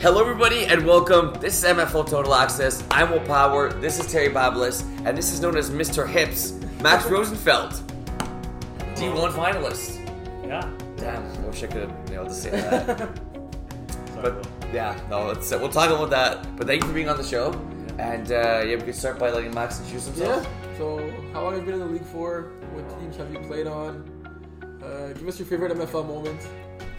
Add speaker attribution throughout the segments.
Speaker 1: Hello, everybody, and welcome. This is MFO Total Access. I'm Will Power. This is Terry Bablis, and this is known as Mr. Hips, Max Rosenfeld, D1 finalist.
Speaker 2: Yeah.
Speaker 1: Damn, I wish I could have nailed to say that.
Speaker 2: Sorry,
Speaker 1: But yeah, no, let's, uh, we'll talk about that. But thank you for being on the show. And uh, yeah, we can start by letting Max introduce
Speaker 3: Yeah.
Speaker 1: himself.
Speaker 3: So, how long have you been in the league for? What teams have you played on? Uh, give us your favorite MFL moment.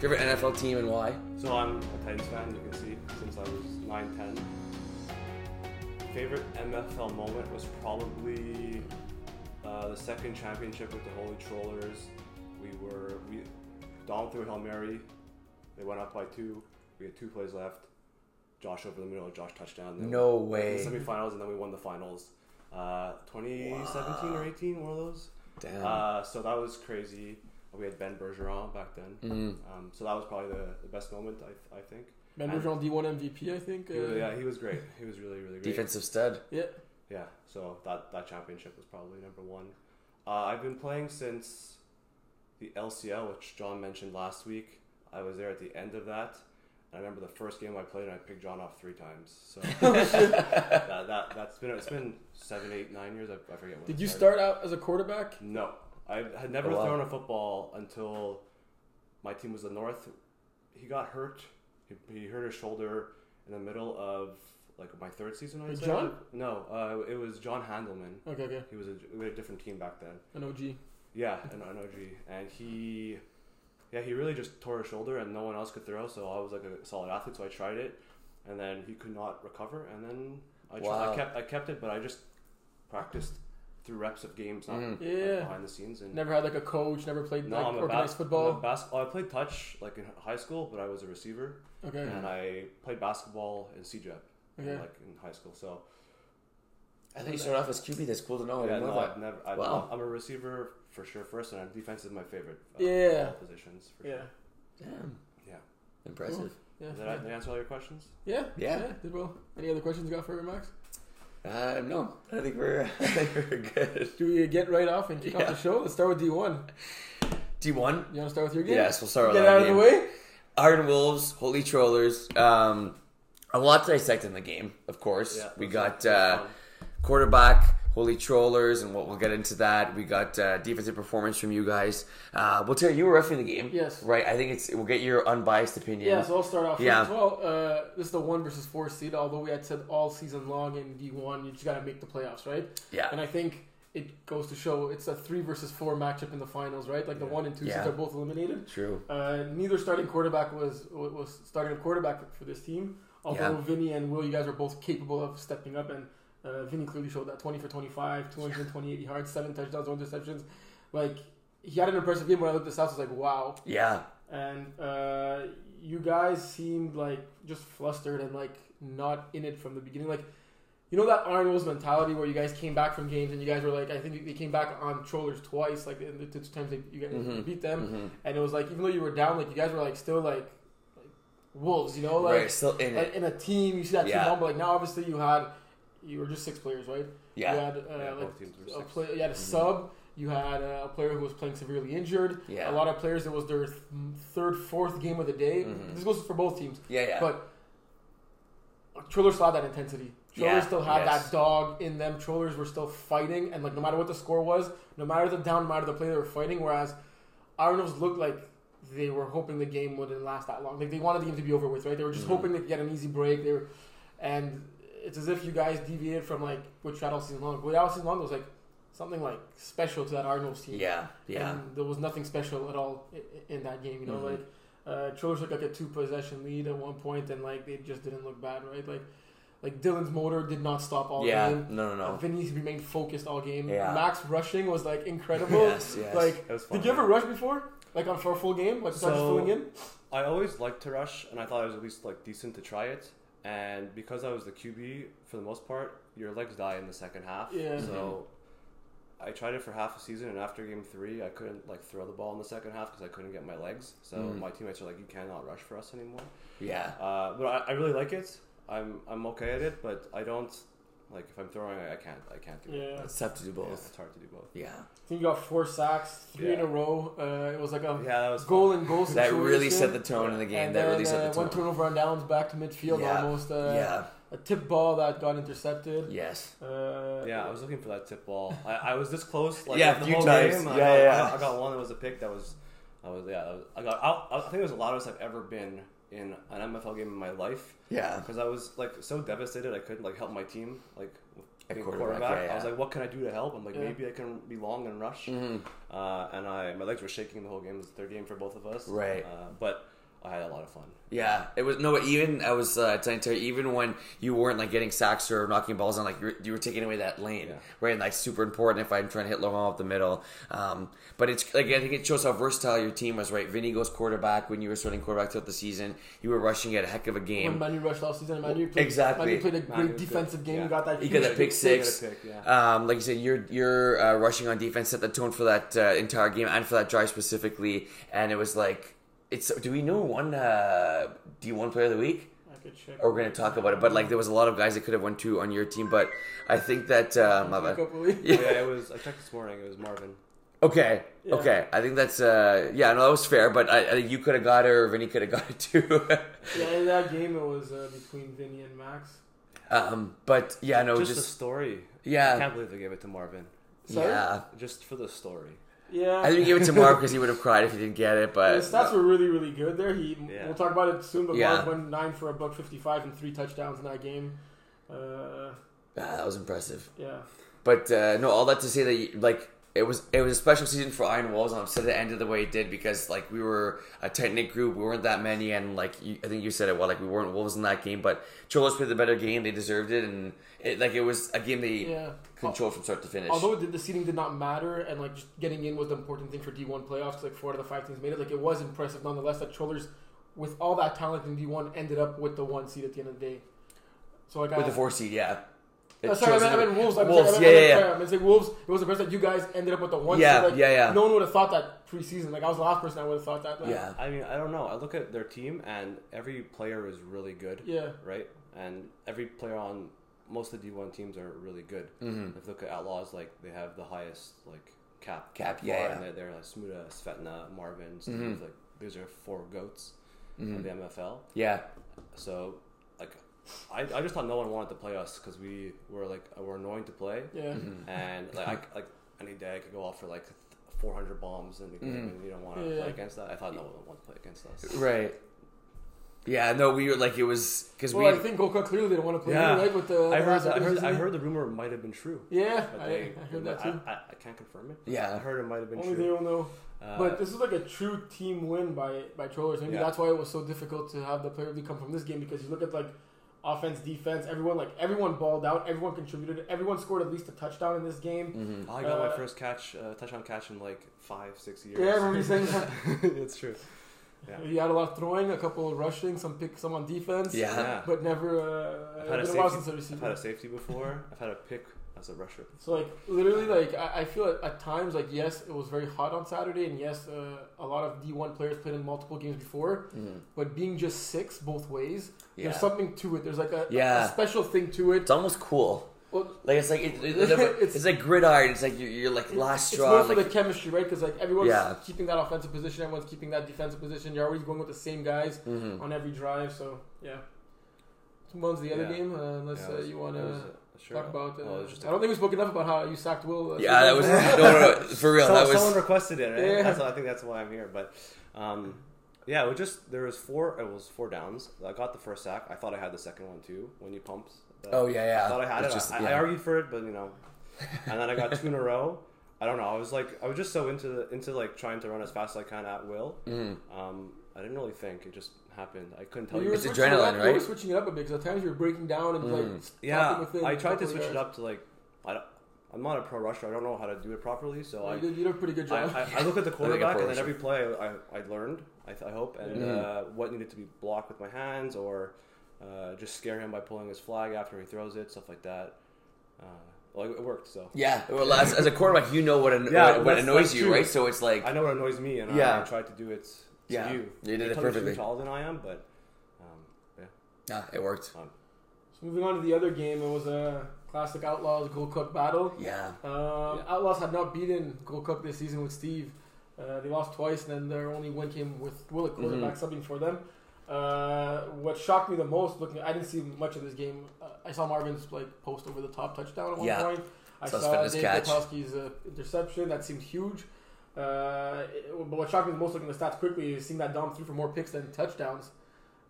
Speaker 1: Favorite NFL team and why?
Speaker 2: Will. So I'm a Titans fan, you can see, since I was 9, 10. Favorite MFL moment was probably uh, the second championship with the Holy Trollers. We were, we, Donald threw a Hail Mary. They went up by two. We had two plays left. Josh over the middle, Josh touchdown. Then
Speaker 1: No
Speaker 2: The
Speaker 1: way.
Speaker 2: semifinals, and then we won the finals. Uh, 2017 or 18, one of those.
Speaker 1: Damn.
Speaker 2: Uh, so that was crazy. We had Ben Bergeron back then. Um, so that was probably the, the best moment, I, I think.
Speaker 3: Ben
Speaker 2: And
Speaker 3: Bergeron D1 MVP, I think. uh,
Speaker 2: He was, yeah, he was great. He was really, really great.
Speaker 1: Defensive stud.
Speaker 3: yeah.
Speaker 2: Yeah, so that, that championship was probably number one. Uh, I've been playing since the LCL, which John mentioned last week. I was there at the end of that. I remember the first game I played, and I picked John off three times. So that, that, that's been, it's been seven, eight, nine years. I, I forget when I
Speaker 3: Did you
Speaker 2: started.
Speaker 3: start out as a quarterback?
Speaker 2: No, I had never
Speaker 1: Oh, wow.
Speaker 2: thrown a football until my team was the North. He got hurt. He, he hurt his shoulder in the middle of like my third season. I
Speaker 3: With
Speaker 2: say.
Speaker 3: John?
Speaker 2: No, uh, it was John Handelman.
Speaker 3: Okay, okay.
Speaker 2: He was a, we had a different team back then.
Speaker 3: An OG.
Speaker 2: Yeah, an, an OG, and he, yeah, he really just tore his shoulder, and no one else could throw. So I was like a solid athlete, so I tried it, and then he could not recover, and then I, just,
Speaker 1: Wow.
Speaker 2: I kept I kept it, but I just practiced through reps of games, not
Speaker 1: Mm.
Speaker 2: like,
Speaker 3: Yeah.
Speaker 2: behind the scenes, and
Speaker 3: Never had like a coach, never played
Speaker 2: no,
Speaker 3: like
Speaker 2: I'm a
Speaker 3: organized
Speaker 2: bas- I'm a
Speaker 3: football.
Speaker 2: basketball. I played touch like in high school, but I was a receiver,
Speaker 3: Okay.
Speaker 2: and I played basketball in CJEP,
Speaker 3: Okay.
Speaker 2: like in high school. So
Speaker 1: I thought you started off as QB. That's cool to know. I
Speaker 2: yeah,
Speaker 1: didn't know
Speaker 2: no, I've
Speaker 1: Oh, that.
Speaker 2: never. I've,
Speaker 1: Wow.
Speaker 2: I'm a receiver for sure first, and defense is my favorite. uh,
Speaker 3: Yeah.
Speaker 2: all positions. For
Speaker 3: Yeah.
Speaker 2: sure.
Speaker 1: Damn.
Speaker 2: Yeah.
Speaker 1: Impressive.
Speaker 3: Yeah.
Speaker 2: Did I, did I answer all your questions?
Speaker 3: Yeah.
Speaker 1: Yeah.
Speaker 3: Did well. Any other questions you got for Max?
Speaker 1: Uh, no, I think we're I think we're good.
Speaker 3: Do we get right off and kick off
Speaker 1: Yeah.
Speaker 3: the show? Let's start with D1. You want
Speaker 1: D one.
Speaker 3: to start with your game?
Speaker 1: Yes, we'll start with
Speaker 3: Get
Speaker 1: our
Speaker 3: out of the
Speaker 1: game.
Speaker 3: way.
Speaker 1: Iron Wolves, Holy Trollers. Um, a lot to dissect in the game, of course.
Speaker 2: Yeah,
Speaker 1: we
Speaker 2: that's
Speaker 1: got
Speaker 2: it. That's
Speaker 1: uh,
Speaker 2: fun.
Speaker 1: quarterback, Holy Trollers, and we'll, we'll get into that. We got uh, defensive performance from you guys. Uh, well, Terry, you were roughing the game.
Speaker 3: Yes.
Speaker 1: Right? I think it's we'll get your unbiased opinion.
Speaker 3: Yeah, so I'll start off
Speaker 1: Yeah.
Speaker 3: yeah. as well. Uh, this is the one versus four seed. Although we had said all season long in D one, you just got to make the playoffs, right?
Speaker 1: Yeah.
Speaker 3: And I think it goes to show it's a three versus four matchup in the finals, right? Like the one and two
Speaker 1: Yeah.
Speaker 3: seeds are both eliminated.
Speaker 1: True.
Speaker 3: Uh, neither starting quarterback was was starting quarterback for this team. Although
Speaker 1: Yeah.
Speaker 3: Vinny and Will, you guys are both capable of stepping up, and uh, Vinny clearly showed that twenty for 25, 228 yards, seven touchdowns, one interceptions. Like he had an impressive game. When I looked this up, I was like, wow
Speaker 1: Yeah.
Speaker 3: and uh, you guys seemed like just flustered and like not in it from the beginning. Like, you know that Iron Wolves mentality where you guys came back from games and you guys were like, I think they came back on Trollers twice, like in the two times they, you guys
Speaker 1: Mhm.
Speaker 3: beat them,
Speaker 1: Mhm.
Speaker 3: and it was like even though you were down, like you guys were like still like, like wolves, you know, like
Speaker 1: right. Still in
Speaker 3: and
Speaker 1: it.
Speaker 3: in a team. You see that
Speaker 1: Yeah.
Speaker 3: team, but like now obviously you had you were just six players, right? You
Speaker 1: Yeah.
Speaker 3: had, uh,
Speaker 2: Yeah,
Speaker 3: like,
Speaker 2: both teams were
Speaker 3: a
Speaker 2: six.
Speaker 3: play, you had a sub. You had uh, a player who was playing severely injured.
Speaker 1: Yeah.
Speaker 3: A lot of players. It was their th- third, fourth game of the day.
Speaker 1: Mhm.
Speaker 3: This goes for both teams,
Speaker 1: Yeah. Yeah.
Speaker 3: but Trollers still had that intensity. Trollers
Speaker 1: Yeah,
Speaker 3: still had
Speaker 1: yes.
Speaker 3: that dog in them. Trollers were still fighting, and like no matter what the score was, no matter the down, no matter the play, they were fighting. Whereas Arnolds looked like they were hoping the game wouldn't last that long. Like they wanted the game to be over with, right? They were just
Speaker 1: Mm-hmm.
Speaker 3: hoping they could get an easy break. They were, and it's as if you guys deviated from like what you had all season long. What you had all season long was like something like special to that Arnolds team.
Speaker 1: yeah. Yeah.
Speaker 3: And there was nothing special at all i- i- in that game. You know,
Speaker 1: Mhm.
Speaker 3: like uh, Trollers took like a two possession lead at one point, and like they just didn't look bad, right? Like, like Dylan's motor did not stop all
Speaker 1: Yeah.
Speaker 3: game.
Speaker 1: No. No.
Speaker 3: Uh,
Speaker 1: No.
Speaker 3: Vinny remained focused all game.
Speaker 1: Yeah.
Speaker 3: Max rushing was like incredible.
Speaker 1: Yes. Yes.
Speaker 3: Like,
Speaker 2: It was fun.
Speaker 3: did you ever rush before? Like on for a full game, like besides just
Speaker 2: So-
Speaker 3: filling in?
Speaker 2: I always liked to rush, and I thought I was at least like decent to try it. And because I was the QB for the most part, your legs die in the second half.
Speaker 3: Yeah.
Speaker 2: So I tried it for half a season, and after game three, I couldn't like throw the ball in the second half because I couldn't get my legs. So
Speaker 1: Mm.
Speaker 2: my teammates are like, "You cannot rush for us anymore."
Speaker 1: yeah.
Speaker 2: Uh, but I, I really like it. I'm I'm okay at it, but I don't Like if I'm throwing, I I can't. I can't do it.
Speaker 3: Yeah.
Speaker 1: It's tough to do
Speaker 2: Yeah,
Speaker 1: both.
Speaker 2: it's hard to do both.
Speaker 1: Yeah.
Speaker 3: I think you got four sacks, three in
Speaker 2: Yeah.
Speaker 3: a row. Uh, it was like a
Speaker 2: Yeah, that was
Speaker 3: goal and goal
Speaker 1: That
Speaker 3: situation.
Speaker 1: really set the tone in the game.
Speaker 3: And
Speaker 1: that
Speaker 3: then,
Speaker 1: really
Speaker 3: uh,
Speaker 1: set the
Speaker 3: One
Speaker 1: tone.
Speaker 3: turnover on downs back to midfield
Speaker 1: Yeah.
Speaker 3: almost. Uh,
Speaker 1: yeah.
Speaker 3: A tip ball that got intercepted.
Speaker 1: Yes.
Speaker 3: Uh,
Speaker 2: Yeah, I was looking for that tip ball. I, I was this close. Like,
Speaker 1: Yeah, a
Speaker 2: the
Speaker 1: few
Speaker 2: whole
Speaker 1: times.
Speaker 2: Game.
Speaker 1: Yeah,
Speaker 2: I got,
Speaker 1: yeah,
Speaker 2: I
Speaker 1: yeah.
Speaker 2: got- I got one that was a pick that was. I was yeah. That was, I got. I, I think it was the loudest I've ever been in an MFL game in my life
Speaker 1: Yeah.
Speaker 2: because I was like so devastated I couldn't like help my team like with
Speaker 1: At
Speaker 2: being
Speaker 1: quarterback, yeah,
Speaker 2: I was
Speaker 1: yeah. Mm-hmm.
Speaker 2: like, what can I do to help? I'm like,
Speaker 3: Yeah.
Speaker 2: maybe I can be long and rush. Uh, and I my legs were shaking the whole game. It was the third game for both of us.
Speaker 1: Right.
Speaker 2: Uh, but I had a lot of fun.
Speaker 1: Yeah, it was no. Even I was uh, telling Terry, even when you weren't like getting sacks or knocking balls on, like you were, you were taking away that lane,
Speaker 2: Yeah.
Speaker 1: right? And like super important if I'm trying to hit Laurent up the middle. Um, but it's like I think it shows how versatile your team was, right? Vinny goes quarterback when you were starting quarterback throughout the season. You were rushing at a heck of a
Speaker 3: When
Speaker 1: game.
Speaker 3: Manu rushed all season, Manu played,
Speaker 1: Exactly.
Speaker 3: Manu played
Speaker 2: Manu
Speaker 3: a great
Speaker 2: was good.
Speaker 3: defensive game.
Speaker 2: Yeah.
Speaker 3: You got that.
Speaker 1: You got
Speaker 3: huge
Speaker 1: that pick
Speaker 3: pick.
Speaker 1: six.
Speaker 2: Pick, yeah.
Speaker 1: Um, like you said, your your uh, rushing on defense set the tone for that uh, entire game and for that drive specifically. And it was like, it's. Do we know one uh, D one player of the week?
Speaker 3: I could check.
Speaker 1: Or we're gonna talk about it, but like there was a lot of guys that could have won two on your team, but I think that uh, my bad.
Speaker 2: Oh, yeah, it was. I checked this morning. It was Marvin.
Speaker 1: Okay,
Speaker 3: Yeah.
Speaker 1: okay. I think that's uh, yeah. No, that was fair, but I, I think you could have got it, or Vinny could have got it too.
Speaker 3: Yeah, in that game it was uh, between Vinny and Max.
Speaker 1: um, but yeah, no,
Speaker 2: just,
Speaker 1: just,
Speaker 2: the story. I
Speaker 1: yeah,
Speaker 2: can't believe they gave it to Marvin.
Speaker 3: Sorry?
Speaker 1: yeah.
Speaker 2: Just for the story.
Speaker 3: Yeah.
Speaker 1: I think we gave it to Mark because he would have cried if he didn't get it,
Speaker 3: the
Speaker 1: but uh,
Speaker 3: stats were really, really good there. He,
Speaker 2: Yeah.
Speaker 3: We'll talk about it soon, but
Speaker 1: Yeah.
Speaker 3: Mark went nine for a buck fifty-five and three touchdowns in that game. Uh,
Speaker 1: Ah, that was impressive.
Speaker 3: yeah,
Speaker 1: But uh, no, all that to say that you- like it was it was a special season for Iron Walls, and I'm upset it ended the way it did because like we were a tight knit group, we weren't that many, and like you, I think you said it well, like we weren't wolves in that game, but Cholos played the better game, they deserved it, and it, like it was a game they
Speaker 3: yeah.
Speaker 1: controlled from start to finish.
Speaker 3: Although it did, the seating did not matter, and like just getting in was the important thing for D1 playoffs. Like four out of the five teams made it. Like it was impressive nonetheless that Trollers, with all that talent in D1, ended up with the one seed at the end of the day. So like
Speaker 1: with
Speaker 3: I,
Speaker 1: the four seed, yeah.
Speaker 3: Uh,
Speaker 1: It
Speaker 3: sorry, I
Speaker 1: chose
Speaker 3: meant, I
Speaker 1: another-
Speaker 3: meant Wolves. I meant,
Speaker 1: Wolves,
Speaker 3: I meant,
Speaker 1: yeah,
Speaker 3: I
Speaker 1: yeah,
Speaker 3: meant,
Speaker 1: yeah.
Speaker 3: sorry, I meant to say Wolves. It was the best that you guys ended up with the one.
Speaker 1: Yeah,
Speaker 3: so, like,
Speaker 1: yeah, yeah.
Speaker 3: No one would have thought that preseason. Like I was the last person I would have thought that. Like,
Speaker 1: Yeah.
Speaker 2: I mean, I don't know. I look at their team, and every player is really good,
Speaker 3: yeah.
Speaker 2: right? And every player on most of the D1 teams are really good.
Speaker 1: Mhm.
Speaker 2: If you look at Outlaws, like they have the highest like cap,
Speaker 1: Cap,
Speaker 2: bar,
Speaker 1: yeah,
Speaker 2: and they're, they're like Smuda, Svetna, Marvin. Steve,
Speaker 1: Mhm.
Speaker 2: Like these are four goats
Speaker 1: Mhm.
Speaker 2: of the MFL.
Speaker 1: Yeah,
Speaker 2: So, like, I, I just thought no one wanted to play us because we were like we're annoying to play.
Speaker 3: Yeah.
Speaker 1: Mm-hmm.
Speaker 2: and like I, like any day I could go off for like 400 bombs in the game, and you don't want to
Speaker 3: Yeah.
Speaker 2: play against that. I thought no one would want to play against us.
Speaker 1: right. Yeah, no, we were like it was because
Speaker 3: Well,
Speaker 1: we
Speaker 3: I think Goka clearly didn't want to play
Speaker 2: Yeah.
Speaker 3: either, right? With the
Speaker 2: I
Speaker 3: the
Speaker 2: heard,
Speaker 3: last
Speaker 2: that, I heard, I
Speaker 3: preseason.
Speaker 2: heard the rumor might have been true.
Speaker 3: Yeah,
Speaker 2: but
Speaker 3: I,
Speaker 2: they-
Speaker 3: I heard that
Speaker 2: I,
Speaker 3: too.
Speaker 2: I, I can't confirm it. I
Speaker 1: yeah.
Speaker 2: heard it might have been
Speaker 3: Only they
Speaker 2: true.
Speaker 3: will know.
Speaker 2: Uh,
Speaker 3: but this is like a true team win by by Trollers. Maybe
Speaker 2: Yeah.
Speaker 3: that's why it was so difficult to have the player of the Week come from this game because you look at like offense, defense, everyone like everyone balled out, everyone contributed, everyone scored at least a touchdown in this game.
Speaker 1: Mhm.
Speaker 2: I got
Speaker 3: uh,
Speaker 2: my first catch, uh, touchdown catch in like five, six years.
Speaker 3: Yeah, I remember you saying that.
Speaker 2: it's true. Yeah.
Speaker 3: He had a lot of throwing, a couple of rushing, some pick, some on defense.
Speaker 1: Yeah.
Speaker 2: Yeah.
Speaker 3: But never. Uh,
Speaker 2: I've had, a
Speaker 3: been a
Speaker 2: safety,
Speaker 3: while since I
Speaker 2: I've
Speaker 3: received
Speaker 2: had a
Speaker 3: it.
Speaker 2: safety before. I've had a pick as a rusher.
Speaker 3: So like literally like I, I feel at, at times like yes it was very hot on Saturday and yes uh, a lot of D1 players played in multiple games before
Speaker 1: Mhm.
Speaker 3: but being just six both ways
Speaker 1: Yeah.
Speaker 3: there's something to it there's like a,
Speaker 1: Yeah.
Speaker 3: a special thing to it
Speaker 1: It's almost cool.
Speaker 3: Well-
Speaker 1: like it's like it, it- it- it's,
Speaker 3: It's-
Speaker 1: like gridiron. It's like you're, you're like last
Speaker 3: it's
Speaker 1: straw.
Speaker 3: more for
Speaker 1: like-
Speaker 3: the chemistry right because like everyone's
Speaker 1: Yeah.
Speaker 3: keeping that offensive position everyone's keeping that defensive position you're always going with the same guys
Speaker 1: Mhm.
Speaker 3: on every drive so yeah let's move on to the other
Speaker 2: Yeah.
Speaker 3: game uh, unless
Speaker 2: Yeah, it
Speaker 3: uh,
Speaker 2: was-
Speaker 3: you
Speaker 2: it
Speaker 3: want
Speaker 2: was,
Speaker 3: to
Speaker 2: uh, sure.
Speaker 3: talk about uh,
Speaker 2: Well, it was just a-
Speaker 3: I don't think we spoke enough about how you sacked Will uh,
Speaker 1: Yeah, that was no, no, no, for real.
Speaker 2: So-
Speaker 1: that was
Speaker 2: someone requested it. Right?
Speaker 3: Yeah.
Speaker 2: That's why I think that's why I'm here. But um, yeah, it was just there was four. It was four downs. I got the first sack. I thought I had the second one too. When you pumped. the-
Speaker 1: oh yeah, yeah.
Speaker 2: I thought I had it.
Speaker 1: It's just-
Speaker 2: I, I
Speaker 1: yeah.
Speaker 2: argued for it, but you know, and then I got two in a row. I don't know. I was like, I was just so into the, into like trying to run as fast as I can at will.
Speaker 1: Mhm.
Speaker 2: Um, I didn't really think. It just happened. I couldn't tell
Speaker 3: Well, you
Speaker 2: you.
Speaker 3: were
Speaker 1: It's
Speaker 3: switching it
Speaker 1: adrenaline,
Speaker 3: up- You
Speaker 1: right?
Speaker 3: were switching it up a bit because at times you were breaking down and like
Speaker 1: Mm.
Speaker 3: stopping
Speaker 2: yeah,
Speaker 3: within
Speaker 2: I
Speaker 3: a
Speaker 2: tried
Speaker 3: couple
Speaker 2: to
Speaker 3: of
Speaker 2: switch it
Speaker 3: yards.
Speaker 2: up to like I don't, I'm not a pro rusher. I don't know how to do it properly, so I
Speaker 3: You did, you did a pretty good
Speaker 2: I,
Speaker 3: job.
Speaker 2: I, I look at the
Speaker 1: pro
Speaker 2: quarterback, and then
Speaker 1: rusher.
Speaker 2: every play I, I learned, I, th- I hope, and
Speaker 1: Yeah.
Speaker 2: uh, what needed to be blocked with my hands or uh, just scare him by pulling his flag after he throws it, stuff like that. Uh, well, it worked, so
Speaker 1: Yeah, well, as, as a quarterback, you know what an,
Speaker 2: Yeah,
Speaker 1: what, what
Speaker 2: that's-
Speaker 1: annoys
Speaker 2: that's
Speaker 1: you,
Speaker 2: true.
Speaker 1: right? So it's like
Speaker 2: I know what annoys me, and I,
Speaker 1: Yeah.
Speaker 2: I tried to do it to
Speaker 1: Yeah.
Speaker 2: you.
Speaker 1: You did it
Speaker 2: probably should be
Speaker 1: perfectly.
Speaker 2: taller than I am, but um, yeah.
Speaker 1: nah, it worked.
Speaker 2: Um,
Speaker 3: So moving on to the other game, it was a classic Outlaws Gold Cup battle.
Speaker 1: Yeah.
Speaker 3: Um,
Speaker 2: Yeah.
Speaker 3: Outlaws had not beaten Gold Cup this season with Steve. Uh, they lost twice, and then their only win came with Will, a quarterback,
Speaker 2: Mm-hmm.
Speaker 3: subbing for them. Uh, what shocked me the most, looking, I didn't see much of this game. Uh, I saw Marvin's like post over the top touchdown at one
Speaker 1: Yeah.
Speaker 3: point. I
Speaker 1: Saw his
Speaker 3: saw
Speaker 1: fitness
Speaker 3: Dave
Speaker 1: catch.
Speaker 3: Gutowski's uh, interception. That seemed huge. Uh, it- but what shocked me the most, looking at the stats quickly, is seeing that Dom threw for more picks than touchdowns.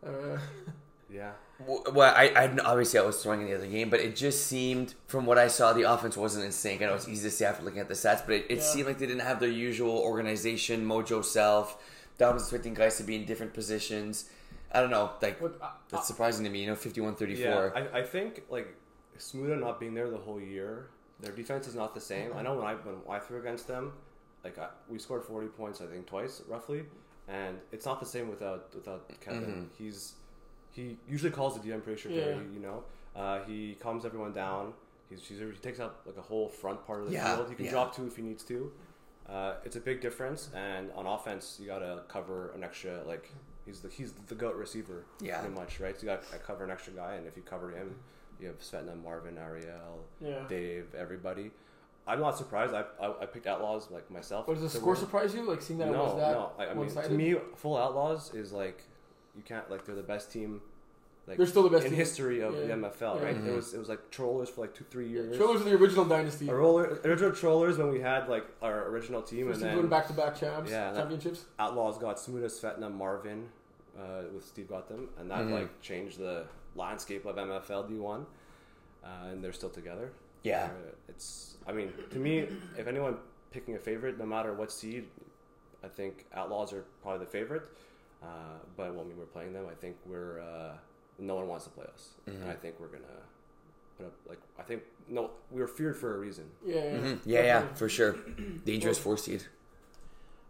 Speaker 3: Uh,
Speaker 2: Yeah.
Speaker 1: W- Well, I, I kn- obviously I was throwing in the other game, but it just seemed from what I saw, the offense wasn't in sync. I know it's easy to see after looking at the stats, but it, it
Speaker 3: Yeah.
Speaker 1: seemed like they didn't have their usual organization, mojo self. Dom was expecting guys to be in different positions. I don't know, like
Speaker 3: what- I- I-
Speaker 1: that's surprising to me. You know, fifty-one
Speaker 2: Yeah,
Speaker 1: thirty-four.
Speaker 2: I, I think like Smuda not being there the whole year, their defense is not the same.
Speaker 1: Mm-hmm.
Speaker 2: I know when I when I threw against them, like I, we scored forty points I think twice roughly, and it's not the same without without Kevin.
Speaker 1: Mm-hmm.
Speaker 2: He's he usually calls the D. I'm pretty sure Gary,
Speaker 3: Yeah.
Speaker 2: you know, uh, he calms everyone down. He's, he's he takes up like a whole front part of the
Speaker 1: Yeah,
Speaker 2: field. He can
Speaker 1: yeah.
Speaker 2: drop two if he needs to. Uh, it's a big difference, and on offense, you gotta cover an extra like he's the he's the goat receiver
Speaker 1: Yeah.
Speaker 2: pretty much, right? So you got to cover an extra guy, and if you cover him, you have Svetna, Marvin, Ariel,
Speaker 3: Yeah.
Speaker 2: Dave, everybody. I'm not surprised. I, I, I picked Outlaws like myself.
Speaker 3: what does the
Speaker 2: to
Speaker 3: score
Speaker 2: win.
Speaker 3: surprise you? Like seeing that
Speaker 2: no,
Speaker 3: it was that
Speaker 2: no. I, I mean, to
Speaker 3: one-sided?
Speaker 2: me, full Outlaws is like you can't like they're the best team. Like
Speaker 3: They're still the best
Speaker 2: in
Speaker 3: team.
Speaker 2: history of
Speaker 3: Yeah.
Speaker 2: the MFL,
Speaker 3: Yeah.
Speaker 2: right?
Speaker 1: Mhm.
Speaker 2: It was it was like trollers for like two three years.
Speaker 3: Trailers of the original dynasty.
Speaker 2: A roller, original trollers when we had like our original team,
Speaker 3: First
Speaker 2: and
Speaker 3: going
Speaker 2: then
Speaker 3: back to back champs,
Speaker 2: Yeah, that-
Speaker 3: championships.
Speaker 2: Outlaws got Smuda, Svetna, Marvin uh, with Steve Gotham, and that
Speaker 1: Mhm.
Speaker 2: like changed the landscape of MFL D1. Uh, and they're still together.
Speaker 1: Yeah.
Speaker 2: Uh, it's. I mean, to me, if anyone picking a favorite, no matter what seed, I think Outlaws are probably the favorite. Uh, but when we were playing them, I think we're uh, no one wants to play us, and I think we're gonna put up like I think no, we were feared for a reason.
Speaker 3: Yeah, yeah,
Speaker 1: Mhm. yeah, yeah,
Speaker 3: definitely.
Speaker 1: for sure. Dangerous four seed.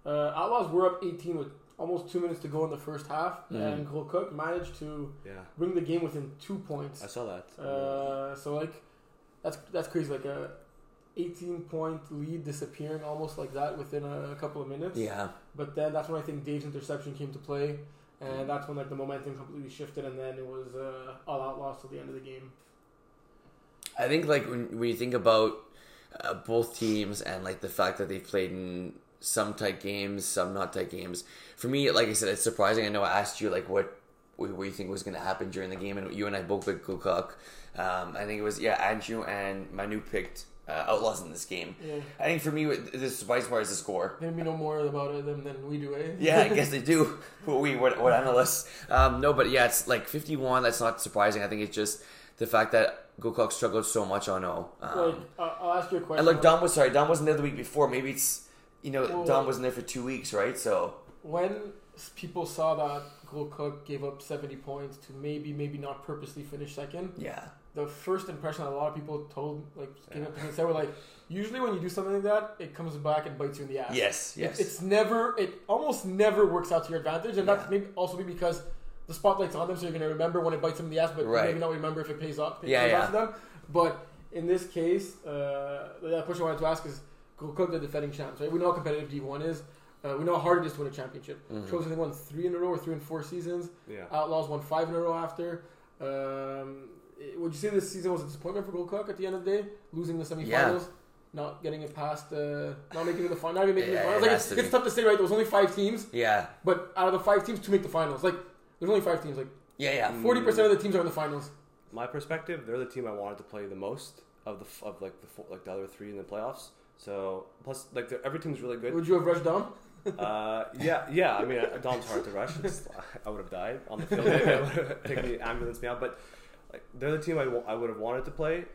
Speaker 3: Uh, Outlaws were up 18 with almost two minutes to go in the first half,
Speaker 1: Mm-hmm.
Speaker 3: and Cole Cook managed to
Speaker 2: Yeah,
Speaker 3: bring the game within two points.
Speaker 2: I saw that.
Speaker 3: Uh, so like, that's that's crazy. Like a 18 point lead disappearing almost like that within a, couple of minutes.
Speaker 1: Yeah,
Speaker 3: But then that's when I think Dave's interception came to play,
Speaker 1: Mm-hmm.
Speaker 3: and that's when like the momentum completely shifted, and then it was uh, all Outlaws till the end of the game.
Speaker 1: I think like when, when you think about uh, both teams and like the fact that they've played in some tight games, some not tight games. For me, like I said, it's surprising. I know I asked you like what what what you think was going to happen during the game, and you and I both picked Gulcock. Um, I think it was yeah, Andrew and Manu picked uh, Outlaws in this game.
Speaker 3: Yeah.
Speaker 1: I think for me, what- the surprising part is the score.
Speaker 3: They we know more about it than, than we do, eh?
Speaker 1: Yeah, I guess they do. But we what, what analysts? Um, no, but yeah, it's like fifty-one. That's not surprising. I think it's just the fact that Gokok struggled so much on O.
Speaker 3: Like,
Speaker 1: Um,
Speaker 3: I- I'll ask you a question.
Speaker 1: and look, Dom was sorry. Dom wasn't there the week before. Maybe it's you know
Speaker 3: Well, uh,
Speaker 1: Dom wasn't there for two weeks, right? So
Speaker 3: when s- people saw that Gold Cook gave up 70 points to maybe, maybe not purposely finish second,
Speaker 1: yeah,
Speaker 3: the first impression that a lot of people told, like, gave
Speaker 2: Yeah.
Speaker 3: up and said, were like, usually when you do something like that, it comes back and bites you in the ass.
Speaker 1: yes,
Speaker 3: It-
Speaker 1: yes,
Speaker 3: it's never, it almost never works out to your advantage, and that's
Speaker 1: Yeah.
Speaker 3: maybe also maybe because the spotlight's on them, so you're gonna remember when it bites them in the ass, but
Speaker 1: Right.
Speaker 3: maybe not remember if it pays off. It
Speaker 1: Yeah,
Speaker 3: pays
Speaker 1: yeah.
Speaker 3: off to them. But in this case, uh, the question I wanted to ask is: Gold Cup, the defending champs, right? We know how competitive D one is. Uh, we know how hard it is to win a championship.
Speaker 1: Mm-hmm.
Speaker 3: Chosen they won three in a row or three in four seasons.
Speaker 2: yeah.
Speaker 3: Outlaws won five in a row after. Um, it- would you say this season was a disappointment for Gold Cup at the end of the day, losing the semifinals?
Speaker 1: Yeah.
Speaker 3: Not getting it past, uh, not making it to the final, not even making
Speaker 1: Yeah,
Speaker 3: the
Speaker 1: it
Speaker 3: finals. Like
Speaker 1: has
Speaker 3: it's,
Speaker 1: to
Speaker 3: it's
Speaker 1: be.
Speaker 3: tough to say, right? There was only five teams,
Speaker 1: yeah,
Speaker 3: but out of the five teams, two make the finals. Like there's only five teams. Like
Speaker 1: yeah, yeah.
Speaker 3: forty percent of the teams are in the finals.
Speaker 2: my perspective, they're the team I wanted to play the most of the f- of like the four, like the other three in the playoffs. So plus like they're- every team's really good.
Speaker 3: Would you have rushed down?
Speaker 2: Uh, yeah, yeah. I mean, uh, Dom's hard to rush. It's, I would have died on the field. Maybe I would have taken the ambulance me out. But like they're the team I would have wanted to play.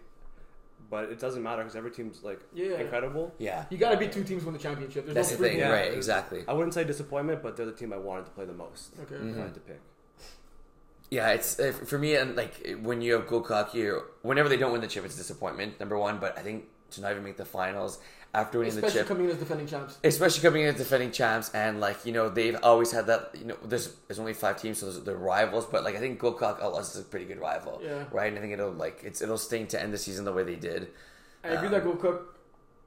Speaker 2: But it doesn't matter because every team's like
Speaker 3: Yeah.
Speaker 2: incredible.
Speaker 1: Yeah,
Speaker 3: You got to beat two teams to win the championship. There's
Speaker 1: that's
Speaker 3: no
Speaker 1: the
Speaker 3: free
Speaker 1: thing,
Speaker 2: Yeah.
Speaker 3: game.
Speaker 1: right? Exactly.
Speaker 2: I wouldn't say disappointment, but they're the team I wanted to play the most.
Speaker 3: Okay.
Speaker 2: if I had to pick.
Speaker 1: Yeah, it's uh, for me and like when you have Gokok here, whenever they don't win the chip, it's disappointment number one. But I think to not even make the finals after winning the
Speaker 3: Especially
Speaker 1: chip,
Speaker 3: coming in as defending champs.
Speaker 1: especially coming in as defending champs and like you know they've always had that you know there's there's only five teams so there's- they're rivals but like I think Gokok Outlaws is a pretty good rival
Speaker 3: Yeah.
Speaker 1: right and I think it'll like it's it'll sting to end the season the way they did
Speaker 3: I agree that Gold Cup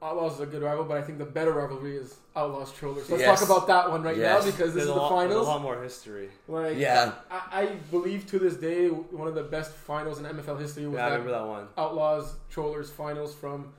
Speaker 3: Outlaws is a good rival, but I think the better rivalry is Outlaws Trollers. Let's
Speaker 1: Yes.
Speaker 3: talk about that one right
Speaker 1: Yes.
Speaker 3: now because this
Speaker 2: There's
Speaker 3: is
Speaker 2: a
Speaker 3: the
Speaker 2: lot, there's
Speaker 3: finals.
Speaker 2: a lot more history.
Speaker 3: Like,
Speaker 1: Yeah.
Speaker 3: I, I believe to this day one of the best finals in MFL history was
Speaker 2: Yeah, I
Speaker 3: that
Speaker 2: remember that one.
Speaker 3: Outlaws Trollers finals from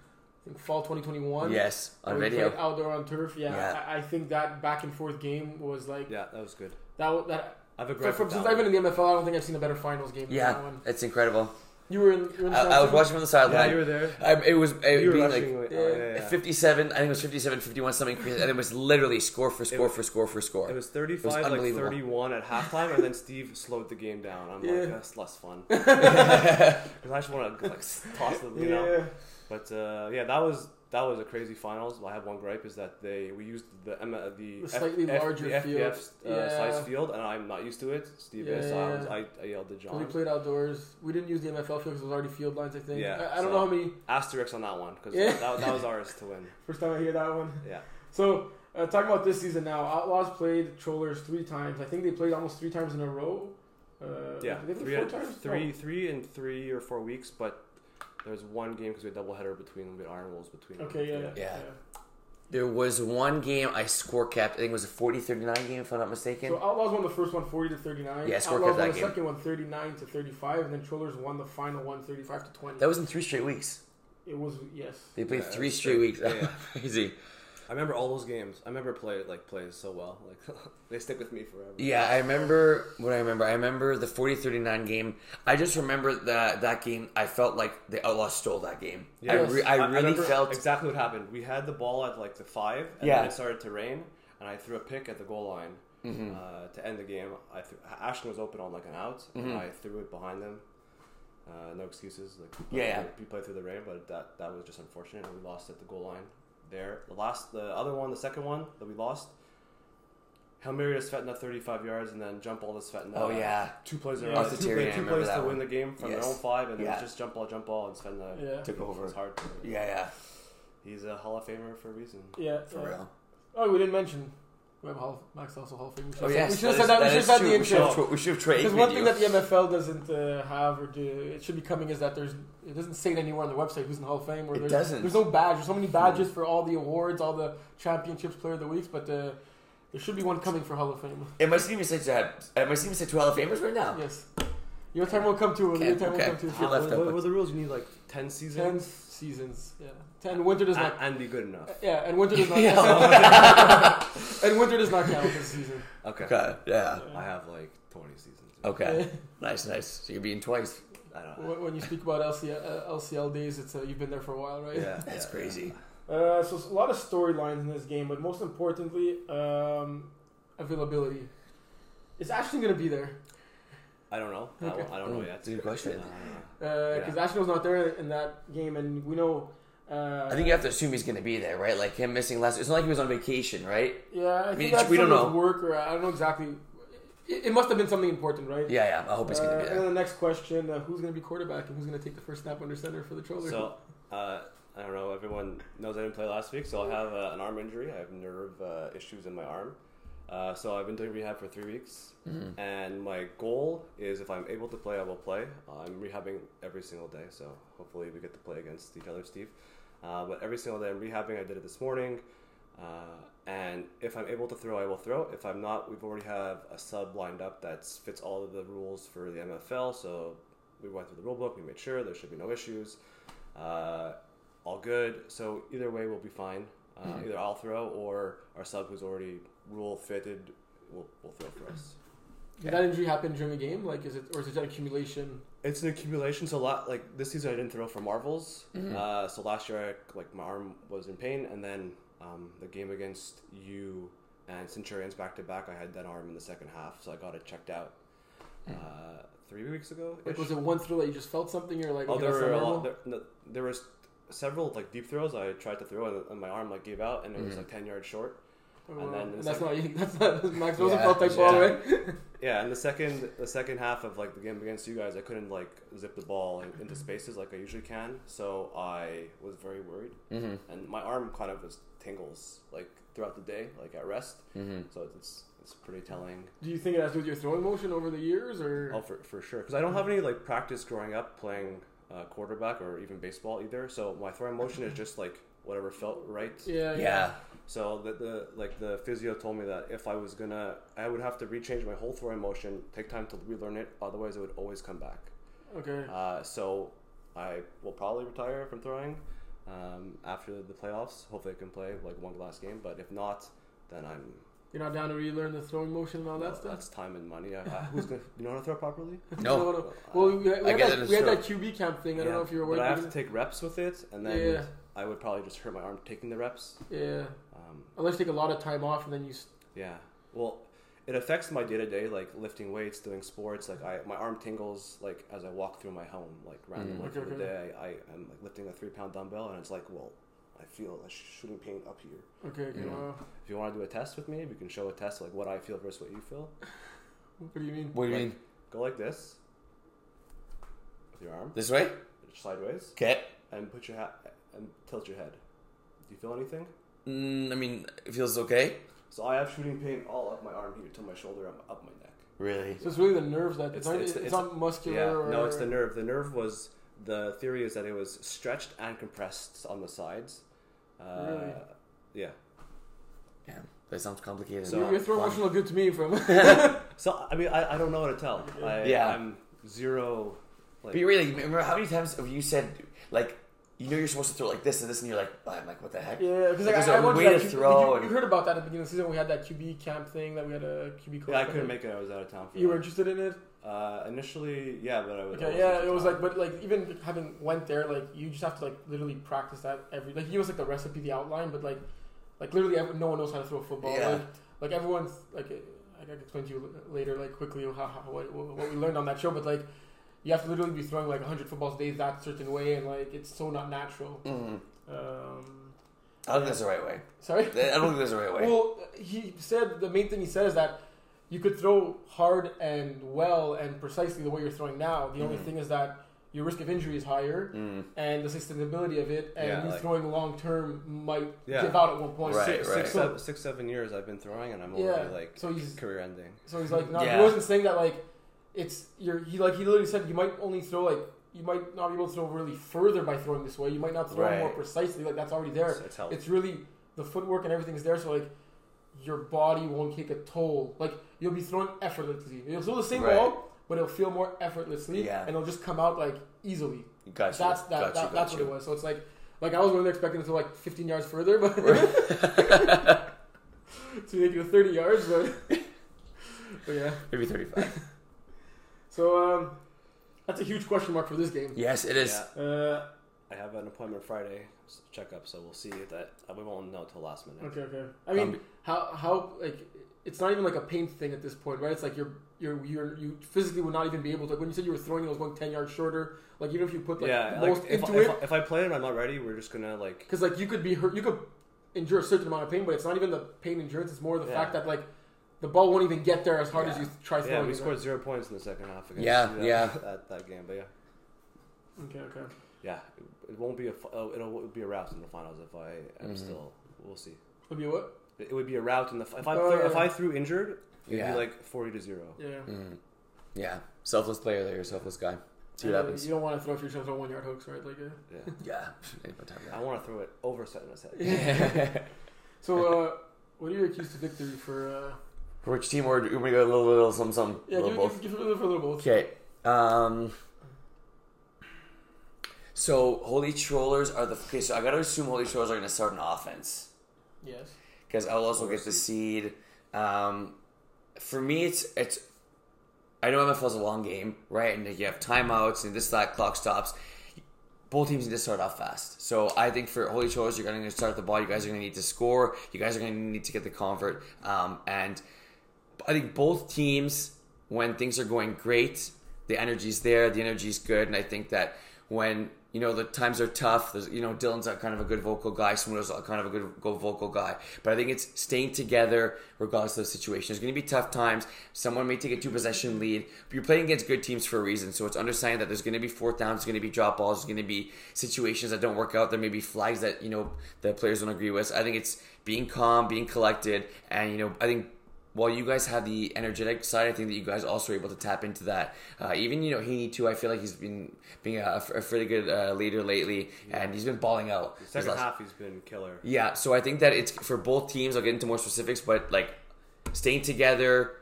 Speaker 3: I think fall 2021.
Speaker 1: Yes, on
Speaker 3: where we
Speaker 1: video.
Speaker 3: played outdoor on turf. Yeah,
Speaker 1: Yeah.
Speaker 3: I, I think that back and forth game was like
Speaker 2: Yeah, that was good.
Speaker 3: that. wa- That
Speaker 2: I have a great.
Speaker 3: from, from, since I've been in the MFL, I don't think I've seen a better finals game. than that
Speaker 1: Yeah,
Speaker 3: one.
Speaker 1: it's incredible.
Speaker 3: You were in. You were in
Speaker 1: I, I was
Speaker 3: Southampton?
Speaker 1: watching from the
Speaker 2: yeah, you
Speaker 1: sideline.
Speaker 2: were there.
Speaker 1: I, it was it
Speaker 2: You were
Speaker 1: being
Speaker 2: rushing.
Speaker 1: like
Speaker 2: with- oh, yeah, yeah, yeah.
Speaker 1: 57, I think it was 57, 51, something crazy. And it was literally score for score for score for score.
Speaker 2: It was 35, like
Speaker 1: unbelievable.
Speaker 2: 31 at halftime, and then Steve slowed the game down. I'm
Speaker 3: Yeah.
Speaker 2: like, that's less fun. Because I just want to like s- toss them, you know.
Speaker 3: Yeah.
Speaker 2: But uh, yeah, that was that was a crazy finals. I have one gripe is that they we used the M- uh, the,
Speaker 3: The slightly larger
Speaker 2: the
Speaker 3: field.
Speaker 2: FPF, uh,
Speaker 3: Yeah.
Speaker 2: size field, and I'm not used to it. Steve is, so I, was, I, I yelled to
Speaker 3: 'Cause we
Speaker 2: John.
Speaker 3: played outdoors. We didn't use the MFL field because it was already field lines. I think.
Speaker 2: Yeah,
Speaker 3: I, I don't
Speaker 2: so-
Speaker 3: know how many.
Speaker 2: Asterisk on that one because
Speaker 3: Yeah.
Speaker 2: that, that was ours to win.
Speaker 3: First time I hear that one.
Speaker 2: Yeah,
Speaker 3: So uh, talking about this season now, Outlaws played Trollers three times. I think they played almost three times in a row. Uh,
Speaker 2: yeah.
Speaker 3: did they
Speaker 2: Three,
Speaker 3: play four times?
Speaker 2: three, three in three or four weeks, but there was one game because we had double header between them, we had Iron Wolves between.
Speaker 3: No.
Speaker 2: them.
Speaker 3: Oh, Okay. Yeah. Yeah.
Speaker 1: Yeah. There was one game I score kept. I think it was a 40 39 game, if I'm not mistaken.
Speaker 3: So Outlaws won the first one 40 to 39.
Speaker 1: Yeah, score
Speaker 3: Outlaws
Speaker 1: kept that
Speaker 3: won the
Speaker 1: game.
Speaker 3: second one 39 to 35, and then Trollers won the final one 35 to 20.
Speaker 1: that was in three straight weeks.
Speaker 3: it was yes.
Speaker 1: They played
Speaker 2: Yeah,
Speaker 1: three
Speaker 2: that's
Speaker 1: straight
Speaker 2: true.
Speaker 1: weeks.
Speaker 2: Yeah.
Speaker 1: Crazy.
Speaker 2: I remember all those games. I remember play like plays so well. Like they stick with me forever.
Speaker 1: Yeah, I remember what I remember. I remember the 40 39 game. I just remember that that game. I felt like the Outlaws stole that game. I,
Speaker 2: Yes.
Speaker 1: re- I really
Speaker 2: remember
Speaker 1: felt.
Speaker 2: exactly what happened. We had the ball at like the five, and
Speaker 1: Yeah.
Speaker 2: then it started to rain, and I threw a pick at the goal line
Speaker 1: Mm-hmm.
Speaker 2: uh, to end the game. I threw, Ashton was open on like an out,
Speaker 1: Mm-hmm.
Speaker 2: and I threw it behind them. Uh, no excuses. Like we
Speaker 1: Yeah,
Speaker 2: played-
Speaker 1: yeah.
Speaker 2: we played through the rain, but that that was just unfortunate. and We lost at the goal line there. The last, the other one, the second one that we lost. Hail Mary to Svetna 35 yards and then jump ball to Svetna.
Speaker 1: Oh, yeah.
Speaker 2: Two plays in a
Speaker 3: Yeah.
Speaker 2: row.
Speaker 1: Off the
Speaker 2: Two,
Speaker 1: tier, yeah, I
Speaker 2: play, two
Speaker 1: remember
Speaker 2: plays
Speaker 1: that
Speaker 2: to
Speaker 1: one.
Speaker 2: win the game from
Speaker 1: Yes.
Speaker 2: their own five and then
Speaker 1: Yeah.
Speaker 2: just jump ball, jump ball and Svetna
Speaker 3: Yeah.
Speaker 1: Took over.
Speaker 2: It's hard.
Speaker 1: yeah, yeah.
Speaker 2: He's a Hall of Famer for a reason.
Speaker 3: Yeah.
Speaker 1: For
Speaker 3: yeah.
Speaker 1: real.
Speaker 3: Oh, we didn't mention. We have Hall, Max also Hall of Fame. We should
Speaker 1: Oh,
Speaker 3: have
Speaker 1: yes.
Speaker 3: said- we should have
Speaker 1: that is-
Speaker 3: said that.
Speaker 1: that
Speaker 3: We should have
Speaker 1: is
Speaker 3: said
Speaker 1: true.
Speaker 3: the
Speaker 1: We should have
Speaker 3: intro.
Speaker 1: tra- We should have traded.
Speaker 3: Because one thing that the MFL doesn't uh, have or do, it should be coming is that there's it doesn't say it anywhere on the website who's in the Hall of Fame. Or
Speaker 1: It
Speaker 3: there's,
Speaker 1: doesn't.
Speaker 3: There's no badge. There's so many badges for all the awards, all the championships, player of the weeks, but uh, there should be one coming for Hall of Fame.
Speaker 1: Am I seeing me say that? Am I seeing me say two Hall of Famers right now?
Speaker 3: Yes, your time will come too. Will. Your
Speaker 1: Okay,
Speaker 3: time
Speaker 1: okay.
Speaker 3: will come
Speaker 1: He
Speaker 3: too.
Speaker 1: Hall- left
Speaker 2: what,
Speaker 1: up.
Speaker 2: what were the rules? You need like 10
Speaker 3: Ten
Speaker 2: seasons Ah.
Speaker 3: seasons. Yeah, ten. Winter does
Speaker 2: and,
Speaker 3: not.
Speaker 2: and be good enough.
Speaker 3: Yeah, and winter does not. and winter does not count this season.
Speaker 2: Okay.
Speaker 1: Okay. Yeah.
Speaker 2: I have like 20 seasons.
Speaker 1: Okay. nice, nice. So you're being twice.
Speaker 2: I don't know.
Speaker 3: When when you speak about LCL, uh, LCL days, it's uh, you've been there for a while, right?
Speaker 2: Yeah,
Speaker 1: That's
Speaker 2: yeah,
Speaker 1: crazy.
Speaker 3: Uh, so it's a lot of storylines in this game, but most importantly, um, availability. It's Ashton gonna be there
Speaker 2: yeah. I don't know. That
Speaker 3: Okay.
Speaker 2: one- I don't know
Speaker 1: Mm,
Speaker 2: yet.
Speaker 1: good question.
Speaker 2: I don't know.
Speaker 3: because
Speaker 2: Yeah.
Speaker 3: Ashton was Uh, not there in that game, and we know. Uh,
Speaker 1: I think you have to assume he's going to be there, right? Like him missing last. It's not like he was on vacation, right?
Speaker 3: Yeah, I
Speaker 1: mean,
Speaker 3: think that's
Speaker 1: we don't
Speaker 3: something with
Speaker 1: know.
Speaker 3: work, or I don't know exactly. It, it must have been something important, right?
Speaker 1: Yeah, yeah. I hope he's going
Speaker 3: Uh,
Speaker 1: to be
Speaker 3: and
Speaker 1: there.
Speaker 3: then the next question: uh, Who's going to be quarterback, and who's going to take the first snap under center for the Trollers?
Speaker 2: So, uh, I don't know. Everyone knows I didn't play last week, so I have uh, an arm injury. I have nerve uh, issues in my arm. Uh, so I've been doing rehab for three weeks,
Speaker 3: Uh,
Speaker 1: Mm.
Speaker 2: and my goal is if I'm able to play, I will play. I'm rehabbing every single day, so hopefully we get to play against each other, Steve. Uh, but every single day I'm rehabbing. I did it this morning, uh, and if I'm able to throw, I will throw. If I'm not, we've already have a sub lined up that fits all of the rules for the MFL. So we went through the rule book. We made sure there should be no issues. Uh, all good. So either way, we'll be fine. Uh, Either I'll throw or our sub, who's already rule fitted, will will throw for us.
Speaker 3: Did that injury happen during a game? Like, is it or is it an accumulation?
Speaker 2: It's an accumulation. So lot like this season, I didn't throw for Marvels. Uh, so last year, I, like my arm was in pain, and then um, the game against you and Centurions back to back, I had that arm in the second half, so I got it checked out uh, three weeks ago.
Speaker 3: Like, was it one throw that you just felt something? You're like,
Speaker 2: Oh,
Speaker 3: okay,
Speaker 2: there
Speaker 3: that's not
Speaker 2: were a lot.
Speaker 3: normal?
Speaker 2: There, no, there was several like deep throws I tried to throw, and, and my arm like gave out, and it was like ten yards short.
Speaker 3: Oh,
Speaker 2: and
Speaker 3: wow.
Speaker 2: then it's
Speaker 3: that's
Speaker 2: like-
Speaker 3: not that's not Max
Speaker 1: Yeah,
Speaker 3: Rosenfeld type
Speaker 1: yeah.
Speaker 3: ball, right?
Speaker 2: Yeah, and the second the second half of like the game against you guys, I couldn't like zip the ball in, into spaces like I usually can, so I was very worried, mm-hmm. and my arm kind of was tingles like throughout the day, like at rest. Mm-hmm. So it's it's pretty telling.
Speaker 3: Do you think it has to do with your throwing motion over the years, or
Speaker 2: Oh, for, for sure. Because I don't have any like practice growing up playing uh, quarterback or even baseball either. So my throwing motion is just like whatever felt right.
Speaker 3: Yeah.
Speaker 1: Yeah.
Speaker 2: So the, the like the physio told me that if I was gonna, I would have to rechange my whole throwing motion, take time to relearn it. Otherwise, it would always come back.
Speaker 3: Okay.
Speaker 2: Uh, so I will probably retire from throwing um, after the playoffs. Hopefully, I can play like one last game. But if not, then I'm.
Speaker 3: You're not down to relearn the throwing motion and all that
Speaker 2: That's,
Speaker 3: stuff.
Speaker 2: that's time and money. I, I- who's gonna? You know how to throw properly?
Speaker 3: No,
Speaker 1: No.
Speaker 3: no. Well, we had, we
Speaker 1: I
Speaker 3: had
Speaker 1: guess
Speaker 3: that,
Speaker 1: it is
Speaker 3: we had
Speaker 1: true.
Speaker 3: that QB camp thing. I
Speaker 2: Yeah.
Speaker 3: don't know if you were
Speaker 2: But I
Speaker 3: aware.
Speaker 2: have to take reps with it, and then
Speaker 3: Yeah.
Speaker 2: I would probably just hurt my arm taking the reps.
Speaker 3: Yeah.
Speaker 2: Um,
Speaker 3: Unless you take a lot of time off and then you. s-
Speaker 2: Yeah. Well, it affects my day to day, like lifting weights, doing sports. Like I, my arm tingles like as I walk through my home, like randomly
Speaker 3: Mm.
Speaker 2: through the
Speaker 3: Okay,
Speaker 2: day. I, I am like lifting a three pound dumbbell, and it's like, well, I feel a shooting pain up here.
Speaker 3: Okay. okay
Speaker 1: Yeah.
Speaker 3: Wow.
Speaker 2: If you want to do a test with me, we can show a test like what I feel versus what you feel.
Speaker 3: What do you mean?
Speaker 1: What do you
Speaker 2: Like-
Speaker 1: mean?
Speaker 2: Go like this with your arm
Speaker 1: This way?
Speaker 2: sideways,
Speaker 1: Okay.
Speaker 2: and put your hat and tilt your head. Do you feel anything?
Speaker 1: Mm, I mean, it feels okay.
Speaker 2: So I have shooting pain all up my arm here to my shoulder, up, up my neck.
Speaker 1: Really?
Speaker 3: So it's really the nerves that
Speaker 2: It's-
Speaker 3: it's, not,
Speaker 2: it's
Speaker 3: it's,
Speaker 2: the- it's-
Speaker 3: not muscular.
Speaker 2: Yeah,
Speaker 3: or,
Speaker 2: no, it's the nerve. The nerve was the theory is that it was stretched and compressed on the sides. Uh,
Speaker 3: Really?
Speaker 2: Yeah.
Speaker 1: Yeah. That sounds complicated.
Speaker 2: So-
Speaker 3: Your, your throw
Speaker 1: Fun.
Speaker 3: motion looked good to me from.
Speaker 2: So I mean, I, I don't know what to tell. I,
Speaker 1: Yeah.
Speaker 2: I'm zero. Like,
Speaker 1: But you really remember how many times have you said like you know you're supposed to throw like this and this and you're like I'm like what the heck?
Speaker 3: Yeah, because like,
Speaker 1: Like, there's a
Speaker 3: I, I watched
Speaker 1: way
Speaker 3: that
Speaker 1: to
Speaker 3: Q-
Speaker 1: throw
Speaker 3: You,
Speaker 1: and-
Speaker 3: you heard about that at the beginning of the season. We had that QB camp thing that we had a QB.
Speaker 2: yeah, I couldn't make it. I was out of town for
Speaker 3: You were
Speaker 2: that.
Speaker 3: interested in it?
Speaker 2: Uh, initially, yeah, but I was. I
Speaker 3: Okay,
Speaker 2: wasn't
Speaker 3: yeah.
Speaker 2: out of
Speaker 3: It was
Speaker 2: town.
Speaker 3: like, but like even having went there, like you just have to like literally practice that every. Like he was like the recipe, the outline, but like, like literally every, no one knows how to throw a football.
Speaker 1: Yeah.
Speaker 3: Like, like everyone's like, I I can explain to you l- later, like quickly how, how what, what we learned on that show, but like. You have to literally be throwing like 100 footballs a day that certain way, and like it's so not natural.
Speaker 1: Mhm.
Speaker 3: Um,
Speaker 1: I don't think that's the right way.
Speaker 3: sorry.
Speaker 1: I don't think that's the right way.
Speaker 3: Well, he said the main thing he said is that you could throw hard and well and precisely the way you're throwing now. The only
Speaker 1: Mhm.
Speaker 3: thing is that your risk of injury is higher
Speaker 1: Mm.
Speaker 3: and the sustainability of it and
Speaker 2: Yeah,
Speaker 3: you
Speaker 2: like-
Speaker 3: throwing long term might
Speaker 2: Yeah.
Speaker 3: give out at one point.
Speaker 1: Right,
Speaker 2: six,
Speaker 1: right.
Speaker 2: six, seven, six, seven years I've been throwing, and I'm already
Speaker 3: Yeah,
Speaker 2: like
Speaker 3: so he's-
Speaker 2: career ending.
Speaker 3: So he's like, no,
Speaker 1: Yeah.
Speaker 3: he wasn't saying that like it's you're he like he literally said you might only throw like you might not be able to throw really further by throwing this way. You might not throw
Speaker 1: Right.
Speaker 3: more precisely. Like that's already there.
Speaker 2: So it's health.
Speaker 3: it's really the footwork and everything's there. So like your body won't take a toll. Like you'll be throwing effortlessly. You'll throw the same
Speaker 1: Right.
Speaker 3: ball, but it'll feel more effortlessly,
Speaker 1: Yeah.
Speaker 3: and it'll just come out like easily.
Speaker 1: Gotcha.
Speaker 3: That's
Speaker 1: gotcha,
Speaker 3: that, that
Speaker 1: gotcha.
Speaker 3: that's what it was. So it's like like I was really expecting to throw like 15 yards further, but to make it 30 yards, but but yeah.
Speaker 1: Maybe 35.
Speaker 3: So um, that's a huge question mark for this game.
Speaker 1: yes, it is.
Speaker 2: Yeah.
Speaker 3: Uh,
Speaker 2: I have an appointment Friday s- checkup, so we'll see if that. We won't know till last minute.
Speaker 3: okay, okay. I mean,
Speaker 1: Um,
Speaker 3: how how like it's not even like a pain thing at this point, right? It's like you're you're you're you physically would not even be able to. Like when you said you were throwing, it was going 10 yards shorter. Like even if you put like
Speaker 2: yeah,
Speaker 3: the
Speaker 2: like,
Speaker 3: most
Speaker 2: if,
Speaker 3: into
Speaker 2: if,
Speaker 3: it,
Speaker 2: if I play and I'm not ready, we're just gonna like
Speaker 3: because like you could be hurt, you could endure a certain amount of pain, but it's not even the pain endurance. It's more the
Speaker 2: Yeah.
Speaker 3: fact that like the ball won't even get there as hard as
Speaker 1: Yeah.
Speaker 3: you try throwing.
Speaker 2: Yeah, we
Speaker 3: it.
Speaker 2: scored zero points in the second half against
Speaker 1: Yeah,
Speaker 2: that,
Speaker 1: yeah.
Speaker 2: That, that game. But yeah,
Speaker 3: Okay, okay.
Speaker 2: yeah, it- it won't be a fi- oh, it'll it'll be a rout in the finals if I am
Speaker 1: Mhm.
Speaker 2: still. We'll see.
Speaker 3: Would be what?
Speaker 2: It it would be a rout in the fi- if I
Speaker 3: Oh,
Speaker 2: threw-
Speaker 3: yeah.
Speaker 2: if I threw injured, it'd
Speaker 1: Yeah.
Speaker 2: be like forty to zero.
Speaker 3: Yeah.
Speaker 1: Mm. yeah. Selfless player there, selfless guy. See what
Speaker 3: Yeah,
Speaker 1: happens.
Speaker 3: You don't want to throw if you're trying to throw one yard hooks, right? Like. Uh,
Speaker 2: Yeah,
Speaker 1: Yeah. Ain't no time for
Speaker 2: I want to throw it over set in a set.
Speaker 1: that.
Speaker 3: So, uh, what are your keys to victory for? Uh,
Speaker 1: For which team or do we go a little, little something, something?
Speaker 3: yeah,
Speaker 1: Little
Speaker 3: give,
Speaker 1: both?
Speaker 3: give, give, give a little both.
Speaker 1: Okay. Um. So holy trollers are the okay. So I gotta assume holy trollers are gonna start an offense
Speaker 3: Yes.
Speaker 1: because Outlaws will get the seed. Um, for me, it's it's. I know MFL is a long game, right? And you have timeouts and this that clock stops. Both teams need to start off fast. So I think for Holy Trollers, you're going to start the ball. You guys are going to need to score. You guys are going to need to get the convert. Um, and I think both teams, when things are going great, the energy's there, the energy's good, and I think that when you know the times are tough, there's you know Dylan's a kind of a good vocal guy, Smooth's a kind of a good go vocal guy, but I think it's staying together regardless of the situation. There's going to be tough times. Someone may take a two possession lead, but you're playing against good teams for a reason, so it's understanding that there's going to be fourth downs, there's going to be drop balls, there's going to be situations that don't work out. There may be flags that you know the players don't agree with. I think it's being calm, being collected, and you know I think while you guys have the energetic side, I think that you guys also are able to tap into that. Uh, even you know Heaney too. I feel like he's been being a, a pretty good uh, leader lately, and he's been balling out.
Speaker 2: The
Speaker 1: his
Speaker 2: second
Speaker 1: last-
Speaker 2: half, he's been killer.
Speaker 1: yeah, so I think that it's for both teams. I'll get into more specifics, but like staying together,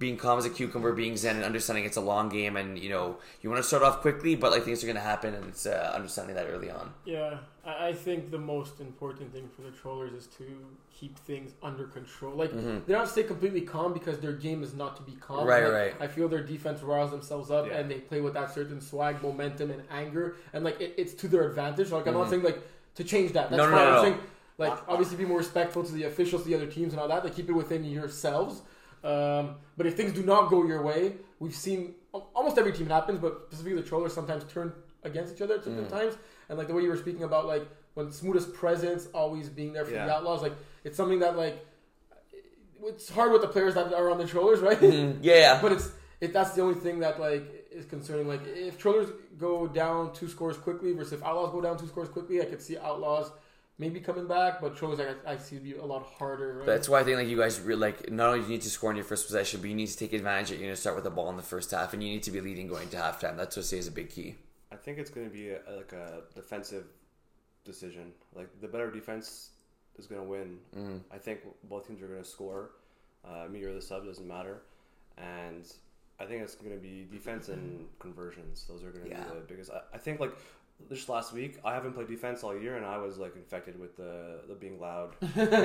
Speaker 1: being calm as a cucumber, being zen, and understanding it's a long game, and you know you want to start off quickly, but like things are going to happen, and it's uh, understanding that early on.
Speaker 3: Yeah, I, I think the most important thing for the trollers is to keep things under control. Like they don't stay completely calm because their game is not to be calm.
Speaker 1: Mm-hmm. Right,
Speaker 3: Like,
Speaker 1: right.
Speaker 3: I feel their defense riles themselves up
Speaker 2: Yeah.
Speaker 3: and they play with that certain swag, momentum, and anger, and like it, it's to their advantage. Like I'm not saying like to change that. That's
Speaker 1: Mm-hmm. No, no,
Speaker 3: fine.
Speaker 1: no, no.
Speaker 3: I'm saying like obviously be more respectful to the officials, to the other teams, and all that. Like keep it within yourselves. Um, but if things do not go your way, we've seen al- almost every team happens, but specifically the trollers sometimes turn against each other at certain times. And like the way you were speaking about like when Smuda's presence always being there for the
Speaker 2: Yeah.
Speaker 3: outlaws, like it's something that like it's hard with the players that are on the trollers, right?
Speaker 1: Yeah, yeah.
Speaker 3: but it's it, that's the only thing that like is concerning. Like if Trollers go down two scores quickly versus if Outlaws go down two scores quickly, I could see Outlaws maybe coming back, but Trollers I, I see be a lot harder. Right?
Speaker 1: That's why I think like you guys re- like not only do you need to score in your first possession, but you need to take advantage that you're going to start with the ball in the first half, and you need to be leading going to halftime. That's what I say is a big key.
Speaker 2: I think it's going to be a, like a defensive decision. Like the better defense is going to win.
Speaker 3: Mm.
Speaker 2: I think both teams are going to score. Uh, me or the sub doesn't matter, and I think it's going to be defense and conversions. Those are going to
Speaker 1: Yeah.
Speaker 2: be the biggest. I, I think like just last week, I haven't played defense all year, and I was like infected with the the being loud.
Speaker 1: Yeah, yeah,
Speaker 2: Like,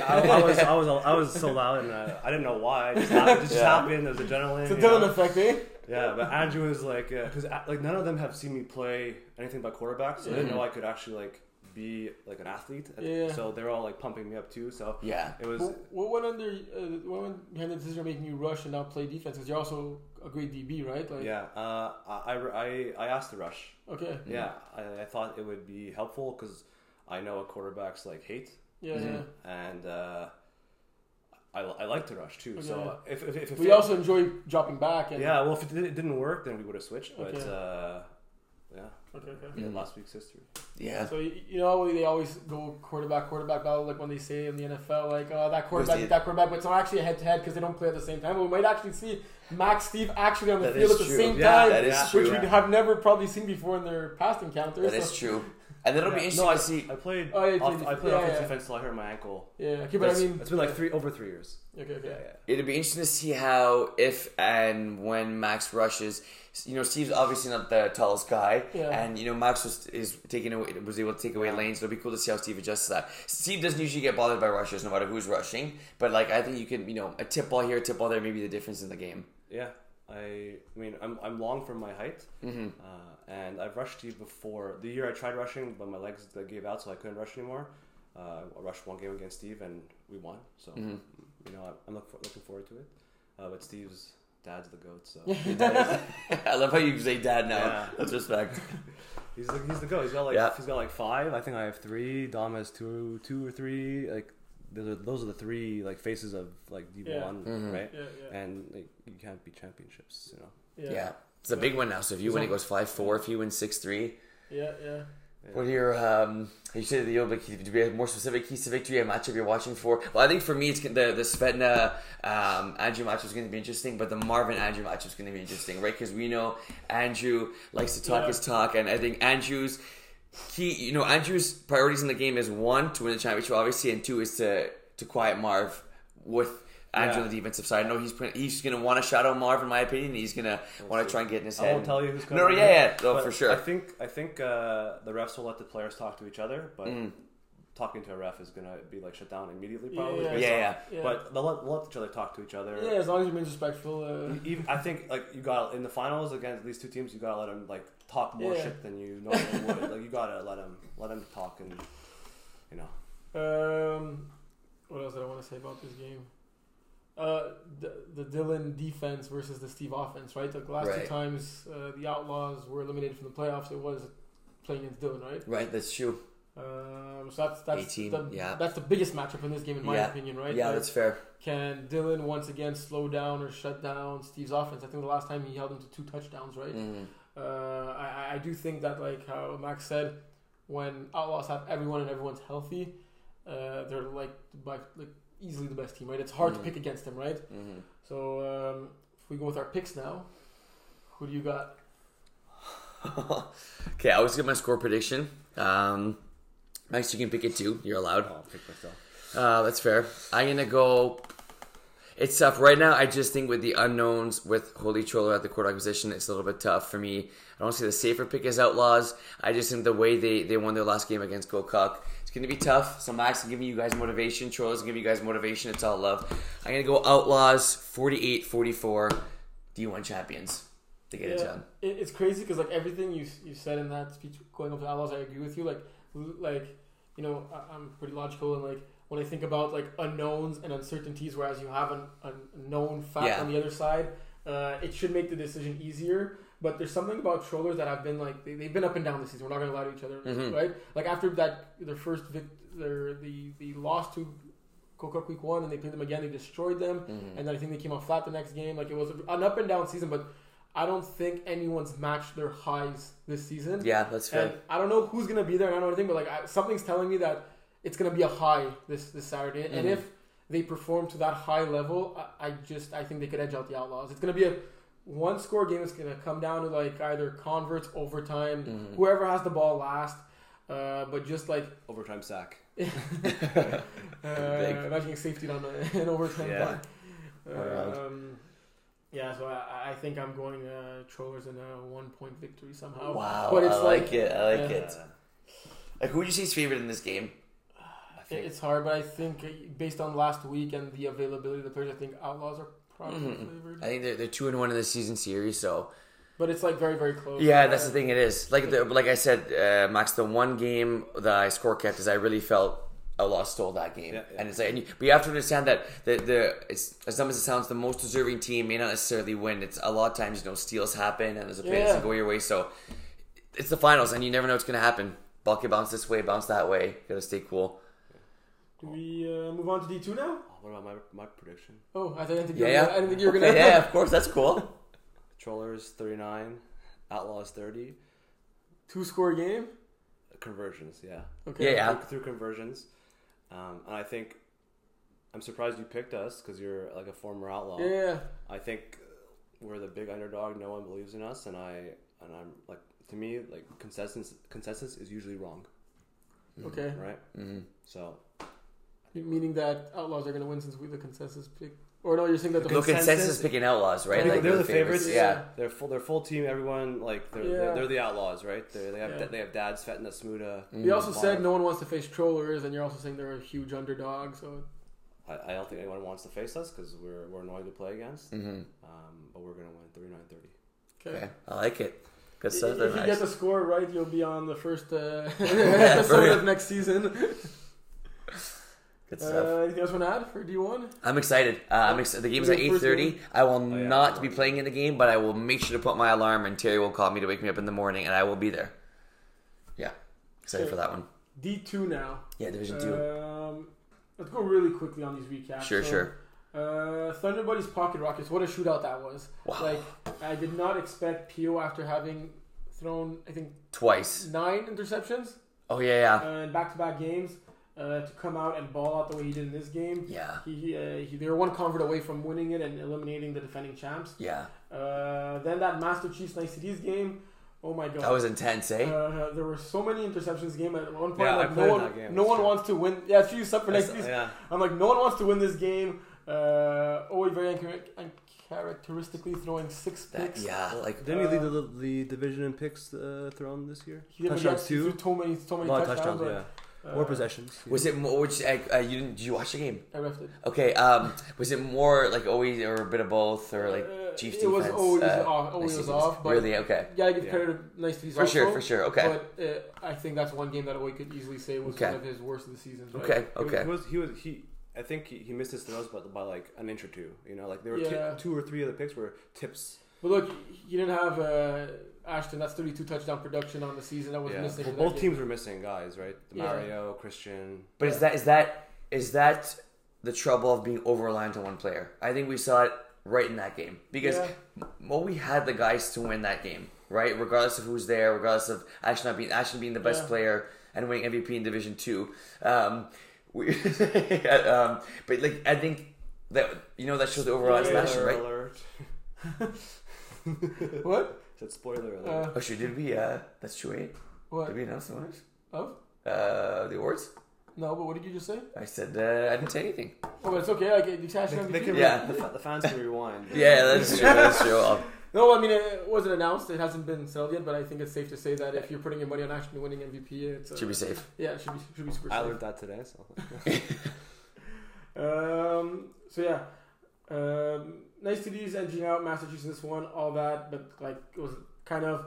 Speaker 1: yeah.
Speaker 2: I, I was I was I was so loud, and uh, I, I didn't know why. I just happened, it just happened. There's adrenaline.
Speaker 3: it's a
Speaker 2: you know?
Speaker 3: Dylan effect, eh?
Speaker 2: Yeah, but Andrew was like, because like none of them have seen me play anything but quarterback, so they didn't know I could actually like be like an athlete.
Speaker 3: Yeah.
Speaker 2: So they're all like pumping me up too. So
Speaker 1: Yeah.
Speaker 2: it was.
Speaker 3: Wh- What went under? Uh, what went behind the decision of making you rush and not play defense? Because you're also a great DB, right? Like,
Speaker 2: Yeah, uh, I, I I asked to rush.
Speaker 3: Okay.
Speaker 2: Yeah, I, I thought it would be helpful because I know what quarterbacks like hate,
Speaker 3: Yeah.
Speaker 1: Mm-hmm.
Speaker 3: yeah.
Speaker 2: and uh, I, I like to rush too. So if if, if, if
Speaker 3: We
Speaker 2: it-
Speaker 3: also enjoy dropping back. And,
Speaker 2: yeah, well, if it didn't- it didn't work, then we would have switched. But
Speaker 3: Okay. Mm-hmm.
Speaker 2: uh, yeah,
Speaker 3: Okay, okay.
Speaker 2: yeah, last week's history.
Speaker 1: yeah.
Speaker 3: So you you know they always go quarterback quarterback battle like when they say in the NFL like uh, that quarterback
Speaker 1: Who's the-
Speaker 3: that quarterback but it's not actually a head to head because they don't play at the same time but we might actually see Max Steve actually on the
Speaker 1: That
Speaker 3: field
Speaker 1: is
Speaker 3: at the
Speaker 1: true.
Speaker 3: same
Speaker 2: Yeah,
Speaker 3: time
Speaker 1: that is
Speaker 3: which
Speaker 1: true.
Speaker 3: we have never probably seen before in their past encounters
Speaker 1: That
Speaker 3: so-
Speaker 1: is true, and then it'll be
Speaker 2: Yeah.
Speaker 1: interesting
Speaker 2: No, I
Speaker 1: to see.
Speaker 2: I played.
Speaker 3: Oh, yeah, you
Speaker 2: off-
Speaker 3: played-
Speaker 2: I played
Speaker 3: yeah,
Speaker 2: offensive
Speaker 3: yeah.
Speaker 2: defense till I hurt my ankle.
Speaker 3: yeah okay but I
Speaker 2: It's-
Speaker 3: mean
Speaker 2: it's been like three over three years.
Speaker 3: okay okay
Speaker 2: Yeah, yeah.
Speaker 1: It'd be interesting to see how, if and when Max rushes. You know, Steve's obviously not the tallest guy,
Speaker 3: Yeah.
Speaker 1: and you know Max was is taking away was able to take away lanes. It'll be cool to see how Steve adjusts to that. Steve doesn't usually get bothered by rushes, no matter who's rushing. But like, I think you can, you know, a tip ball here, a tip ball there, maybe the difference in the game.
Speaker 2: Yeah. I, I mean, I'm, I'm long from my height,
Speaker 1: Mm-hmm.
Speaker 2: uh, and I've rushed you before. The year I tried rushing, but my legs they gave out, so I couldn't rush anymore. Uh, I rushed one game against Steve, and we won. So,
Speaker 1: Mm-hmm.
Speaker 2: you know, I'm look looking forward to it. Uh, but Steve's dad's the goat, so
Speaker 1: I love how you say dad now.
Speaker 2: Yeah.
Speaker 1: That's respect.
Speaker 2: he's the, he's the goat. He's got like
Speaker 1: Yeah.
Speaker 2: he's got like five. I think I have three. Dom has two, two or three. Like those are, those are the three like faces of like D1,
Speaker 3: Yeah.
Speaker 1: Mm-hmm.
Speaker 2: right?
Speaker 3: yeah yeah
Speaker 2: And like, you can't beat championships, you know.
Speaker 1: Yeah.
Speaker 3: yeah yeah
Speaker 1: It's a big one now. So if you win, it
Speaker 3: on-
Speaker 1: goes five four. If you win six three,
Speaker 3: yeah, yeah.
Speaker 1: What are your um? You said the like to be more specific keys to victory, a matchup you're watching for. Well, I think for me, it's gonna- the the Svetna um, Andrew matchup is going to be interesting, but the Marvin Andrew matchup is going to be interesting, right? Because we know Andrew likes to talk
Speaker 3: Yeah.
Speaker 1: his talk, and I think Andrew's key, you know, Andrew's priorities in the game is one to win the championship, obviously, and two is to to quiet Marv with. Andrew
Speaker 2: Yeah.
Speaker 1: on the defensive side. I know he's pre- he's gonna want to shadow Marv, in my opinion. and He's gonna want to
Speaker 2: see.
Speaker 1: try and get in his head.
Speaker 2: I won't tell you who's
Speaker 1: No,
Speaker 2: coming.
Speaker 1: yeah, yeah, no,
Speaker 2: but
Speaker 1: for sure.
Speaker 2: I think I think uh, the refs will let the players talk to each other, but
Speaker 1: Mm.
Speaker 2: talking to a ref is gonna be like shut down immediately, probably.
Speaker 3: Yeah.
Speaker 2: based
Speaker 1: Yeah,
Speaker 2: on-
Speaker 1: yeah.
Speaker 3: Yeah.
Speaker 2: But they'll let, let each other talk to each other.
Speaker 3: Yeah, as long as you remain respectful
Speaker 1: Mm-hmm.
Speaker 3: uh,
Speaker 2: Even, I think like you got to in the finals against these two teams, you gotta let them like talk more
Speaker 3: Yeah.
Speaker 2: shit than you normally would. Like you gotta let them let them talk and you know.
Speaker 3: Um, what else did I want to say about this game? Uh, the, the Dylan defense versus the Steve offense, right? Like the last
Speaker 1: Right.
Speaker 3: two times uh, the Outlaws were eliminated from the playoffs, it was playing against Dylan, right?
Speaker 1: right, that's true.
Speaker 3: Um, so that's that's
Speaker 1: 18,
Speaker 3: the,
Speaker 1: yeah.
Speaker 3: that's the biggest matchup in this game, in my
Speaker 1: Yeah.
Speaker 3: opinion, right?
Speaker 1: yeah,
Speaker 3: Like,
Speaker 1: that's fair.
Speaker 3: can Dylan once again slow down or shut down Steve's offense? I think the last time he held him to two touchdowns, right?
Speaker 1: Mhm.
Speaker 3: Uh, I, I- I do think that, like how Max said, when Outlaws have everyone and everyone's healthy, uh, they're like by like easily the best team, right? It's hard
Speaker 1: Mhm.
Speaker 3: to pick against them, right?
Speaker 1: Mm-hmm.
Speaker 3: So um, if we go with our picks now, who do you got?
Speaker 1: okay, I always give my score prediction. Um, Max, you can pick it too. You're allowed.
Speaker 2: I'll pick myself.
Speaker 1: Uh, that's fair. I'm gonna go. It's tough right now. I just think with the unknowns with Holy Troller at the quarterback position, it's a little bit tough for me. I don't see the safer pick as Outlaws. I just think the way they, they won their last game against Gokuk, it's gonna be tough. So Max is giving you guys motivation. Troller's giving you guys motivation. It's all love. I'm gonna go Outlaws 48-44, D1 champions. They get it done.
Speaker 3: It, it's crazy because like everything you you said in that speech going up to Outlaws, I agree with you. Like l- like you know I, I'm pretty logical and like when I think about like unknowns and uncertainties, whereas you have an, a known fact
Speaker 1: Yeah.
Speaker 3: on the other side, uh, it should make the decision easier. But there's something about trollers that have been like they, they've been up and down this season. We're not gonna lie to each other,
Speaker 1: Mhm.
Speaker 3: right? Like after that, their first vic, their the the loss to Coca Week One, and they played them again. They destroyed them
Speaker 1: Mhm.
Speaker 3: and then I think they came out flat the next game. Like it was an up and down season, but I don't think anyone's matched their highs this season.
Speaker 1: Yeah, that's fair.
Speaker 3: and I don't know who's gonna be there. and I don't know anything, but like I, something's telling me that it's gonna be a high this this Saturday. And
Speaker 1: Mhm.
Speaker 3: if they perform to that high level, I, I just I think they could edge out the Outlaws. It's gonna be a one score game. It's gonna come down to like either converts, overtime,
Speaker 1: Mhm.
Speaker 3: whoever has the ball last. Uh, but just like
Speaker 2: Overtime sack.
Speaker 3: uh, imagine a safety on a, an overtime
Speaker 2: Yeah.
Speaker 3: yeah.
Speaker 1: Wild.
Speaker 3: Um, yeah, so I, I think I'm going uh, Trollers in a one point victory somehow.
Speaker 1: wow,
Speaker 3: but it's
Speaker 1: I like,
Speaker 3: like-
Speaker 1: it. I like
Speaker 3: Yeah.
Speaker 1: it. Like, who would you see is favorite in this game?
Speaker 2: I
Speaker 3: It-
Speaker 2: think
Speaker 3: It's hard, but I think uh, based on last week and the availability of the players, I think Outlaws are probably
Speaker 1: Mhm.
Speaker 3: favored.
Speaker 1: I think they're, they're two and one in the season series, so
Speaker 3: but it's like very, very close.
Speaker 1: yeah, that's the thing. It is like the, like I said, uh, Max. The one game that I score kept is I really felt Outlaw stole that game,
Speaker 2: Yeah, yeah.
Speaker 1: and it's like, and you, but you have to understand that the the it's, as dumb as it sounds, the most deserving team may not necessarily win. It's a lot of times you know steals happen and there's a play that doesn't
Speaker 3: Yeah.
Speaker 1: go your way, so it's the finals, and you never know what's gonna happen. Ball can bounce this way, bounce that way. Gotta stay cool.
Speaker 3: Do we uh, move on to D2 now?
Speaker 2: Oh, what about my my prediction?
Speaker 3: Oh, I didn't think you
Speaker 1: Yeah,
Speaker 3: were
Speaker 1: yeah.
Speaker 3: gonna, I didn't think you were
Speaker 1: Okay,
Speaker 3: gonna.
Speaker 1: yeah, of course, that's cool.
Speaker 2: Trollers thirty nine, Outlaws thirty,
Speaker 3: Two score game?
Speaker 2: conversions. Yeah.
Speaker 3: Okay.
Speaker 1: Yeah.
Speaker 2: through, through conversions. Um, and I think I'm surprised you picked us because you're like a former outlaw.
Speaker 3: Yeah.
Speaker 2: I think we're the big underdog. No one believes in us, and I and I'm like to me like consensus consensus is usually wrong,
Speaker 1: Mm.
Speaker 3: Okay.
Speaker 2: right?
Speaker 1: Mhm.
Speaker 2: So
Speaker 3: Meaning that Outlaws are gonna win since we the consensus pick. Or no, you're saying that the
Speaker 1: Look,
Speaker 2: Consensus-
Speaker 1: consensus is picking outlaws, right?
Speaker 2: They're- they're the favorites.
Speaker 1: Yeah.
Speaker 2: they're full. They're full team. Everyone like they're they're,
Speaker 3: Yeah.
Speaker 2: they're the outlaws, right? They're, they have
Speaker 3: Yeah.
Speaker 2: they have dads Fetna Smuda.
Speaker 1: Mm,
Speaker 3: We also said
Speaker 2: Marv.
Speaker 3: no one wants to face trollers, and you're also saying they're a huge underdog. So
Speaker 2: I, I don't think anyone wants to face us because we're we're annoying to play against.
Speaker 1: Mm-hmm.
Speaker 2: Um, but we're gonna win 39-30.
Speaker 3: okay.
Speaker 1: Okay, I like it. Good
Speaker 3: If
Speaker 1: stuff
Speaker 3: if
Speaker 1: there,
Speaker 3: you get
Speaker 1: Max.
Speaker 3: the score right, you'll be on the first uh, episode
Speaker 1: real.
Speaker 3: of next season.
Speaker 1: Good stuff.
Speaker 3: Uh, you guys want to add for D1?
Speaker 1: I'm excited. Uh, I'm excited. The game's at
Speaker 3: Your first
Speaker 1: 8:30.
Speaker 3: game?
Speaker 1: I will
Speaker 2: Oh, yeah,
Speaker 1: not
Speaker 2: come
Speaker 1: be
Speaker 2: on.
Speaker 1: playing in the game, but I will make sure to put my alarm, and Terry will call me to wake me up in the morning, and I will be there. Yeah, excited
Speaker 3: Okay.
Speaker 1: for that one.
Speaker 3: D2 now.
Speaker 1: Yeah, Division Two.
Speaker 3: Um, let's go really quickly on these recaps.
Speaker 1: Sure,
Speaker 3: So,
Speaker 1: sure.
Speaker 3: Uh, Thunder Buddies Pocket Rockets. What a shootout that was!
Speaker 1: Wow.
Speaker 3: Like I did not expect Pio after having thrown I think
Speaker 1: Twice.
Speaker 3: nine interceptions
Speaker 1: Oh yeah, yeah,
Speaker 3: uh, in back-to-back games uh, to come out and ball out the way he did in this game.
Speaker 1: yeah,
Speaker 3: He, uh, he they were one convert away from winning it and eliminating the defending champs.
Speaker 1: yeah.
Speaker 3: Uh, then that Master Chiefs Nice Cities game. Oh my god.
Speaker 1: That was intense, eh?
Speaker 3: uh, there were so many interceptions game at one point.
Speaker 2: Yeah, I
Speaker 3: like, no
Speaker 2: played
Speaker 3: one,
Speaker 2: that game,
Speaker 3: no
Speaker 2: that's
Speaker 3: one
Speaker 2: true.
Speaker 3: wants to win. Yeah, it's you suck for Nice Cities.
Speaker 2: yeah.
Speaker 3: I'm like, no one wants to win this game. Uh, Owe very unchar- uncharacteristically throwing six
Speaker 1: That,
Speaker 3: picks.
Speaker 1: yeah, like
Speaker 2: Didn't he
Speaker 3: Uh,
Speaker 2: lead the, the division in picks uh, thrown this year?
Speaker 3: He didn't
Speaker 2: touchdowns
Speaker 3: get- he
Speaker 2: two,
Speaker 3: threw so many, so
Speaker 2: a
Speaker 3: many
Speaker 2: lot of
Speaker 3: touchdowns.
Speaker 2: touchdowns, yeah,
Speaker 3: like,
Speaker 2: more
Speaker 3: uh,
Speaker 2: possessions.
Speaker 1: was it more? Which uh, uh, you didn't? Did you watch the game?
Speaker 3: I refed it.
Speaker 1: Okay. Um, was it more like always or a bit of both or like
Speaker 3: Uh,
Speaker 1: Chiefs
Speaker 3: It was
Speaker 1: defense,
Speaker 3: always
Speaker 1: uh,
Speaker 3: off.
Speaker 1: Nice
Speaker 3: Always
Speaker 1: Cities?
Speaker 3: off. But
Speaker 1: really? Okay.
Speaker 3: gotta give
Speaker 2: Yeah.
Speaker 3: credit to Nice Cities
Speaker 1: For sure,
Speaker 3: also.
Speaker 1: for sure. Okay.
Speaker 3: But uh, I think that's one game that Owe could easily say was
Speaker 1: Okay.
Speaker 3: one of his worst of the season. Right?
Speaker 1: Okay.
Speaker 2: He was-
Speaker 1: Okay.
Speaker 2: He was, he was he. I think he, he missed his throws, but by like an inch or two. You know, like there were ti-
Speaker 3: Yeah.
Speaker 2: two or three of the picks were tips.
Speaker 3: But look, you didn't have uh, Ashton. That's 32 touchdown production on the season that was
Speaker 2: Yeah.
Speaker 3: missing.
Speaker 2: Well,
Speaker 3: in that
Speaker 2: both
Speaker 3: game.
Speaker 2: teams were missing guys, right? The
Speaker 3: Yeah.
Speaker 2: Mario, Christian.
Speaker 1: But is that is that is that the trouble of being over reliant on one player? I think we saw it right in that game because
Speaker 3: Yeah.
Speaker 1: well, we had the guys to win that game, right? Regardless of who's there, regardless of Ashton not being Ashton being the best
Speaker 3: Yeah.
Speaker 1: player and winning MVP in Division Two. Um, we, um, but like I think that you know that shows the overall
Speaker 2: Spoiler
Speaker 1: last year, right?
Speaker 2: alert.
Speaker 3: What?
Speaker 2: Said spoiler alert.
Speaker 3: Uh,
Speaker 1: Oh shit, did we? Uh, that's true. Eight.
Speaker 3: what?
Speaker 1: Did we announce the winners?
Speaker 3: Of?
Speaker 1: Uh, the awards.
Speaker 3: No, but what did you just say?
Speaker 1: I said uh, I didn't say anything.
Speaker 3: Oh, but it's okay. I get you cash
Speaker 2: They- they
Speaker 3: MVP.
Speaker 2: can-
Speaker 1: Yeah.
Speaker 2: the, fa- the fans can rewind.
Speaker 1: Yeah, that's true. That's true. I'll-
Speaker 3: No, I mean it wasn't announced. It hasn't been settled yet, but I think it's safe to say that if you're putting your money on actually winning MVP, it's uh,
Speaker 1: should be safe.
Speaker 3: yeah, it should be should be super
Speaker 2: I
Speaker 3: safe.
Speaker 2: learned that today. So
Speaker 3: Um, so yeah, um, nice TDs edging out Massachusetts one, all that, but like it was kind of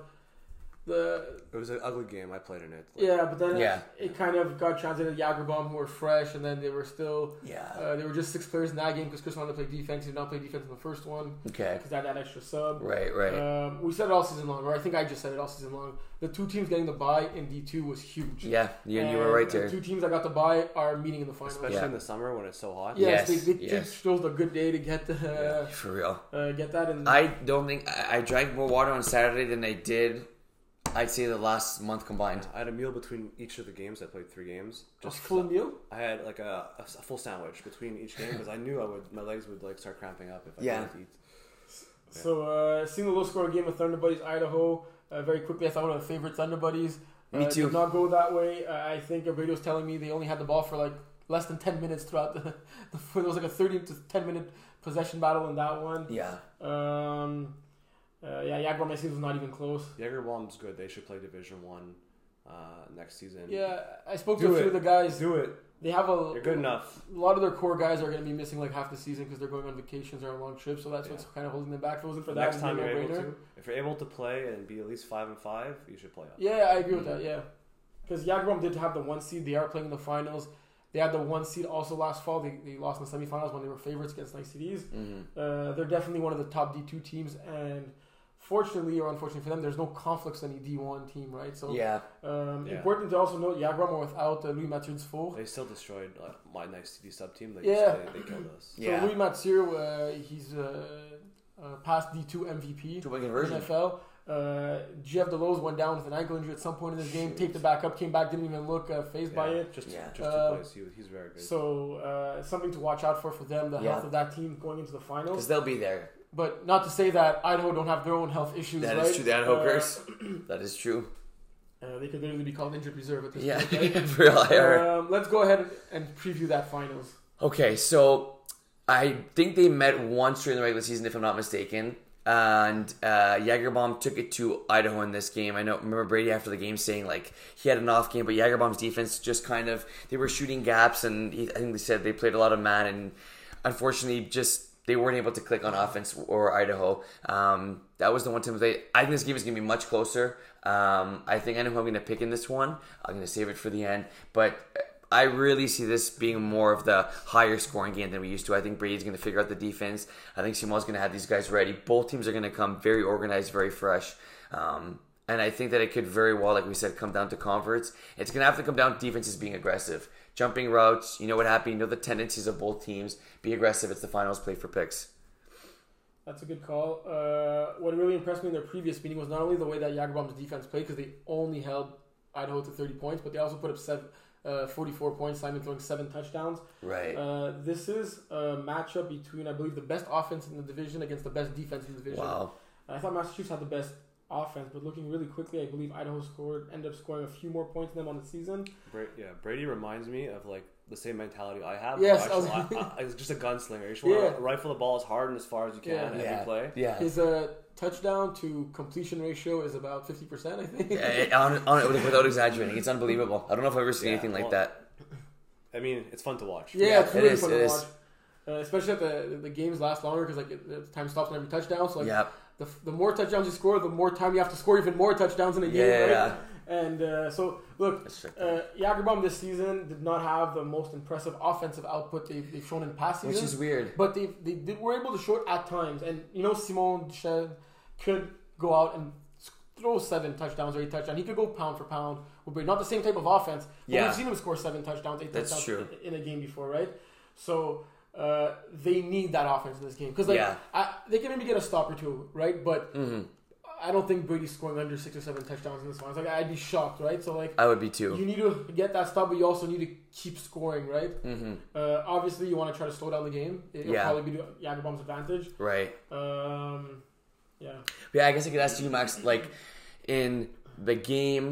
Speaker 3: the
Speaker 2: it was an ugly game. I played in it.
Speaker 3: yeah, but then
Speaker 1: Yeah.
Speaker 3: it, it kind of got translated to Jagerbomb who were fresh, and then they were still
Speaker 1: Yeah.
Speaker 3: uh, they were just six players in that game because Chris wanted to play defense. He did not play defense in the first one
Speaker 1: Okay.
Speaker 3: because that had extra sub.
Speaker 1: Right. Right.
Speaker 3: Um, we said it all season long, or I think I just said it all season long. The two teams getting the bye in D two was huge.
Speaker 1: yeah. You, you were
Speaker 3: And
Speaker 1: right
Speaker 3: The
Speaker 1: there.
Speaker 3: two teams that got the bye are meeting in the finals.
Speaker 2: especially
Speaker 1: Yeah.
Speaker 2: in the summer when it's so hot.
Speaker 3: Yes,
Speaker 1: Yes,
Speaker 3: they, they
Speaker 1: yes.
Speaker 3: yes. chose a good day to get the,
Speaker 1: For real.
Speaker 3: uh, uh, get that in.
Speaker 1: I don't think I, I drank more water on Saturday than I did. I'd say the last month combined.
Speaker 2: I had a meal between each of the games. I played three games.
Speaker 3: a
Speaker 2: Just
Speaker 3: full meal.
Speaker 2: I had like a, a s- a full sandwich between each game because I knew I would my legs would like start cramping up if I
Speaker 1: Yeah.
Speaker 2: didn't eat.
Speaker 3: So uh, seeing the low score game of Thunder Buddies Idaho uh, very quickly, I thought one of the favorite Thunder Buddies. Uh,
Speaker 1: Me too.
Speaker 3: Did not go that way. Uh, I think everybody was telling me they only had the ball for like less than ten minutes throughout the. the there was like a thirty to ten minute possession battle in that one.
Speaker 1: Yeah.
Speaker 3: Um, uh, yeah, Jaguar Messias was not even close.
Speaker 2: Jagerbomb's good. They should play Division One uh, next season.
Speaker 3: Yeah, I spoke to
Speaker 2: Do
Speaker 3: a few
Speaker 2: it.
Speaker 3: of the guys.
Speaker 2: do it.
Speaker 3: They have a
Speaker 2: You're good enough.
Speaker 3: A lot of their core guys are going to be missing like half the season because they're going on vacations or on long trips, so that's what's kind of holding them back. If it wasn't for
Speaker 2: The
Speaker 3: that,
Speaker 2: next
Speaker 3: it'd
Speaker 2: time
Speaker 3: be a
Speaker 2: you're able
Speaker 3: no-brainer.
Speaker 2: to, if you're able to play and be at least five and five, you should play up.
Speaker 3: Yeah, I agree with that. Yeah, because Yagrom did have the one seed. They are playing in the finals. They had the one seed also last fall. They, they lost in the semifinals when they were favorites against Nice Cities.
Speaker 1: hmm
Speaker 3: Uh, they're definitely one of the top D two teams, and fortunately or unfortunately for them, there's no conflicts with any D one team, right? So
Speaker 1: Yeah.
Speaker 3: um,
Speaker 2: Yeah.
Speaker 3: important to also note Yagrom are without uh, Louis Mathieu's four.
Speaker 2: They still destroyed like, my nice CD sub team. They,
Speaker 3: Yeah.
Speaker 2: they, they killed us.
Speaker 1: Yeah.
Speaker 3: So Louis Mathieu, uh, he's uh, uh, past D two MVP.
Speaker 1: Two point conversion.
Speaker 3: NFL. Uh, Jeff Delos went down with an ankle injury at some point in this game.
Speaker 2: Shoot.
Speaker 3: Taped it back up, came back, didn't even look uh, phased by
Speaker 2: Yeah,
Speaker 3: it.
Speaker 2: Just,
Speaker 1: Yeah.
Speaker 2: just
Speaker 3: Uh,
Speaker 2: two plays. He, was- he's very good.
Speaker 3: So uh, something to watch out for for them, the
Speaker 1: Yeah.
Speaker 3: health of that team going into the
Speaker 1: Because
Speaker 3: finals.
Speaker 1: they'll be there.
Speaker 3: But not to say that Idaho don't have their own health issues.
Speaker 1: That
Speaker 3: right?
Speaker 1: is true. That Idaho
Speaker 3: Uh,
Speaker 1: curse. That is true.
Speaker 3: Uh, they could literally be called injured reserve at this
Speaker 1: Yeah.
Speaker 3: point. right?
Speaker 1: For real. I heard.
Speaker 3: Um, let's go ahead and preview that finals.
Speaker 1: Okay, so I think they met once during the regular season, if I'm not mistaken. And uh, Jagerbomb took it to Idaho in this game. I know, remember Brady after the game saying like he had an off game, but Jagerbomb's defense just kind of they were shooting gaps, and he, I think they said they played a lot of man, and unfortunately, just they weren't able to click on offense or Idaho. Um, that was the one time they. I think this game is gonna be much closer. Um, I think I know who I'm gonna pick in this one. I'm gonna save it for the end, but I really see this being more of the higher scoring game than we used to. I think Brady's going to figure out the defense. I think Simone's going to have these guys ready. Both teams are going to come very organized, very fresh. Um, and I think that it could very well, like we said, come down to converts. It's going to have to come down to defenses being aggressive. Jumping routes, you know what happened, you know the tendencies of both teams. Be aggressive. It's the finals play for picks.
Speaker 3: That's a good call. Uh, what really impressed me in their previous meeting was not only the way that Jagerbomb's defense played, because they only held Idaho to 30 points, but they also put up seven, uh, 44 points, Simon throwing seven touchdowns.
Speaker 1: Right.
Speaker 3: Uh, this is a matchup between, I believe, the best offense in the division against the best defense in the division.
Speaker 1: wow.
Speaker 3: I thought Massachusetts had the best offense, but looking really quickly, I believe Idaho scored, ended up scoring a few more points than them on the season.
Speaker 2: Bra- yeah, Brady reminds me of like the same mentality I have.
Speaker 3: Yes,
Speaker 2: I, just-
Speaker 3: I was-
Speaker 2: I- I- it's just a gunslinger. You just
Speaker 3: Yeah.
Speaker 2: want to rifle the ball as hard and as far as you can
Speaker 3: Yeah.
Speaker 2: every
Speaker 1: yeah.
Speaker 2: play.
Speaker 1: Yeah.
Speaker 3: His uh, touchdown to completion ratio is about 50%, I think.
Speaker 1: Yeah, it- on, on, without exaggerating, it's unbelievable. I don't know if I've ever seen
Speaker 2: Yeah,
Speaker 1: anything like
Speaker 2: well-
Speaker 1: that.
Speaker 2: I mean, it's fun to watch. Oh,
Speaker 3: Yeah,
Speaker 1: Yeah,
Speaker 3: it's
Speaker 1: it
Speaker 3: really
Speaker 1: is,
Speaker 3: fun
Speaker 1: it
Speaker 3: to
Speaker 1: is.
Speaker 3: watch. Uh, especially if the the games last longer because like it, the time stops on every touchdown. So like
Speaker 1: yeah.
Speaker 3: the, the more touchdowns you score, the more time you have to score even more touchdowns in a
Speaker 1: Yeah.
Speaker 3: game. right?
Speaker 1: yeah.
Speaker 3: And uh, so look,
Speaker 1: That's right.
Speaker 3: uh, Jagerbomb this season did not have the most impressive offensive output they've, they've shown in past
Speaker 1: Which
Speaker 3: seasons.
Speaker 1: is weird.
Speaker 3: But they they did, were able to short at times, and you know Simon Duchesne could go out and s- throw seven touchdowns or eight touchdowns. He could go pound for pound, with Brady. not the same type of offense. But
Speaker 1: Yeah.
Speaker 3: we've seen him score seven touchdowns, eight
Speaker 1: That's
Speaker 3: touchdowns
Speaker 1: true.
Speaker 3: in in a game before, right? So uh, they need that offense in this game because like
Speaker 1: Yeah. Mm-hmm.
Speaker 3: I, they can maybe get a stop or two, right? But I don't think Brady's scoring under six or seven touchdowns in this one. It's like I'd be shocked, right? So like
Speaker 1: I would be too.
Speaker 3: you need to get that stop, but you also need to keep scoring, right?
Speaker 1: hmm
Speaker 3: Uh, obviously, you want to try to slow down the game. It'll
Speaker 1: Yeah.
Speaker 3: probably be to Yababom's advantage.
Speaker 1: Right.
Speaker 3: Um, yeah.
Speaker 1: Yeah, I guess I could ask you, Max, like in the game,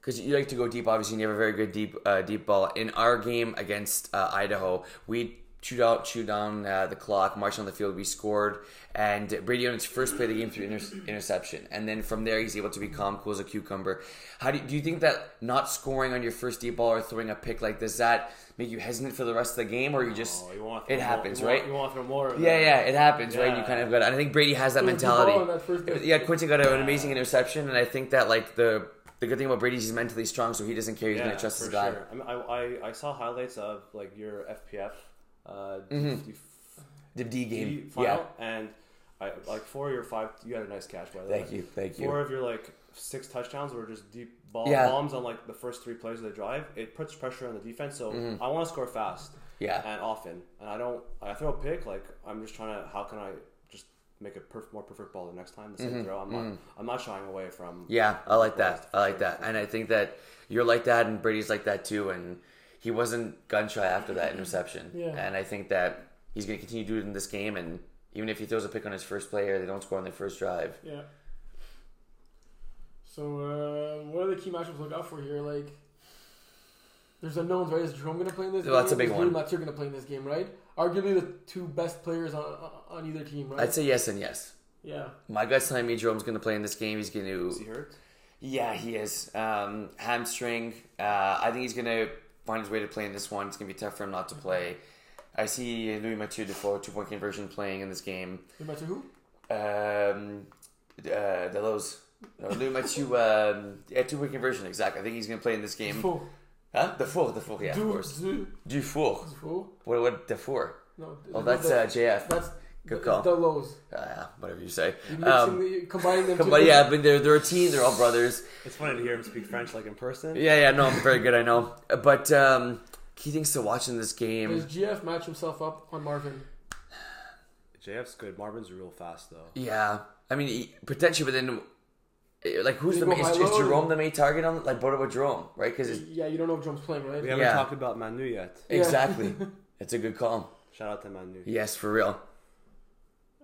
Speaker 1: because you like to go deep. Obviously, and you have a very good deep uh, deep ball. In our game against uh, Idaho, we chewed out, chewed down uh, the clock, marched on the field. We scored, and Brady on his first play of the game through inter- interception, and then from there he's able to be calm, cool as a cucumber. How do you, do you think that not scoring on your first deep ball or throwing a pick like does that make you hesitant for the rest of the game, or you just
Speaker 2: Oh, you want to
Speaker 1: it
Speaker 2: throw
Speaker 1: happens,
Speaker 2: more,
Speaker 1: right?
Speaker 2: You want, you want to throw more. of
Speaker 1: Yeah,
Speaker 2: that.
Speaker 1: yeah, it happens, right? You
Speaker 2: Yeah.
Speaker 1: kind of got. I think Brady has that
Speaker 3: It was the ball
Speaker 1: mentality.
Speaker 3: on that first
Speaker 1: It was-
Speaker 3: day.
Speaker 1: yeah, Quinton got an amazing interception, and I think that like the the good thing about Brady is he's mentally strong, so he doesn't care. He's
Speaker 2: yeah,
Speaker 1: gonna trust his
Speaker 2: for
Speaker 1: guy.
Speaker 2: Sure. I, mean, I, I I saw highlights of like your FPF uh,
Speaker 1: Mm-hmm.
Speaker 2: DF
Speaker 1: The D game, yeah.
Speaker 2: final, and I like four of your five. You had a nice catch by the way.
Speaker 1: Thank you, thank you.
Speaker 2: Four of your like six touchdowns were just deep ball
Speaker 1: Yeah.
Speaker 2: bombs on like the first three plays of the drive. It puts pressure on the defense. So I want to score fast.
Speaker 1: Mm-hmm. Yeah.
Speaker 2: And often, and I don't. I throw a pick. Like I'm just trying to. How can I just make a perf- more perfect ball the next time? The same throw. I'm not. I'm not shying away from.
Speaker 1: Mm-hmm. Yeah, I like that. I like
Speaker 2: Sure.
Speaker 1: that, and I think that you're like that, and Brady's like that too. And he wasn't gun shy after that interception,
Speaker 3: Yeah.
Speaker 1: and I think that he's gonna continue to do it in this game. And even if he throws a pick on his first play or they don't score on their first drive,
Speaker 3: Yeah. So, uh, what are the key matchups to look out for here? Like, there's unknowns, right? Is Jerome going to play in this?
Speaker 1: Well, that's a
Speaker 3: game?
Speaker 1: big
Speaker 3: Is
Speaker 1: one.
Speaker 3: Mathieu going to play in this game, right? Arguably the two best players on on either team, right?
Speaker 1: I'd say yes and yes.
Speaker 3: yeah.
Speaker 1: My gut's telling me Jerome's gonna play in this game. He's gonna.
Speaker 2: Is he hurt?
Speaker 1: Yeah, he is. Um, hamstring. Uh, I think he's going to find his way to play in this one. It's going to be tough for him not to play. I see Louis Mathieu Defoe, two point conversion, playing in this game.
Speaker 3: No matter who.
Speaker 1: Um, uh, Delos. No, Louis Mathieu, um, yeah, two point conversion, exactly. I think he's going to play in this game.
Speaker 3: Faux.
Speaker 1: Huh? Defoe, Defoe, yeah, of
Speaker 3: Du-
Speaker 1: course.
Speaker 3: Zu-
Speaker 1: Dufour.
Speaker 3: Faux.
Speaker 1: What, what, Defour?
Speaker 3: No.
Speaker 1: Well, that's uh, JF.
Speaker 3: that's
Speaker 1: Good
Speaker 3: that's
Speaker 1: call.
Speaker 3: The lows.
Speaker 1: Uh, whatever you say.
Speaker 3: You're mixing
Speaker 1: Um,
Speaker 3: the, combining them.
Speaker 1: but
Speaker 3: together.
Speaker 1: yeah, but they're, they're a team, they're all brothers.
Speaker 2: It's funny to hear him speak French like in person.
Speaker 1: Yeah, yeah, no, I'm very good, I know. Uh, But um, key things to watch in this
Speaker 3: Does
Speaker 1: game.
Speaker 3: GF match himself up on Marvin?
Speaker 2: JF's good. Marvin's real fast though.
Speaker 1: Yeah, I mean he- potentially, but then eh, like who's
Speaker 3: You
Speaker 1: the
Speaker 3: go
Speaker 1: main, is,
Speaker 3: high
Speaker 1: is
Speaker 3: low.
Speaker 1: Jerome the main target on like what about Jerome right? Because
Speaker 3: Yeah, you don't know if Jerome's playing, right?
Speaker 2: We haven't
Speaker 1: Yeah.
Speaker 2: talked about Manu yet.
Speaker 1: exactly, that's a good call.
Speaker 2: Shout out to Manu.
Speaker 1: Yes, for real,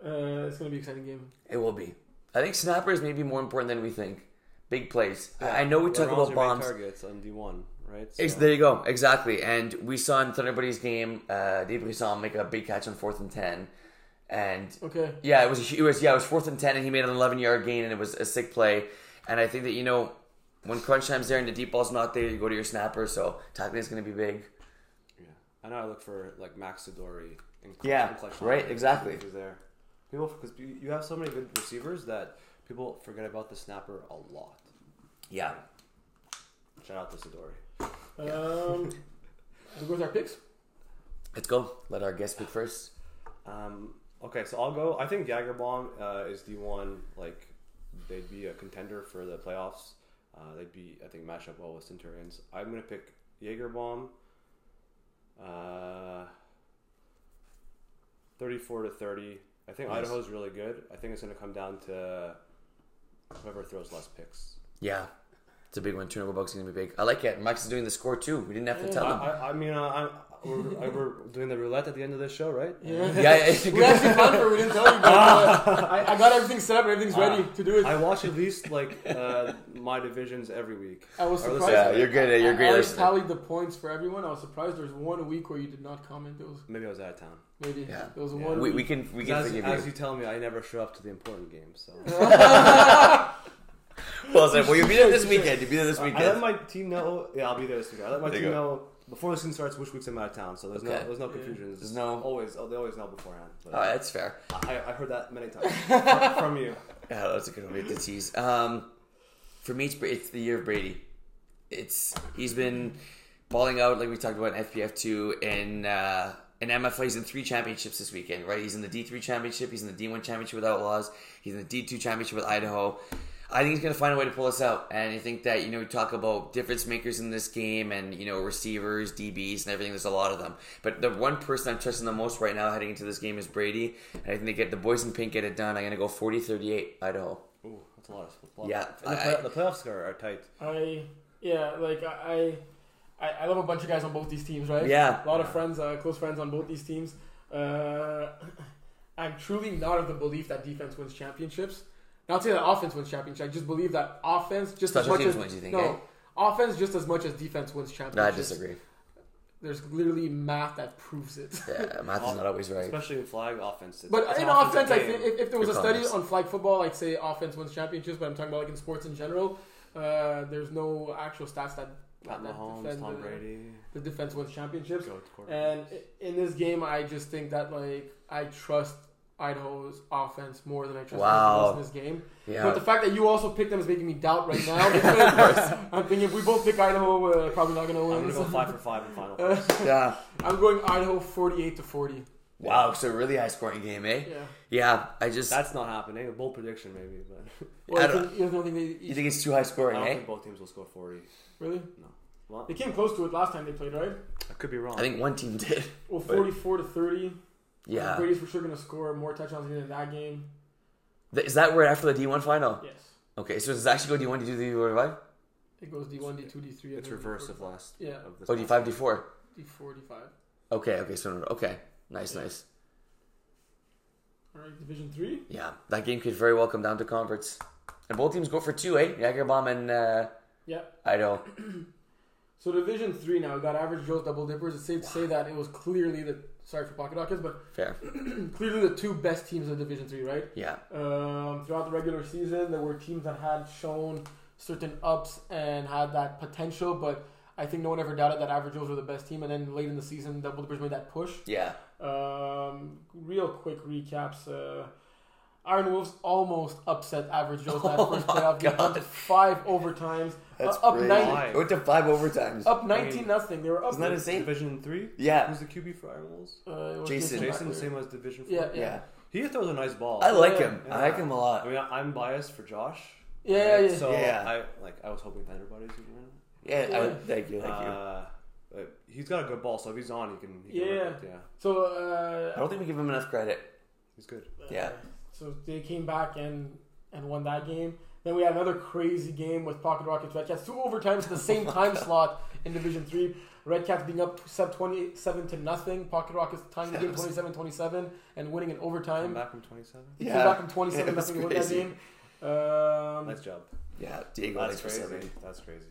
Speaker 3: Uh, it's gonna be an exciting game.
Speaker 1: it will be. I think snappers may be more important than we think. Big plays. I- I
Speaker 2: Yeah.
Speaker 1: know we
Speaker 2: Lebron's
Speaker 1: talk
Speaker 2: Uh, your
Speaker 1: about
Speaker 2: main
Speaker 1: bombs.
Speaker 2: targets on D one, right?
Speaker 1: Ex-
Speaker 2: So-
Speaker 1: there you go, exactly. And we saw in Thunderbird's game, uh, Debrisson make a big catch on fourth and ten, and
Speaker 3: Okay.
Speaker 1: Yeah, it was. a hu- It was. Yeah, it was fourth and ten, and he made an eleven-yard gain, and it was a sick play. And I think that you know, when crunch time's there and the deep ball's not there, you go to your snapper. So tackling is going to be big.
Speaker 2: Yeah. I know I look for like Max Sidori and
Speaker 1: Yeah, right, exactly.
Speaker 2: He's there. People, because you you have so many good receivers that people forget about the snapper a lot.
Speaker 1: Yeah.
Speaker 2: Shout out to Sidori.
Speaker 3: Um, we go with our picks.
Speaker 1: Let's go. Let our guest pick first.
Speaker 2: Um, okay, so I'll go. I think Jagerbomb uh, is D one. Like they'd be a contender for the playoffs. Uh, they'd be, I think, match up well with Centurions. I'm gonna pick Jagerbomb. Uh, Thirty-four to thirty. I think
Speaker 1: Nice.
Speaker 2: Idaho's really good. I think it's gonna come down to whoever throws less picks.
Speaker 1: Yeah, it's a big one. Turnover bug's going to be big. I like it. Max is doing the score too. We didn't have to
Speaker 3: Yeah.
Speaker 2: I,
Speaker 1: tell him.
Speaker 2: I, I mean, uh, I'm, we're, I- we're doing the roulette at the end of this show, right?
Speaker 3: Yeah.
Speaker 1: Yeah,
Speaker 3: We
Speaker 1: yeah.
Speaker 3: actually planned for it. We didn't tell you. But, uh, I, I got everything set up. Everything's ready
Speaker 1: Ah.
Speaker 3: to do it.
Speaker 2: I watch at least like uh, my divisions every week.
Speaker 3: I was
Speaker 2: Or
Speaker 3: surprised.
Speaker 2: listen-
Speaker 1: yeah, you're good. You're a great
Speaker 3: I always
Speaker 1: listener.
Speaker 3: tallied the points for everyone. I was surprised there was one week where you did not comment. There was
Speaker 2: Maybe I was out of town.
Speaker 3: maybe
Speaker 1: Yeah.
Speaker 3: there was
Speaker 2: Yeah.
Speaker 3: one.
Speaker 1: We, we can we can
Speaker 2: as,
Speaker 1: forgive
Speaker 2: as
Speaker 1: you.
Speaker 2: you tell me, I never show up to the important games. So
Speaker 1: Well, said, well, you'll be there this weekend. You'll be there this
Speaker 2: I let
Speaker 1: weekend.
Speaker 2: my team know. Yeah, I'll be there this week. I let my
Speaker 1: There you
Speaker 2: team
Speaker 1: go.
Speaker 2: know before the season starts which weeks I'm out of town. So there's
Speaker 1: Okay.
Speaker 2: no there's no
Speaker 3: Yeah.
Speaker 2: confusion.
Speaker 1: There's no-
Speaker 2: always. Oh, they always know beforehand. But
Speaker 1: Oh, that's fair.
Speaker 2: I, I heard that many times from- from you.
Speaker 1: Yeah, that's a good way to tease. Um, for me, it's, Bra- it's the year of Brady. It's he's been balling out like we talked about in FPF two and uh, in MFA. He's in three championships this weekend, right? He's in the D three championship. He's in the D one championship with Outlaws. He's in the D two championship with Idaho. I think he's going to find a way to pull us out, and I think that you know we talk about difference makers in this game, and you know receivers, DBs, and everything. There's a lot of them, but the one person I'm trusting the most right now heading into this game is Brady, and I think they get the boys in pink get it done. I'm going to go 40-38 Idaho.
Speaker 2: Ooh,
Speaker 4: That's
Speaker 2: that's
Speaker 4: a lot of football.
Speaker 1: Yeah,
Speaker 4: and the,
Speaker 1: I-
Speaker 4: play- the playoffs are, are tight.
Speaker 3: I yeah, like I, I, I love a bunch of guys on both these teams, right?
Speaker 1: Yeah.
Speaker 3: a lot of friends, uh, close friends on both these teams. Uh, I'm truly not of the belief that defense wins championships. Not saying that offense wins championships. I just believe that offense just
Speaker 1: Special
Speaker 3: as much
Speaker 1: teams
Speaker 3: as
Speaker 1: wins, you think,
Speaker 3: no
Speaker 1: eh?
Speaker 3: offense just as much as defense wins
Speaker 1: No, I
Speaker 3: championships.
Speaker 1: disagree.
Speaker 3: There's literally math that proves it.
Speaker 1: Yeah, math is not always right.
Speaker 2: especially in flag offense. It's-
Speaker 3: But
Speaker 2: it's
Speaker 3: in
Speaker 2: an offensive
Speaker 3: offense, I
Speaker 2: game.
Speaker 3: think if, if there was
Speaker 1: Good
Speaker 3: a study
Speaker 1: comments.
Speaker 3: on flag football, I'd say offense wins championships. But I'm talking about like in sports in general. Uh, there's no actual stats that
Speaker 2: Pat
Speaker 3: that
Speaker 2: Mahomes,
Speaker 3: defend
Speaker 2: Tom
Speaker 3: the-
Speaker 2: Brady,
Speaker 3: the defense wins championships.
Speaker 2: go to
Speaker 3: And i- in this game, I just think that like I trust Idaho's offense more than I trust
Speaker 1: Wow.
Speaker 3: wow. in this game. But
Speaker 1: Yeah.
Speaker 3: the fact that you also picked them is making me doubt right now. Because I'm thinking if we both pick Idaho, we're probably not gonna
Speaker 2: I'm
Speaker 3: win.
Speaker 2: gonna go
Speaker 3: So
Speaker 2: five for five in final. four.
Speaker 1: yeah.
Speaker 3: I'm going Idaho 48 to 40.
Speaker 1: Wow, so really high scoring game, eh?
Speaker 3: Yeah.
Speaker 1: Yeah, I just
Speaker 2: That's not happening. A bold prediction, maybe, but
Speaker 3: Well,
Speaker 1: I
Speaker 3: I
Speaker 1: don't-
Speaker 3: think, you don't think they
Speaker 1: you think it's too high
Speaker 2: I
Speaker 1: scoring,
Speaker 2: don't
Speaker 1: eh?
Speaker 2: think both teams will score 40.
Speaker 3: really?
Speaker 2: Well,
Speaker 3: They came close to it last time they played, right?
Speaker 2: I could be wrong.
Speaker 1: I think one team did.
Speaker 3: Well,
Speaker 1: But-
Speaker 3: 44 to 30.
Speaker 1: Yeah.
Speaker 3: Brady's for sure gonna score more touchdowns than in that game.
Speaker 1: Th- Is that where after the D1 final?
Speaker 3: Yes.
Speaker 1: Okay, so does it actually go D1, D2, D45?
Speaker 3: It goes D1, D2, D3. and
Speaker 2: it's
Speaker 3: then
Speaker 2: reverse
Speaker 3: D4.
Speaker 2: of last.
Speaker 3: Yeah.
Speaker 2: Of this
Speaker 1: Oh,
Speaker 2: last
Speaker 1: D5,
Speaker 2: game.
Speaker 1: D4.
Speaker 3: D4, D5.
Speaker 1: Okay, okay, so okay. Nice, nice.
Speaker 3: All right, Division 3.
Speaker 1: Yeah, that game could very well come down to converts. And both teams go for two, eh? Jagerbomb and uh,
Speaker 3: Yeah.
Speaker 1: Idaho.
Speaker 3: So Division Three now we got average Joe's double dippers. It's safe to say that it was clearly the sorry for pocket rockets, but
Speaker 1: Fair.
Speaker 3: clearly the two best teams in Division Three, right?
Speaker 1: Yeah.
Speaker 3: Um, throughout the regular season, there were teams that had shown certain ups and had that potential, but I think no one ever doubted that average Joe's were the best team. And then late in the season, double dippers made that push.
Speaker 1: Yeah.
Speaker 3: Um, real quick recaps. Uh, Iron Wolves almost upset average Joe's that first playoff game,
Speaker 1: Oh God.
Speaker 3: five overtimes,
Speaker 1: That's
Speaker 3: Uh, up
Speaker 1: crazy.
Speaker 3: nine-
Speaker 2: Why?
Speaker 1: It went to five overtimes.
Speaker 3: up nineteen nothing. They were up.
Speaker 1: Isn't that insane?
Speaker 2: Division three.
Speaker 1: Yeah.
Speaker 2: Who's the QB for Iron Wolves?
Speaker 3: Uh, it was
Speaker 1: Jason.
Speaker 2: Jason,
Speaker 3: Butler.
Speaker 2: same as Division four.
Speaker 3: Yeah,
Speaker 1: Yeah.
Speaker 2: He throws a nice ball.
Speaker 1: I like him.
Speaker 2: Yeah.
Speaker 1: I like him a
Speaker 2: I
Speaker 1: lot.
Speaker 2: mean, I- I'm biased for Josh.
Speaker 3: Yeah,
Speaker 2: right?
Speaker 3: yeah.
Speaker 2: So
Speaker 1: Yeah.
Speaker 2: I like. I was hoping Thunderbodies would win.
Speaker 1: Yeah, I, thank you, thank you.
Speaker 2: Uh, but he's got a good ball, so if he's on, he can. He can
Speaker 3: Yeah.
Speaker 2: work it. yeah.
Speaker 3: So
Speaker 1: I
Speaker 3: uh,
Speaker 1: don't think we give him enough credit.
Speaker 2: He's good.
Speaker 1: Yeah.
Speaker 3: So they came back and and won that game. Then we had another crazy game with Pocket Rockets Red Cats, two overtimes at the same time slot in Division Three. Red Cats being up sub twenty seven to nothing. Pocket Rockets tying the game 27-27 and winning in
Speaker 2: Come
Speaker 3: overtime.
Speaker 2: back from 27.
Speaker 3: Came back from twenty seven
Speaker 1: It was
Speaker 3: nothing to win that
Speaker 1: crazy.
Speaker 3: game. Um,
Speaker 2: Nice job.
Speaker 1: Yeah, Diego
Speaker 2: That's
Speaker 1: That's
Speaker 2: crazy.
Speaker 1: seven.
Speaker 2: That's crazy.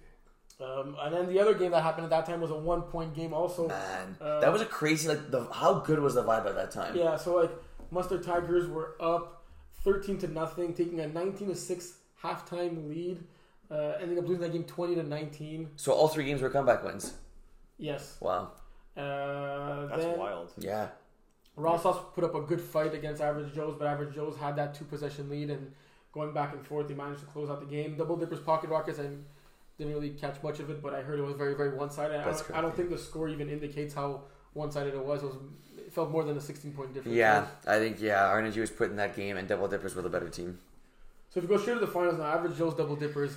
Speaker 3: um, and then the other game that happened at that time was a one point game also.
Speaker 1: Man,
Speaker 3: Uh,
Speaker 1: that was a crazy. Like, the how good was the vibe at that time?
Speaker 3: Yeah, so like Mustard Tigers were up 13 to nothing, taking a 19 to 6 halftime lead, uh, ending up losing that game 20 to 19.
Speaker 1: So all three games were comeback wins.
Speaker 3: Yes.
Speaker 1: Wow.
Speaker 3: Uh,
Speaker 2: That's
Speaker 3: then
Speaker 2: wild.
Speaker 1: Yeah.
Speaker 3: Rosas put up a good fight against Average Joe's, but Average Joe's had that two possession lead, and going back and forth, they managed to close out the game. Double Dippers Pocket Rockets, I didn't really catch much of it, but I heard it was very, very one sided. I,
Speaker 1: That's
Speaker 3: don't- I don't
Speaker 1: correct,
Speaker 3: think the score even indicates how one sided it was. It was. It felt more than a 16 point difference.
Speaker 1: Yeah, I think yeah, RNG was put in that game, and Double Dippers were the better team.
Speaker 3: So if you go straight to the finals now, average Joe's double dippers.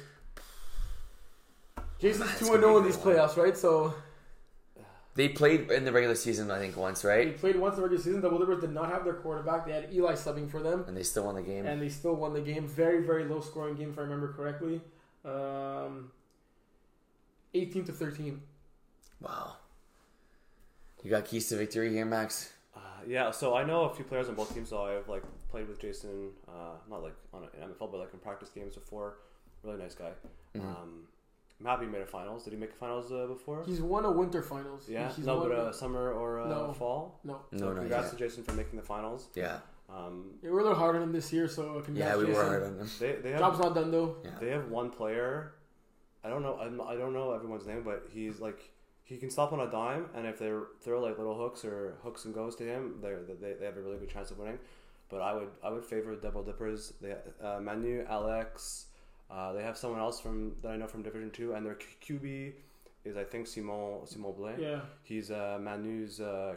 Speaker 3: Jason's
Speaker 1: That's
Speaker 3: two
Speaker 1: gonna
Speaker 3: and zero in
Speaker 1: be a
Speaker 3: these
Speaker 1: good one.
Speaker 3: playoffs, right? So
Speaker 1: They played in the regular season, I think, once,
Speaker 3: they
Speaker 1: right?
Speaker 3: played once in the regular season. Double dippers did not have their quarterback. They had Eli subbing for them,
Speaker 1: And they still won the game.
Speaker 3: and they still won the game. Very very low scoring game, if I remember correctly. Um, Eighteen to thirteen.
Speaker 1: Wow. You got keys to victory here, Max.
Speaker 2: Uh, yeah, so I know a few players on both teams. So I've like played with Jason, uh, not like on an NFL, but like in practice games before. Really nice guy.
Speaker 1: Mm-hmm.
Speaker 2: Um, I'm happy he made a finals. Did he make a finals uh, before?
Speaker 3: He's won a winter finals.
Speaker 2: yeah,
Speaker 3: he's
Speaker 2: no,
Speaker 3: won
Speaker 2: but
Speaker 3: a-
Speaker 2: uh, summer or uh,
Speaker 3: No.
Speaker 2: fall.
Speaker 3: no.
Speaker 1: No,
Speaker 2: so
Speaker 1: no,
Speaker 2: congrats
Speaker 1: yeah.
Speaker 2: to Jason for making the finals.
Speaker 1: Yeah,
Speaker 2: Um,
Speaker 3: We were a little hard on him this year, so
Speaker 1: yeah, we
Speaker 3: congratulations.
Speaker 1: were hard on them.
Speaker 2: they they
Speaker 3: Job's
Speaker 2: have
Speaker 3: not done though.
Speaker 1: Yeah.
Speaker 2: they have one player. I don't know. I'm, I don't know everyone's name, but he's like he can stop on a dime, and if they throw like little hooks or hooks and goes to him, they're, they they have a really good chance of winning. But I would I would favor Double Dippers. They uh, Manu Alex. Uh, they have someone else from that I know from Division Two, and their Q- QB is I think Simon Simon Blain.
Speaker 3: Yeah.
Speaker 2: He's uh, Manu's uh,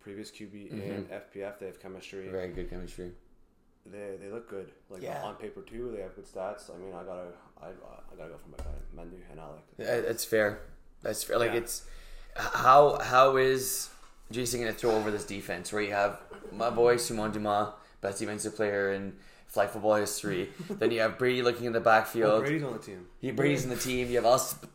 Speaker 2: previous QB in FPF. They have chemistry
Speaker 1: Very good chemistry.
Speaker 2: they they look good. Like
Speaker 1: Yeah.
Speaker 2: on paper too, they have good stats. I mean, I gotta I, I gotta go for my guy Manu and Alec.
Speaker 1: Uh, That's fair. That's fair. Like
Speaker 2: Yeah.
Speaker 1: it's h- how how is Jason gonna throw over this defense where you have my boy Simon Dumas, best defensive player in flag football history. then you have Brady looking in the backfield.
Speaker 2: Oh, Brady's on the team.
Speaker 1: He, Brady's in the team. You have Alex Sp-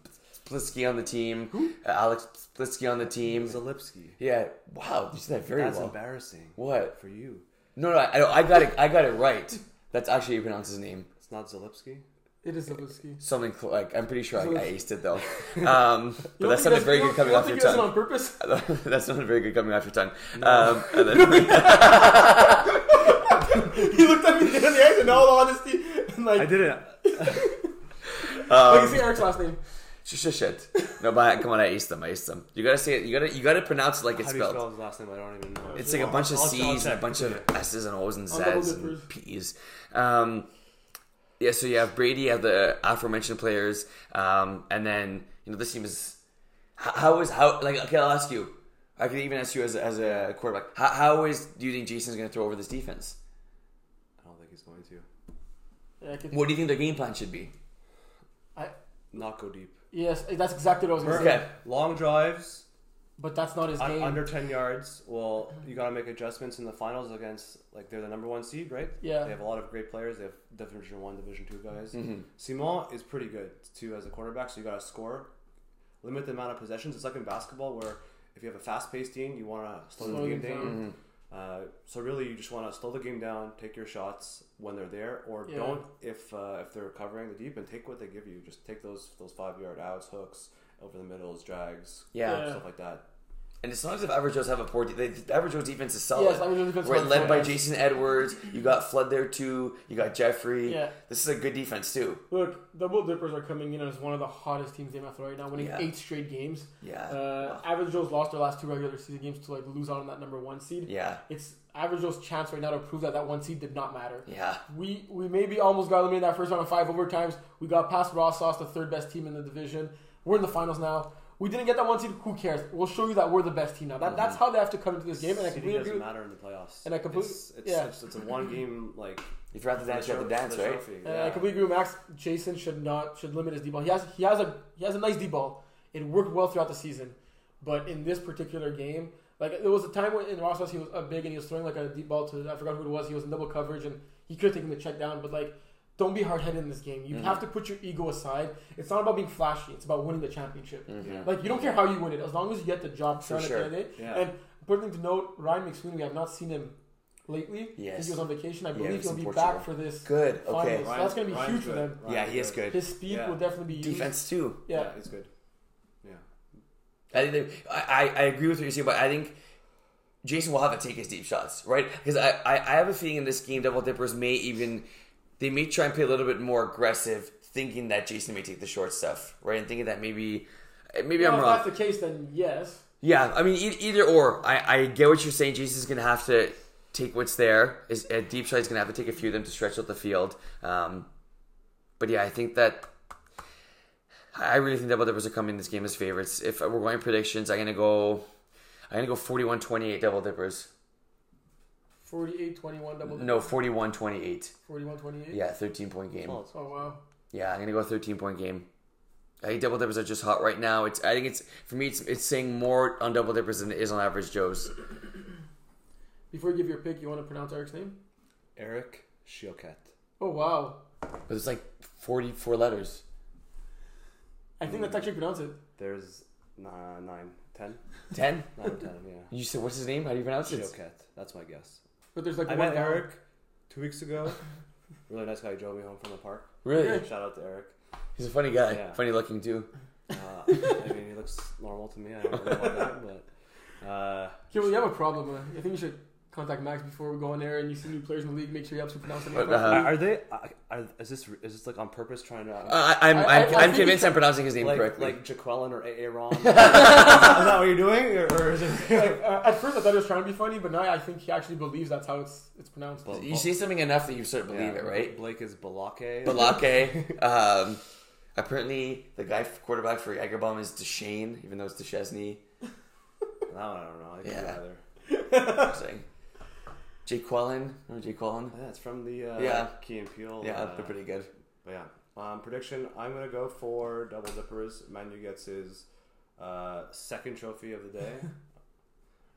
Speaker 1: Splitsky on the team. Uh, Alex Splitsky on the team.
Speaker 2: Zalipsky.
Speaker 1: Yeah. Wow, you said that very
Speaker 2: That's
Speaker 1: well.
Speaker 2: embarrassing.
Speaker 1: What?
Speaker 2: For you.
Speaker 1: No, no, I, no, I got it. I got it right. That's actually how you pronounce his name.
Speaker 2: It's not Zalipsky.
Speaker 3: It is Zabriskie.
Speaker 1: Something cl- like I'm pretty sure I, I aced it though. Um, but that
Speaker 3: You don't
Speaker 1: sounded
Speaker 3: think
Speaker 1: very
Speaker 3: you
Speaker 1: good
Speaker 3: don't-
Speaker 1: coming
Speaker 3: you don't
Speaker 1: off your
Speaker 3: think he does it
Speaker 1: tongue.
Speaker 3: on purpose.
Speaker 1: That's not very good coming off your tongue. Um, and then,
Speaker 3: he looked at me dead in the eyes in all honesty, and like,
Speaker 2: I didn't.
Speaker 3: like
Speaker 1: um,
Speaker 3: you see Eric's last name.
Speaker 1: sh- sh- shit. No, but I- come on, I aced them. I aced them. You gotta say it. You gotta. You gotta pronounce it like it's
Speaker 2: How do you
Speaker 1: spelled.
Speaker 2: spell his last name? I don't even know.
Speaker 1: It's like a bunch of
Speaker 2: I'll- I'll
Speaker 1: C's and a
Speaker 2: check.
Speaker 1: bunch of S's and O's and
Speaker 3: I'll double
Speaker 1: Z's
Speaker 3: dip
Speaker 1: and P's. Um, yeah, so you have Brady, you have the aforementioned players, um, and then you know this team is h- how is how like okay, I'll ask you. I could even ask you as a, as a quarterback. How, how is do you think Jason's going to throw over this defense?
Speaker 2: I don't think he's going to.
Speaker 3: Yeah, I could,
Speaker 1: What do you think their game plan should be?
Speaker 3: I,
Speaker 2: Not go deep.
Speaker 3: yes, that's exactly what I was going to say.
Speaker 1: Okay.
Speaker 2: Long drives,
Speaker 3: But that's not his
Speaker 2: un-
Speaker 3: game.
Speaker 2: under 10 yards. Well, you got to make adjustments in the finals against, like, they're the number one seed, right?
Speaker 3: Yeah.
Speaker 2: They have a lot of great players. They have Division 1, Division 2 guys. Simon is pretty good, too, as a quarterback, so you got to score. Limit the amount of possessions. It's like in basketball where if you have a fast paced team, you want to slow,
Speaker 3: Slow
Speaker 2: the game
Speaker 3: them
Speaker 2: down.
Speaker 3: down.
Speaker 2: Uh, so really, you just want to slow the game down, take your shots when they're there, or
Speaker 3: Yeah.
Speaker 2: don't if uh, if they're covering the deep and take what they give you. Just take those those five yard outs, hooks over the middles, drags,
Speaker 1: Yeah.
Speaker 2: curls, stuff like that.
Speaker 1: And it's not as if Average Joe's have a poor. De- the- the Average Joe's defense is solid.
Speaker 3: Yes, Average Joe's defense is
Speaker 1: Right,
Speaker 3: solid,
Speaker 1: led by
Speaker 3: yes.
Speaker 1: Jason Edwards. You got Flood there too. You got Jeffrey.
Speaker 3: Yeah.
Speaker 1: This is a good defense too.
Speaker 3: Look, Double Dippers are coming in as one of the hottest teams in NFL right now, winning
Speaker 1: Yeah.
Speaker 3: eight straight games.
Speaker 1: Yeah.
Speaker 3: Uh, Average Joe's lost their last two regular season games to like lose out on that number one seed.
Speaker 1: Yeah.
Speaker 3: It's Average Joe's chance right now to prove that that one seed did not matter.
Speaker 1: Yeah.
Speaker 3: We we maybe almost got eliminated that first round of five overtimes. We got past Raw Sauce, the third best team in the division. We're in the finals now. We didn't get that one seed. Who cares? We'll show you that we're the best team Mm-hmm. now. That, That's how they have to come into this game. And I
Speaker 2: Seeding
Speaker 3: completely agree.
Speaker 2: doesn't
Speaker 3: with-
Speaker 2: matter in the playoffs.
Speaker 3: and I completely-
Speaker 2: it's, it's,
Speaker 3: yeah.
Speaker 2: it's, it's a one game like.
Speaker 1: You forgot to dance. You have to dance, right?
Speaker 3: And I completely agree with Max. Jason should not should limit his D ball. He has he has a he has a nice D ball. It worked well throughout the season, but in this particular game, like there was a time when in Ross House he was up big and he was throwing like a deep ball to I forgot who it was. He was in double coverage and he could have taken the check down, but like. Don't be hard headed in this game. You have to put your ego aside. It's not about being flashy. It's about winning the championship.
Speaker 2: Mm-hmm.
Speaker 3: Like you don't care how you win it, as long as you get the job
Speaker 1: sure.
Speaker 3: done at the end of the day.
Speaker 2: Yeah.
Speaker 3: And important thing to note, Ryan McSween, we have not seen him lately.
Speaker 1: Yes.
Speaker 3: He was on vacation. I
Speaker 1: Yeah, he
Speaker 3: believe
Speaker 1: was
Speaker 3: he'll
Speaker 1: in
Speaker 3: be
Speaker 1: Portugal.
Speaker 3: back for this
Speaker 1: Good. Okay.
Speaker 3: Finals. that's gonna be huge for them.
Speaker 1: Yeah, he is good.
Speaker 3: His speed
Speaker 2: Yeah.
Speaker 3: will definitely be used.
Speaker 1: Defense too.
Speaker 3: Yeah.
Speaker 2: Yeah, he's good. Yeah.
Speaker 1: I think they, I, I I agree with what you're saying, but I think Jason will have to take his deep shots, right? Because I, I, I have a feeling in this game, Double Dippers may even they may try and play a little bit more aggressive, thinking that Jason may take the short stuff, right, and thinking that maybe maybe
Speaker 3: Well,
Speaker 1: I'm
Speaker 3: if
Speaker 1: wrong.
Speaker 3: that's the case, then yes.
Speaker 1: Yeah, I mean e- either or. I, I get what you're saying. Jason's gonna have to take what's there. Is a deep shot. He's gonna have to take a few of them to stretch out the field. Um, but yeah, I think that I really think Double Dippers are coming this game as favorites. If we're going predictions, I'm gonna go. I'm gonna go 41-28 Double Dippers.
Speaker 3: 48 21 double.
Speaker 1: No, 41-28.
Speaker 3: 41 28.
Speaker 1: Yeah, 13 point game.
Speaker 2: Well, it's-
Speaker 3: Oh, wow.
Speaker 1: Yeah, I'm gonna go 13 point game. I think double dippers are just hot right now. It's I think it's for me it's it's saying more on double dippers than it is on average Joe's.
Speaker 3: Before you give your pick, you want to pronounce Eric's name?
Speaker 2: Eric Shiokat.
Speaker 3: Oh, wow.
Speaker 1: But it's like 44 letters.
Speaker 3: I think
Speaker 1: Mm.
Speaker 3: that's actually pronounced it.
Speaker 2: There's nah, nine, ten,
Speaker 1: 10?
Speaker 2: nine or ten. Yeah.
Speaker 1: You said, what's his name? How do you pronounce it?
Speaker 2: Shiokat. That's my guess.
Speaker 3: But there's like
Speaker 2: I
Speaker 3: one
Speaker 2: met
Speaker 3: vowel.
Speaker 2: Eric two weeks ago. really nice guy who drove me home from the park.
Speaker 1: Really?
Speaker 2: Shout out to Eric.
Speaker 1: He's a funny guy.
Speaker 2: Yeah.
Speaker 1: Funny looking, too.
Speaker 2: Uh, I mean, he looks normal to me. I don't know about that, but uh,
Speaker 3: Here, we have a problem. uh, I think you should contact Max before we go on air and you see new players in the league. Make sure you absolutely pronounce
Speaker 1: But,
Speaker 3: it.
Speaker 1: uh,
Speaker 2: are, are they? Are, are, is this is this like on purpose trying to
Speaker 1: Uh, I, I'm,
Speaker 3: I-
Speaker 1: I'm,
Speaker 3: I- I
Speaker 1: I'm,
Speaker 3: think
Speaker 1: convinced
Speaker 3: he-
Speaker 1: I'm pronouncing his name
Speaker 2: like
Speaker 1: correctly.
Speaker 2: like Jaquelin or Aaron? is that what you're doing, or, or is it?
Speaker 3: Like, uh, at first, I thought it was trying to be funny, but now I think he actually believes that's how it's it's pronounced.
Speaker 2: Well,
Speaker 1: you say something enough that you start to believe
Speaker 2: Yeah,
Speaker 1: it, right?
Speaker 2: Blake is Balake.
Speaker 1: Balake. um, apparently, the guy quarterback for Jagerbomb is Deshane, even though it's Deshesney.
Speaker 2: That one I don't know. I yeah.
Speaker 1: Yeah.
Speaker 2: Either.
Speaker 1: Interesting. Jake Quellen. Remember Jake Quellen?
Speaker 2: yeah, it's from the uh,
Speaker 1: Yeah.
Speaker 2: Key and Peele.
Speaker 1: Yeah,
Speaker 2: uh,
Speaker 1: they're pretty good.
Speaker 2: But yeah. Um, prediction I'm going to go for Double Dippers. Manu gets his uh, second trophy of the day.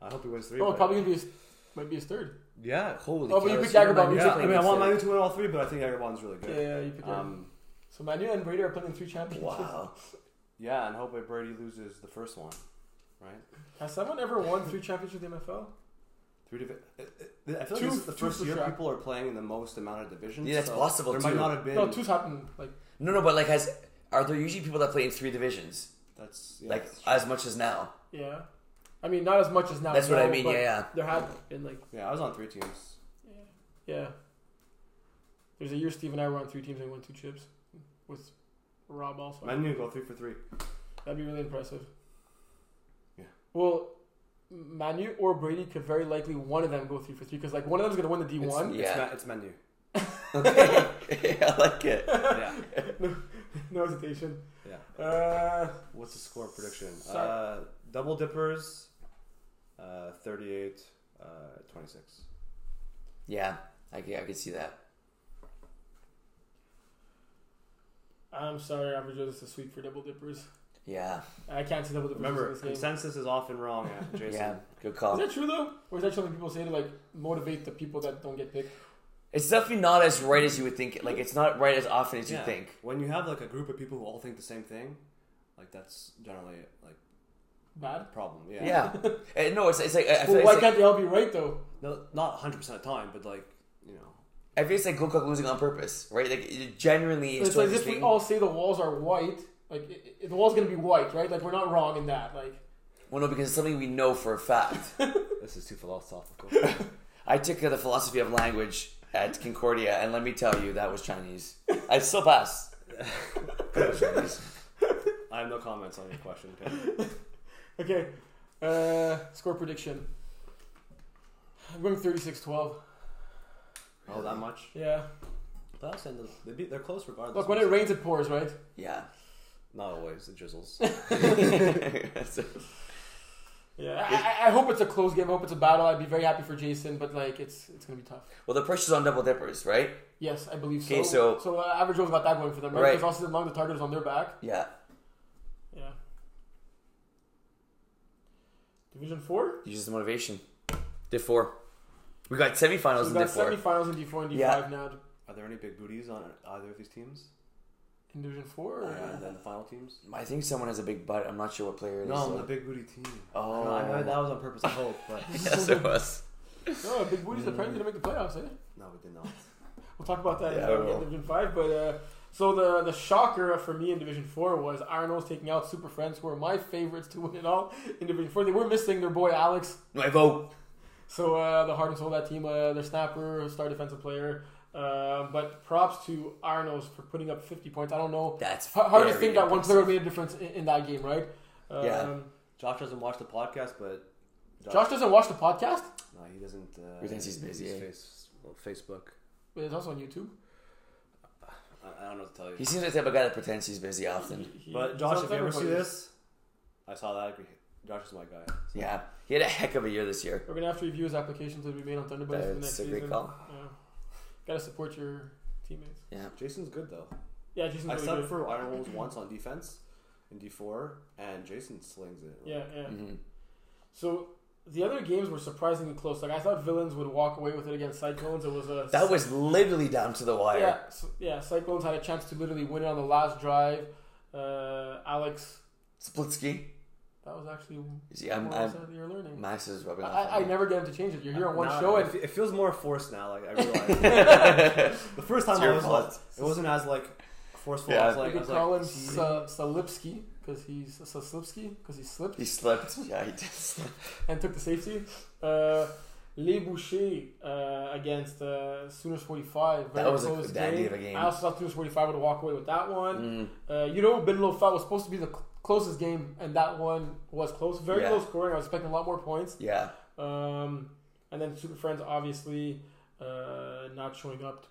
Speaker 2: I hope he wins three.
Speaker 3: oh,
Speaker 2: but-
Speaker 3: probably gonna be his, might be his third.
Speaker 2: Yeah.
Speaker 1: Holy
Speaker 3: Oh, but you
Speaker 1: cow,
Speaker 3: picked
Speaker 1: so you're
Speaker 3: Jacob
Speaker 1: Manu
Speaker 3: Manu
Speaker 2: Yeah, I
Speaker 1: fan.
Speaker 3: playing
Speaker 2: mean, I want
Speaker 1: So-
Speaker 2: Manu to win all three, but I think Vagabond's really
Speaker 3: Yeah,
Speaker 2: good.
Speaker 3: yeah, you picked um,
Speaker 2: Um,
Speaker 3: So Manu and Brady are playing in three championships.
Speaker 1: Wow.
Speaker 2: yeah, and hope that Brady loses the first one, right?
Speaker 3: Has someone ever won three championships in the NFL?
Speaker 2: Three divi- I- I I feel like
Speaker 3: Two-
Speaker 2: this is the
Speaker 3: two
Speaker 2: first
Speaker 3: for
Speaker 2: year
Speaker 3: sure.
Speaker 2: people are playing in the most amount of divisions.
Speaker 1: Yeah, that's
Speaker 2: so
Speaker 1: possible,
Speaker 2: There
Speaker 1: too.
Speaker 2: might not have been.
Speaker 3: No, two's happened. Like
Speaker 1: No, no, but like, has are there usually people that play in three divisions,
Speaker 2: That's yeah,
Speaker 1: like
Speaker 2: that's true.
Speaker 1: as much as now?
Speaker 3: yeah, I mean not as much as now.
Speaker 1: That's what I
Speaker 3: no,
Speaker 1: mean,
Speaker 3: but
Speaker 1: yeah, yeah.
Speaker 3: There have been like
Speaker 2: yeah, I was on three teams.
Speaker 3: yeah. There's a year Steve and I were on three teams and we won two chips with Rob also.
Speaker 2: Manu go three for three.
Speaker 3: That'd be really impressive.
Speaker 2: Yeah.
Speaker 3: Well, Manu or Brady could very likely one of them go three for three because like one of them's gonna win the D one.
Speaker 2: It's,
Speaker 1: Yeah.
Speaker 2: ma- it's menu.
Speaker 1: Okay, I like it.
Speaker 2: yeah,
Speaker 3: No hesitation.
Speaker 2: yeah.
Speaker 3: Uh,
Speaker 2: What's the score prediction?
Speaker 3: Sorry.
Speaker 2: Uh, double dippers, uh, 38, uh, 26.
Speaker 1: Yeah, I could, I could see that.
Speaker 3: I'm sorry, I'm just a sweep for double dippers.
Speaker 1: Yeah,
Speaker 3: I can't see double dippers
Speaker 2: Remember,
Speaker 3: in this game.
Speaker 2: consensus is often wrong, yeah, Jason.
Speaker 1: yeah, good
Speaker 3: Is
Speaker 1: call.
Speaker 3: that true though, or is that something people say to like motivate the people that don't get picked?
Speaker 1: It's definitely not as right as you would think. Like, it's not right as often as you
Speaker 2: Yeah.
Speaker 1: think.
Speaker 2: When you have like a group of people who all think the same thing, like that's generally like
Speaker 3: Bad.
Speaker 2: a problem. Yeah.
Speaker 1: Yeah, Eh, no, it's, it's like I I feel, like
Speaker 3: Well, why
Speaker 1: it's like,
Speaker 3: can't they all be right though?
Speaker 2: No, not 100% of the time, but like, you know.
Speaker 1: I feel it's like Gokak losing on purpose, right? Like, it genuinely,
Speaker 3: It's like
Speaker 1: historically
Speaker 3: this. We
Speaker 1: speaking-
Speaker 3: all say the walls are white. Like i i the wall's gonna be white, right? Like we're not wrong in that. Like
Speaker 1: Well, no, because it's something we know for a fact.
Speaker 2: This is too philosophical.
Speaker 1: I took uh, the philosophy of language at Concordia, and let me tell you, that was Chinese. I still pass. Chinese.
Speaker 2: I have no comments on your question. okay?
Speaker 3: okay, uh, score prediction. I'm going 36-12.
Speaker 2: Oh, that much?
Speaker 3: Yeah.
Speaker 2: Playoffs end up, they beat, they're close regardless.
Speaker 3: Look, when it rains, it pours, right?
Speaker 1: Yeah.
Speaker 2: Not always, it drizzles.
Speaker 3: Yeah. I, I- I hope it's a close game. I hope it's a battle. I'd be very happy for Jason, but like it's it's gonna be tough.
Speaker 1: well, the pressure's on double dippers, right?
Speaker 3: Yes, I believe so.
Speaker 1: Okay, so-
Speaker 3: so uh, average Joe's got that going for them, right?
Speaker 1: Right.
Speaker 3: Because all season long the target is on their back.
Speaker 1: Yeah.
Speaker 3: Yeah. Division four.
Speaker 1: Use the motivation. Div four. We got semifinals
Speaker 3: So
Speaker 1: in
Speaker 3: we got
Speaker 1: Div four.
Speaker 3: semifinals in D four and D
Speaker 1: Yeah.
Speaker 3: five now.
Speaker 2: Are there any big booties on either of these teams?
Speaker 3: In Division four.
Speaker 2: Uh,
Speaker 3: Or,
Speaker 2: and then the final teams?
Speaker 1: I think someone has a big butt. I'm not sure what player it is.
Speaker 2: No, I'm
Speaker 1: though.
Speaker 2: the big booty team.
Speaker 1: Oh.
Speaker 2: No, I know that was on purpose, I hope, but
Speaker 1: yes, it was.
Speaker 3: No, Big Booty's apparently gonna make the playoffs. Eh?
Speaker 2: no, we did not.
Speaker 3: We'll talk about that
Speaker 1: Yeah,
Speaker 3: in
Speaker 1: we will.
Speaker 3: uh, Division five. But uh, so the the shocker for me in Division four was Arnold's taking out Super Friends, who are my favorites to win it all in Division four. They were missing their boy Alex.
Speaker 1: My vote.
Speaker 3: So uh, the heart and soul of that team, uh, their snapper, star defensive player. Uh, but props to Arnold's for putting up 50 points. I don't know.
Speaker 1: That's
Speaker 3: H- hard to
Speaker 1: very
Speaker 3: think that one
Speaker 1: impressive.
Speaker 3: player made a difference in, in that game, right? Um,
Speaker 1: Yeah.
Speaker 2: Josh doesn't watch the podcast, but
Speaker 3: Josh doesn't watch the podcast,
Speaker 2: no, he doesn't. Uh,
Speaker 1: He thinks he's busy, eh?
Speaker 2: face, well, Facebook.
Speaker 3: but it's also on YouTube.
Speaker 2: I, I don't know what to tell you.
Speaker 1: He seems like the type of guy that pretends he's busy often.
Speaker 3: He-
Speaker 2: but Josh,
Speaker 3: it's
Speaker 2: if
Speaker 3: on
Speaker 2: you ever see
Speaker 3: everybody's-
Speaker 2: this, I saw that. I agree. Josh is my guy.
Speaker 1: Yeah. He had a heck of a year this year.
Speaker 3: We're gonna have to review his applications that we made on Thunderbirds for the next
Speaker 1: That's a
Speaker 3: season.
Speaker 1: great call.
Speaker 3: Yeah. Gotta support your teammates.
Speaker 1: Yeah.
Speaker 2: Jason's good though.
Speaker 3: Yeah, Jason's
Speaker 2: I
Speaker 3: really
Speaker 2: subbed
Speaker 3: good.
Speaker 2: for Iron Wolves once on defense in D four, and Jason slings it.
Speaker 3: Yeah, yeah.
Speaker 1: hmm
Speaker 3: So the other games were surprisingly close. Like I thought, villains would walk away with it against Cyclones. It was a
Speaker 1: That was literally down to the wire.
Speaker 3: Yeah, so, yeah. Cyclones had a chance to literally win it on the last drive. Uh, Alex,
Speaker 1: Splitsky.
Speaker 3: that was actually
Speaker 1: See, I'm,
Speaker 3: more
Speaker 1: I'm,
Speaker 3: upset that you're learning.
Speaker 1: Max is
Speaker 3: I,
Speaker 1: rubbing off
Speaker 3: I, I
Speaker 1: on me.
Speaker 3: never get him to change it. You're here on one
Speaker 2: Now,
Speaker 3: show,
Speaker 2: it,
Speaker 3: and
Speaker 2: fe- it feels more forced now. Like I realize the first time
Speaker 1: It's
Speaker 2: I
Speaker 1: your
Speaker 2: was
Speaker 1: fault.
Speaker 2: like, it wasn't as like forceful.
Speaker 1: Yeah.
Speaker 2: I was
Speaker 3: we
Speaker 2: like, I
Speaker 3: could
Speaker 2: was
Speaker 3: call
Speaker 2: like,
Speaker 3: him
Speaker 2: teasing.
Speaker 3: Sa- Salipsky because he's Saslipsky because he slipped
Speaker 1: He slipped. Yeah, he did slip.
Speaker 3: and took the safety. Uh, Les Boucher uh, against uh, Sooners 45. Very
Speaker 1: That was a
Speaker 3: close
Speaker 1: dandy
Speaker 3: game.
Speaker 1: of a game.
Speaker 3: I also thought Sooners 45 would walk away with that one.
Speaker 1: Mm.
Speaker 3: Uh, you know, Benlow Fat was supposed to be the cl- closest game, and that one was close. Very
Speaker 1: Yeah.
Speaker 3: close scoring. I was expecting a lot more points.
Speaker 1: Yeah.
Speaker 3: Um, and then Super Friends, obviously, uh, not showing up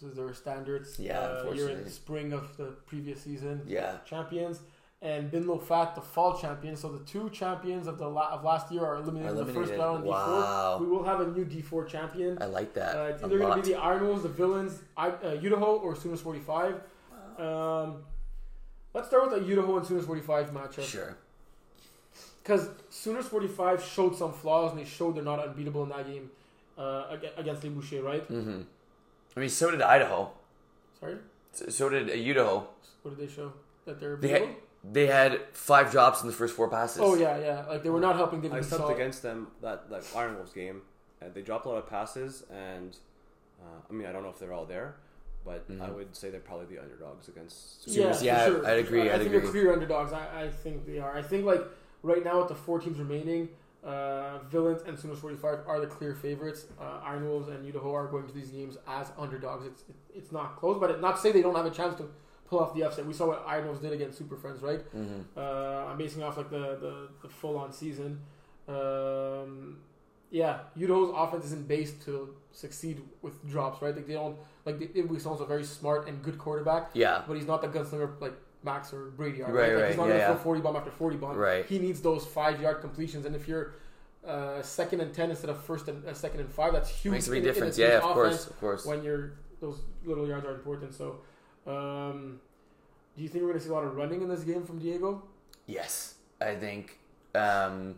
Speaker 3: to their standards.
Speaker 1: Yeah,
Speaker 3: uh, you're in
Speaker 1: unfortunately.
Speaker 3: the spring of the previous season.
Speaker 1: Yeah.
Speaker 3: Champions and Bin Lo Fat, the fall champions. So the two champions of the la- of last year are eliminated, in the
Speaker 1: Eliminated.
Speaker 3: first round in
Speaker 1: Wow.
Speaker 3: D4. We will have a new D4 champion.
Speaker 1: I like that.
Speaker 3: Uh, it's
Speaker 1: a
Speaker 3: either going
Speaker 1: lot.
Speaker 3: to be the Arnolds, the Villains, I, uh, Udaho, or Sooners 45. Um, let's start with the Udaho and Sooners 45 matchup.
Speaker 1: Sure.
Speaker 3: Because Sooners 45 showed some flaws and they showed they're not unbeatable in that game. uh, ag- against Le Boucher, right?
Speaker 1: Mm-hmm. I mean, so did Idaho.
Speaker 3: Sorry,
Speaker 1: So so did uh, Idaho.
Speaker 3: what did they show that they're
Speaker 1: They
Speaker 3: beatable?
Speaker 1: had, they had five drops in the first four passes.
Speaker 3: Oh yeah, yeah. Like they were not helping
Speaker 2: I
Speaker 3: David
Speaker 2: subbed
Speaker 3: Gasol.
Speaker 2: against them that that Iron Wolves game, and they dropped a lot of passes. And uh, I mean, I don't know if they're all there, but
Speaker 3: Mm-hmm.
Speaker 2: I would say they're probably the underdogs against. Super
Speaker 3: Yeah,
Speaker 1: Series. Yeah,
Speaker 3: for
Speaker 1: I'd
Speaker 3: sure. for sure.
Speaker 1: agree,
Speaker 3: I
Speaker 1: I'd
Speaker 3: think
Speaker 1: agree.
Speaker 3: they're clear underdogs. I, I think they are. I think like right now with the four teams remaining, uh, Villains and Sunos Forty Five are the clear favorites. Uh, Iron Wolves and Idaho are going to these games as underdogs. It's it, it's not close, but it, not to say they don't have a chance to pull off the upset. We saw what Iron Wolves did against Super Friends, right?
Speaker 1: Mm-hmm.
Speaker 3: Uh, I'm basing off like the the, the full on season. Um, yeah, Udo's offense isn't based to succeed with drops, right? Like they don't like they, Ibuk's also a very smart and good quarterback,
Speaker 1: Yeah.
Speaker 3: but he's not the gunslinger like Max or Brady are.
Speaker 1: Right,
Speaker 3: Like,
Speaker 1: right,
Speaker 3: He's not
Speaker 1: yeah,
Speaker 3: gonna
Speaker 1: yeah.
Speaker 3: throw 40 bomb after 40 bomb.
Speaker 1: Right.
Speaker 3: He needs those five yard completions, and if you're uh, second and ten instead of first and uh, second and five, that's huge.
Speaker 1: Makes a
Speaker 3: in-
Speaker 1: big
Speaker 3: in a
Speaker 1: difference.
Speaker 3: team's
Speaker 1: Yeah, of
Speaker 3: offense
Speaker 1: course, of course.
Speaker 3: when you're those little yards are important. So, um, do you think we're going to see a lot of running in this game from Diego?
Speaker 1: Yes, I think um,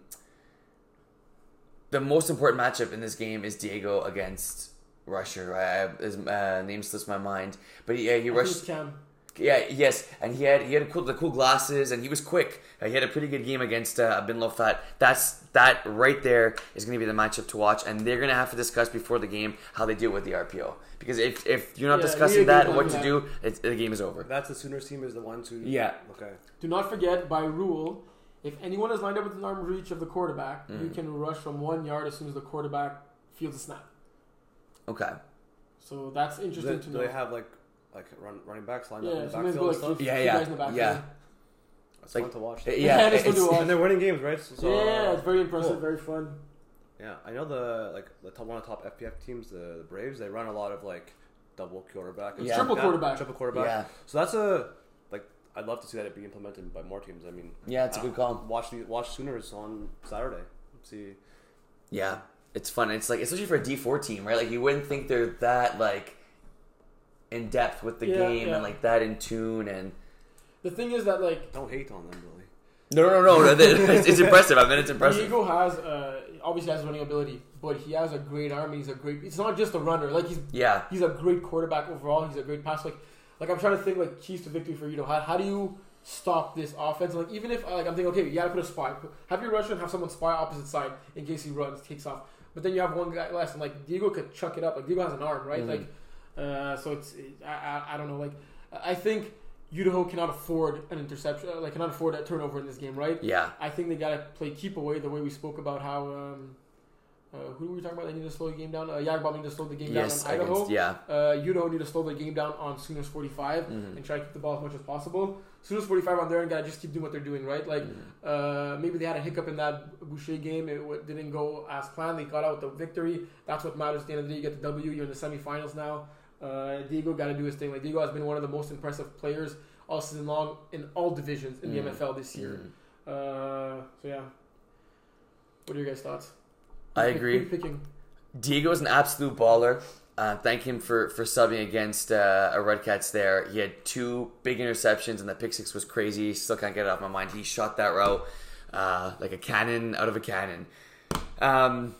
Speaker 1: the most important matchup in this game is Diego against Rusher. I, I, his uh, name slips my mind, but yeah, he
Speaker 3: I think
Speaker 1: rushed.
Speaker 3: it's Cam.
Speaker 1: Yeah, yes, and he had he had cool, the cool glasses, and he was quick. Uh, he had a pretty good game against uh, Bin Lofat. That's that right there is going to be the matchup to watch, and they're going to have to discuss before the game how they deal with the RPO because if if you're not
Speaker 3: Yeah, we
Speaker 1: discussing
Speaker 3: agree
Speaker 1: that and
Speaker 3: on
Speaker 1: what to
Speaker 3: that.
Speaker 1: do, it's, the game is over.
Speaker 2: That's the Sooners team is the ones who.
Speaker 1: Yeah.
Speaker 2: Okay.
Speaker 3: Do not forget, by rule, if anyone is lined up within arm's reach of the quarterback,
Speaker 1: Mm.
Speaker 3: you can rush from one yard as soon as the quarterback fields a snap.
Speaker 1: Okay.
Speaker 3: So that's
Speaker 2: Do
Speaker 3: interesting
Speaker 2: they,
Speaker 3: to
Speaker 2: do
Speaker 3: know.
Speaker 2: they have like like run, running backs lined up
Speaker 3: yeah,
Speaker 2: in the
Speaker 3: sometimes
Speaker 2: backfield and
Speaker 3: go like
Speaker 2: stuff?
Speaker 3: two,
Speaker 1: Yeah,
Speaker 3: two
Speaker 1: yeah,
Speaker 3: guys in the backfield.
Speaker 1: yeah.
Speaker 2: It's
Speaker 1: like-
Speaker 2: fun to watch.
Speaker 1: Yeah,
Speaker 3: Yeah, that's what
Speaker 1: it's-
Speaker 3: they want.
Speaker 2: And they're winning games, right? So,
Speaker 3: yeah, it's very impressive,
Speaker 2: cool.
Speaker 3: very fun.
Speaker 2: Yeah, I know the like the top, one of the top FPF teams, the, the Braves. They run a lot of like double quarterback, and
Speaker 1: Yeah.
Speaker 2: stuff like
Speaker 3: Triple
Speaker 2: that.
Speaker 3: quarterback.
Speaker 2: triple quarterback.
Speaker 1: Yeah.
Speaker 2: So that's a like I'd love to see that be implemented by more teams. I mean,
Speaker 1: Yeah, it's a
Speaker 2: uh,
Speaker 1: good call.
Speaker 2: Watch the watch Sooners on Saturday. See,
Speaker 1: Yeah, it's fun. It's like especially for a D four team, right? Like you wouldn't think they're that like in depth with the
Speaker 3: Yeah,
Speaker 1: game
Speaker 3: yeah.
Speaker 1: and like that in tune and
Speaker 3: The thing is that like
Speaker 2: don't hate on them really.
Speaker 1: no, no, no, no. it's, it's impressive. I mean, it's impressive.
Speaker 3: Diego has uh, obviously has running ability, but he has a great arm. and He's a great. It's not just a runner. Like he's
Speaker 1: Yeah,
Speaker 3: he's a great quarterback overall. He's a great pass. Like, like I'm trying to think like keys to victory for you. How, how do you stop this offense? Like even if like I'm thinking, okay, you gotta put a spy. Put- Have your rusher and have someone spy opposite side in case he runs, takes off. But then you have one guy less, and like Diego could chuck it up. Like Diego has an arm, right?
Speaker 1: Mhm.
Speaker 3: Like, uh, so it's I, I I don't know. Like I think Idaho cannot afford an interception. uh, Like cannot afford a turnover in this game, right?
Speaker 1: yeah,
Speaker 3: I think they gotta play keep away the way we spoke about how. Um, uh, who were we talking about? They need to slow the game down. Uh, Yagba need to slow the game
Speaker 1: yes,
Speaker 3: down on Idaho.
Speaker 1: against, yeah,
Speaker 3: Uh, you don't need to slow the game down on Sooners 45
Speaker 1: Mhm.
Speaker 3: and try to keep the ball as much as possible. Sooners 45 on their end, gotta just keep doing what they're doing, right? Like,
Speaker 1: Mm-hmm.
Speaker 3: uh, maybe they had a hiccup in that Boucher game. It w- didn't go as planned. They got out with the victory. That's what matters at the end of the day. You get the W, you're in the semifinals now. Uh, Diego gotta do his thing. Like, Diego has been one of the most impressive players all season long in all divisions in
Speaker 1: Mhm.
Speaker 3: the MFL this year.
Speaker 1: Mhm.
Speaker 3: Uh, so, yeah. What are your guys' thoughts?
Speaker 1: I
Speaker 3: Who- who
Speaker 1: agree.
Speaker 3: you Picking.
Speaker 1: Diego is an absolute baller. Uh, thank him for, for subbing against uh, a Red Cats there. He had two big interceptions, and the pick six was crazy. Still can't get it off my mind. He shot that route uh, like a cannon out of a cannon. Um,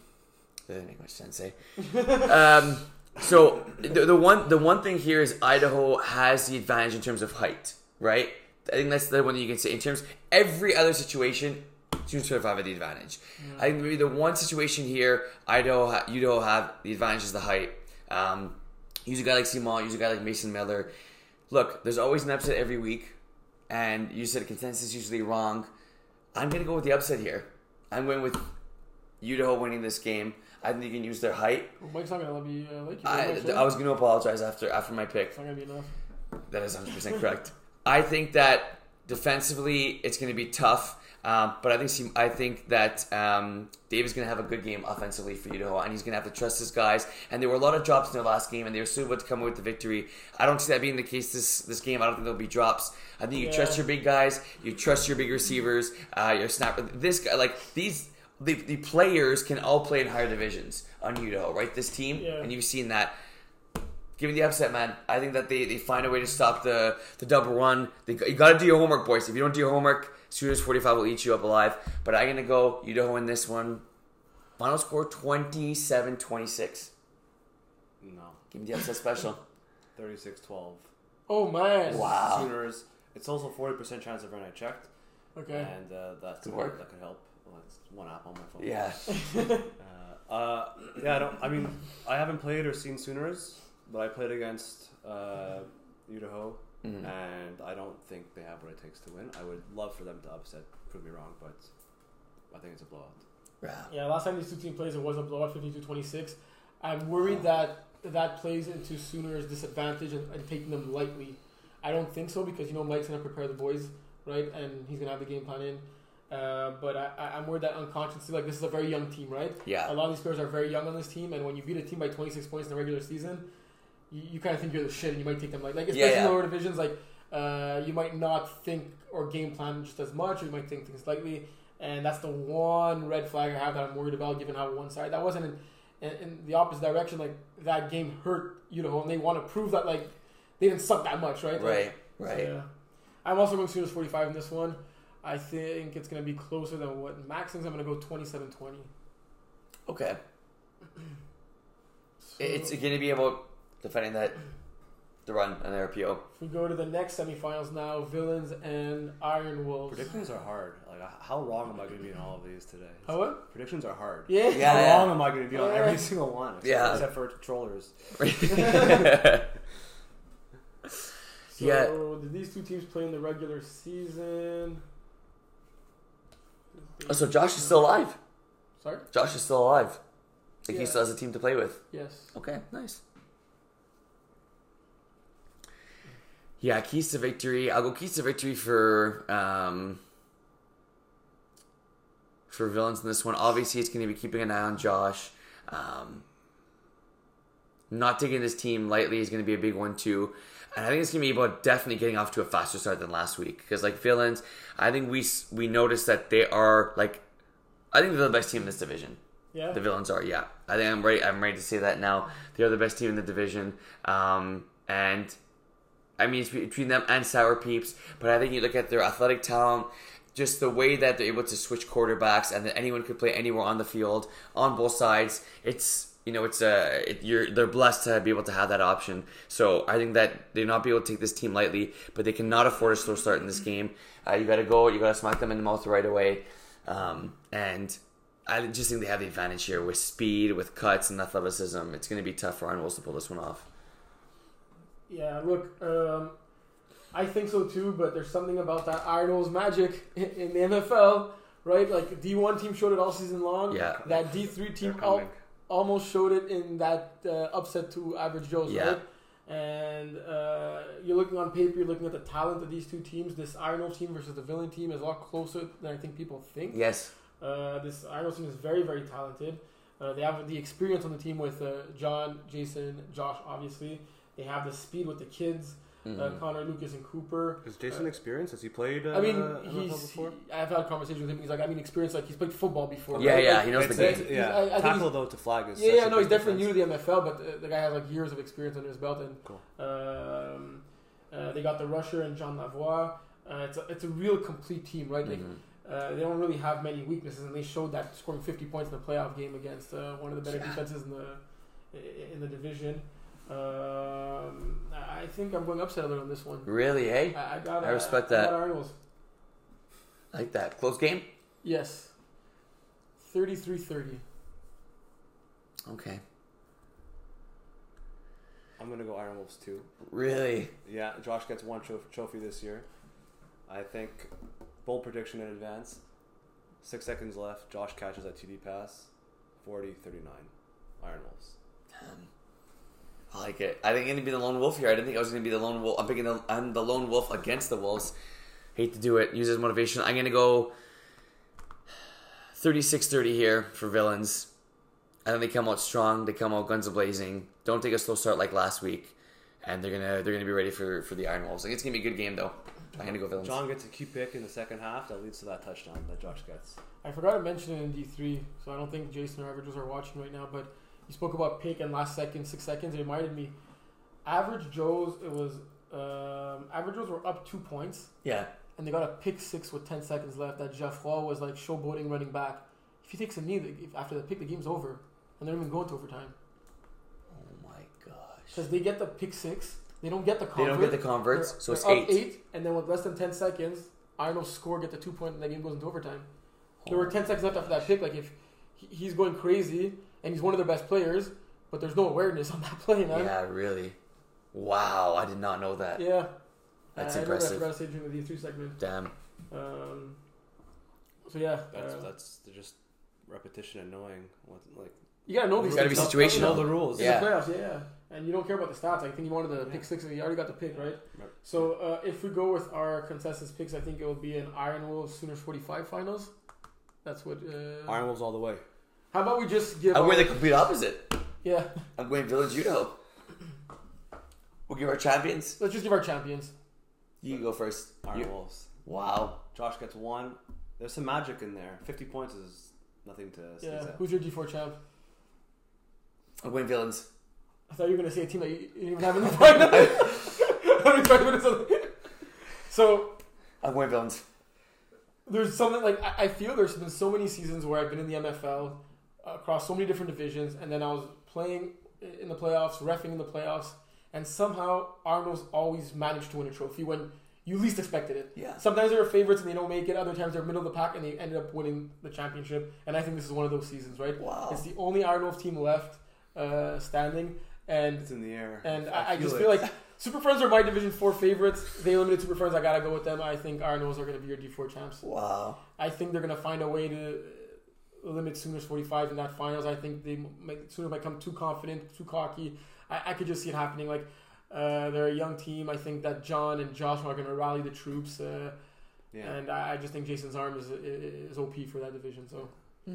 Speaker 1: that didn't make much sense, eh? um, so the, the one the one thing here is Idaho has the advantage in terms of height, right? I think that's the one that you can say in terms every other situation. Students sort of have the advantage. I think maybe the one situation here, Idaho, ha- Idaho have the advantage is the height. Um, use a guy like Simon, use a guy like Mason Miller. Look, there's always an upset every week, and you said consensus is usually wrong. I'm gonna go with the upset here. I'm going with Idaho winning this game. I think you can use their height.
Speaker 3: Well, Oh, Mike's not gonna let me uh, like you.
Speaker 1: I,
Speaker 3: right, Mike?
Speaker 1: th- I was going to apologize after after my pick.
Speaker 3: It's not gonna be enough.
Speaker 1: That is 100% correct. I think that defensively it's going to be tough, um, but I think she, I think that um, Dave is going to have a good game offensively for Idaho, and he's going to have to trust his guys. And there were a lot of drops in their last game, and they were still able to come away with the victory. I don't see that being the case this this game. I don't think there'll be drops. I think you
Speaker 3: Yeah.
Speaker 1: trust your big guys, you trust your big receivers, uh, your snapper. This guy, like these. The, the players can all play in higher divisions on Idaho, right? This team,
Speaker 3: Yeah.
Speaker 1: and you've seen that. Give me the upset, man. I think that they, they find a way to stop the, the double run. They, you got to do your homework, boys. If you don't do your homework, Sooners 45 will eat you up alive. But I'm going to go Udoho in this one. Final score 27 26.
Speaker 2: No.
Speaker 1: Give me the upset special.
Speaker 2: 36 12.
Speaker 3: Oh man.
Speaker 1: Wow.
Speaker 2: Sooners. It's also 40% chance of run. I checked.
Speaker 3: Okay.
Speaker 2: And uh, that's
Speaker 1: Good work.
Speaker 2: That could help. Well, it's one app on my phone.
Speaker 1: Yeah.
Speaker 2: Uh, uh, yeah, I, don't, I mean, I haven't played or seen Sooners, but I played against uh, Idaho,
Speaker 1: Mhm.
Speaker 2: and I don't think they have what it takes to win. I would love for them to upset, prove me wrong, but I think it's a blowout.
Speaker 1: Yeah.
Speaker 3: Yeah, last time these two team plays, it was a blowout, 52-26. I'm worried that that plays into Sooners' disadvantage and, and taking them lightly. I don't think so because you know Mike's gonna prepare the boys, right? And he's gonna have the game plan in. Uh, but I, I- I'm worried that unconsciously, like this is a very young team, right? A
Speaker 1: Yeah.
Speaker 3: lot of these players are very young on this team, and when you beat a team by 26 points in the regular season, you, you kind of think you're the shit, and you might take them like, like
Speaker 1: Yeah,
Speaker 3: especially in
Speaker 1: yeah.
Speaker 3: lower divisions, like uh, you might not think or game plan just as much, or you might think things slightly, and that's the one red flag I have that I'm worried about, given how one sided that wasn't. In, in, in the opposite direction, like that game hurt Idaho, and they want to prove that like they didn't suck that much, right? Like,
Speaker 1: Right. Right.
Speaker 3: yeah. I'm also going Sooners 45 in this one. I think it's going to be closer than what Max thinks. I'm going to go 27 20.
Speaker 1: Okay. It- It's going to be about defending that the run and the RPO.
Speaker 3: If we go to the next semifinals now, Villains and Iron Wolves.
Speaker 2: Predictions are hard. Like, h- how wrong am I going to be in all of these today?
Speaker 3: How what?
Speaker 2: Predictions are hard.
Speaker 3: Yeah.
Speaker 1: Yeah.
Speaker 2: How long am I going to be on
Speaker 3: Yeah.
Speaker 2: every single one? Except,
Speaker 1: Yeah.
Speaker 2: Except for trollers.
Speaker 3: So did these two teams play in the regular season?
Speaker 1: Oh, so Josh is still alive.
Speaker 3: Sorry?
Speaker 1: Josh is still alive. Like
Speaker 3: Yeah.
Speaker 1: he still has a team to play with.
Speaker 3: Yes.
Speaker 1: Okay, nice. Yeah, keys to victory. I'll go keys to victory for um for villains in this one. Obviously, it's going to be keeping an eye on Josh. Um, not taking this team lightly is going to be a big one too. And I think it's going to be about definitely getting off to a faster start than last week because like villains, I think we s- we noticed that they are like I think they're the best team in this division.
Speaker 3: Yeah.
Speaker 1: The villains are, yeah. I think I'm ready. I'm ready to say that now. They are the best team in the division, um, and I mean it's between them and Sour Peeps. But I think you look at their athletic talent, just the way that they're able to switch quarterbacks, and that anyone could play anywhere on the field on both sides. It's you know it's a it, you're they're blessed to be able to have that option. So I think that they're not be able to take this team lightly, but they cannot afford a slow start in this game. Uh, you got to go. You got to smack them in the mouth right away, um, and. I just think they have the advantage here with speed, with cuts, and athleticism. It's going to be tough for Iron Wolves to pull this one off.
Speaker 3: Yeah, look, um, I think so too, but there's something about that Iron Wolves magic in- in the NFL, right? Like, D1 team showed it all season long.
Speaker 1: Yeah.
Speaker 3: That D3
Speaker 2: They're
Speaker 3: team all,
Speaker 2: coming.
Speaker 3: almost showed it in that uh, upset to average Joe's,
Speaker 1: Yeah.
Speaker 3: right? And uh, you're looking on paper, you're looking at the talent of these two teams. This Iron Wolf team versus the Villain team is a lot closer than I think people think.
Speaker 1: Yes.
Speaker 3: Uh, this Iron Wolf team is very, very talented. Uh, they have the experience on the team with uh, John, Jason, Josh, obviously. They have the speed with the kids,
Speaker 1: Mm-hmm.
Speaker 3: uh, Connor, Lucas, and Cooper.
Speaker 2: Is Jason experienced? Has he played uh,
Speaker 3: I mean,
Speaker 2: NFL
Speaker 3: he's.
Speaker 2: before?
Speaker 3: I've had conversations with him. He's like, I mean, experience. Like, he's played football before.
Speaker 1: Yeah,
Speaker 3: right?
Speaker 1: yeah,
Speaker 3: Like,
Speaker 1: he knows the
Speaker 2: It's-
Speaker 1: game.
Speaker 2: it's- Yeah,
Speaker 3: I- I think
Speaker 2: tackle though to flag is.
Speaker 3: yeah,
Speaker 2: such
Speaker 3: yeah,
Speaker 2: a
Speaker 3: no, he's
Speaker 2: big
Speaker 3: definitely
Speaker 2: difference.
Speaker 3: new to the MFL, but uh, the, the guy has like years of experience under his belt. And
Speaker 2: Cool.
Speaker 3: um, uh, they got the rusher and John Lavoie. Uh, it's, a, it's a real complete team, right? Like,
Speaker 1: Mhm.
Speaker 3: uh, they don't really have many weaknesses, and they showed that scoring 50 points in the playoff game against uh, one of the better
Speaker 1: Yeah.
Speaker 3: defenses in the in the division. Um, I I think I'm going upset alert on this one.
Speaker 1: Really, eh?
Speaker 3: I, I got.
Speaker 1: I respect
Speaker 3: I,
Speaker 1: that.
Speaker 3: got Arnold's.
Speaker 1: I like that. Close game?
Speaker 3: Yes. 33-30.
Speaker 1: Okay.
Speaker 2: I'm gonna go Iron Wolves too.
Speaker 1: Really?
Speaker 2: Yeah, Josh gets one tro- trophy this year. I think bold prediction in advance. Six seconds left. Josh catches that TD pass. 40 39. Iron Wolves.
Speaker 1: Damn. Um, I like it. I think I'm going to be the lone wolf here. I didn't think I was going to be the lone wolf. I'm picking the, I'm the lone wolf against the wolves. Hate to do it. Use as motivation. I'm going to go 36-30 here for villains. I think they come out strong. They come out guns a blazing. Don't take a slow start like last week, and they're gonna they're gonna be ready for for the Iron Wolves. Like, it's gonna be a good game though. I'm gonna go villains.
Speaker 2: John gets a key pick in the second half that leads to that touchdown that Josh gets.
Speaker 3: I forgot to mention it in D3, so I don't think Jason or Averages are watching right now, but you spoke about pick and last second, six seconds. It reminded me. Average Joe's, it was. Um, Average Joe's were up two points.
Speaker 1: Yeah,
Speaker 3: and they got a pick six with 10 seconds left that Geoffroy was like showboating running back. If he takes a knee the- if- after the pick, the game's over, and they're even going to overtime
Speaker 1: Oh my gosh.
Speaker 3: because they get the pick six. They don't get the
Speaker 1: They
Speaker 3: convert.
Speaker 1: don't get the converts,
Speaker 3: They're-
Speaker 1: so it's
Speaker 3: they're up
Speaker 1: eight.
Speaker 3: eight, and then with less than ten seconds, Arnold score, get the two point, and the game goes into overtime. There were ten seconds left after that pick. Like if he- he's going crazy and he's one of their best players, but there's no awareness on that play, man.
Speaker 1: Yeah, really. Wow, I did not know that.
Speaker 3: Yeah.
Speaker 1: That's
Speaker 3: I, I
Speaker 1: impressive.
Speaker 3: know that for us during the D two segment.
Speaker 1: Damn.
Speaker 3: Um, so yeah,
Speaker 2: That's
Speaker 3: uh,
Speaker 2: that's they're just repetition and knowing what like.
Speaker 3: you gotta know
Speaker 1: It's
Speaker 3: these.
Speaker 1: gotta be
Speaker 3: things.
Speaker 1: situational.
Speaker 2: Know the rules.
Speaker 3: It's
Speaker 1: Yeah.
Speaker 3: the playoffs, yeah, yeah. And you don't care about the stats. I think you wanted the
Speaker 2: Yeah.
Speaker 3: pick six, and you already got the pick, right?
Speaker 2: Right.
Speaker 3: So uh, if we go with our consensus picks, I think it will be an Iron Wolves Sooners 45 finals. That's what. Uh,
Speaker 2: Iron Wolves all the way.
Speaker 3: how about we just give?
Speaker 1: I'm
Speaker 3: our-
Speaker 1: going the complete opposite.
Speaker 3: yeah,
Speaker 1: I'm going Village Judo. We'll give our champions.
Speaker 3: let's just give our champions.
Speaker 1: You go first.
Speaker 2: Iron
Speaker 1: You-
Speaker 2: Wolves.
Speaker 1: Wow.
Speaker 2: Josh gets one. There's some magic in there. Fifty points is nothing to sneeze
Speaker 3: Yeah,
Speaker 2: at.
Speaker 3: who's your D4 champ?
Speaker 1: I'm going Villains.
Speaker 3: I thought you were gonna say a team that you you didn't even have in the final. I'm trying to put it something. So
Speaker 1: I'm going Villains.
Speaker 3: there's something like I, I feel there's been so many seasons where I've been in the MFL uh, across so many different divisions, and then I was playing i- in the playoffs, refing in the playoffs, and somehow Arnold's always managed to win a trophy when you least expected it.
Speaker 1: Yeah.
Speaker 3: Sometimes they were favorites and they don't make it. Other times they're middle of the pack and they ended up winning the championship. And I think this is one of those seasons, right?
Speaker 1: Wow.
Speaker 3: It's the only Arnold team left uh, standing, and
Speaker 2: It's in the air.
Speaker 3: and I, I just
Speaker 2: it.
Speaker 3: feel like Super Friends are my Division Four favorites. They eliminated Super Friends. I gotta go with them. I think Arnolds are gonna be your D four champs.
Speaker 1: Wow.
Speaker 3: I think they're going to find a way to uh, limit Sooners 45 in that finals. I think they might, Sooners might come too confident, too cocky. I, I could just see it happening. Like uh, they're a young team. I think that John and Josh are going to rally the troops, uh,
Speaker 2: yeah.
Speaker 3: and I, I just think Jason's arm is is OP for that division. So
Speaker 2: Yeah,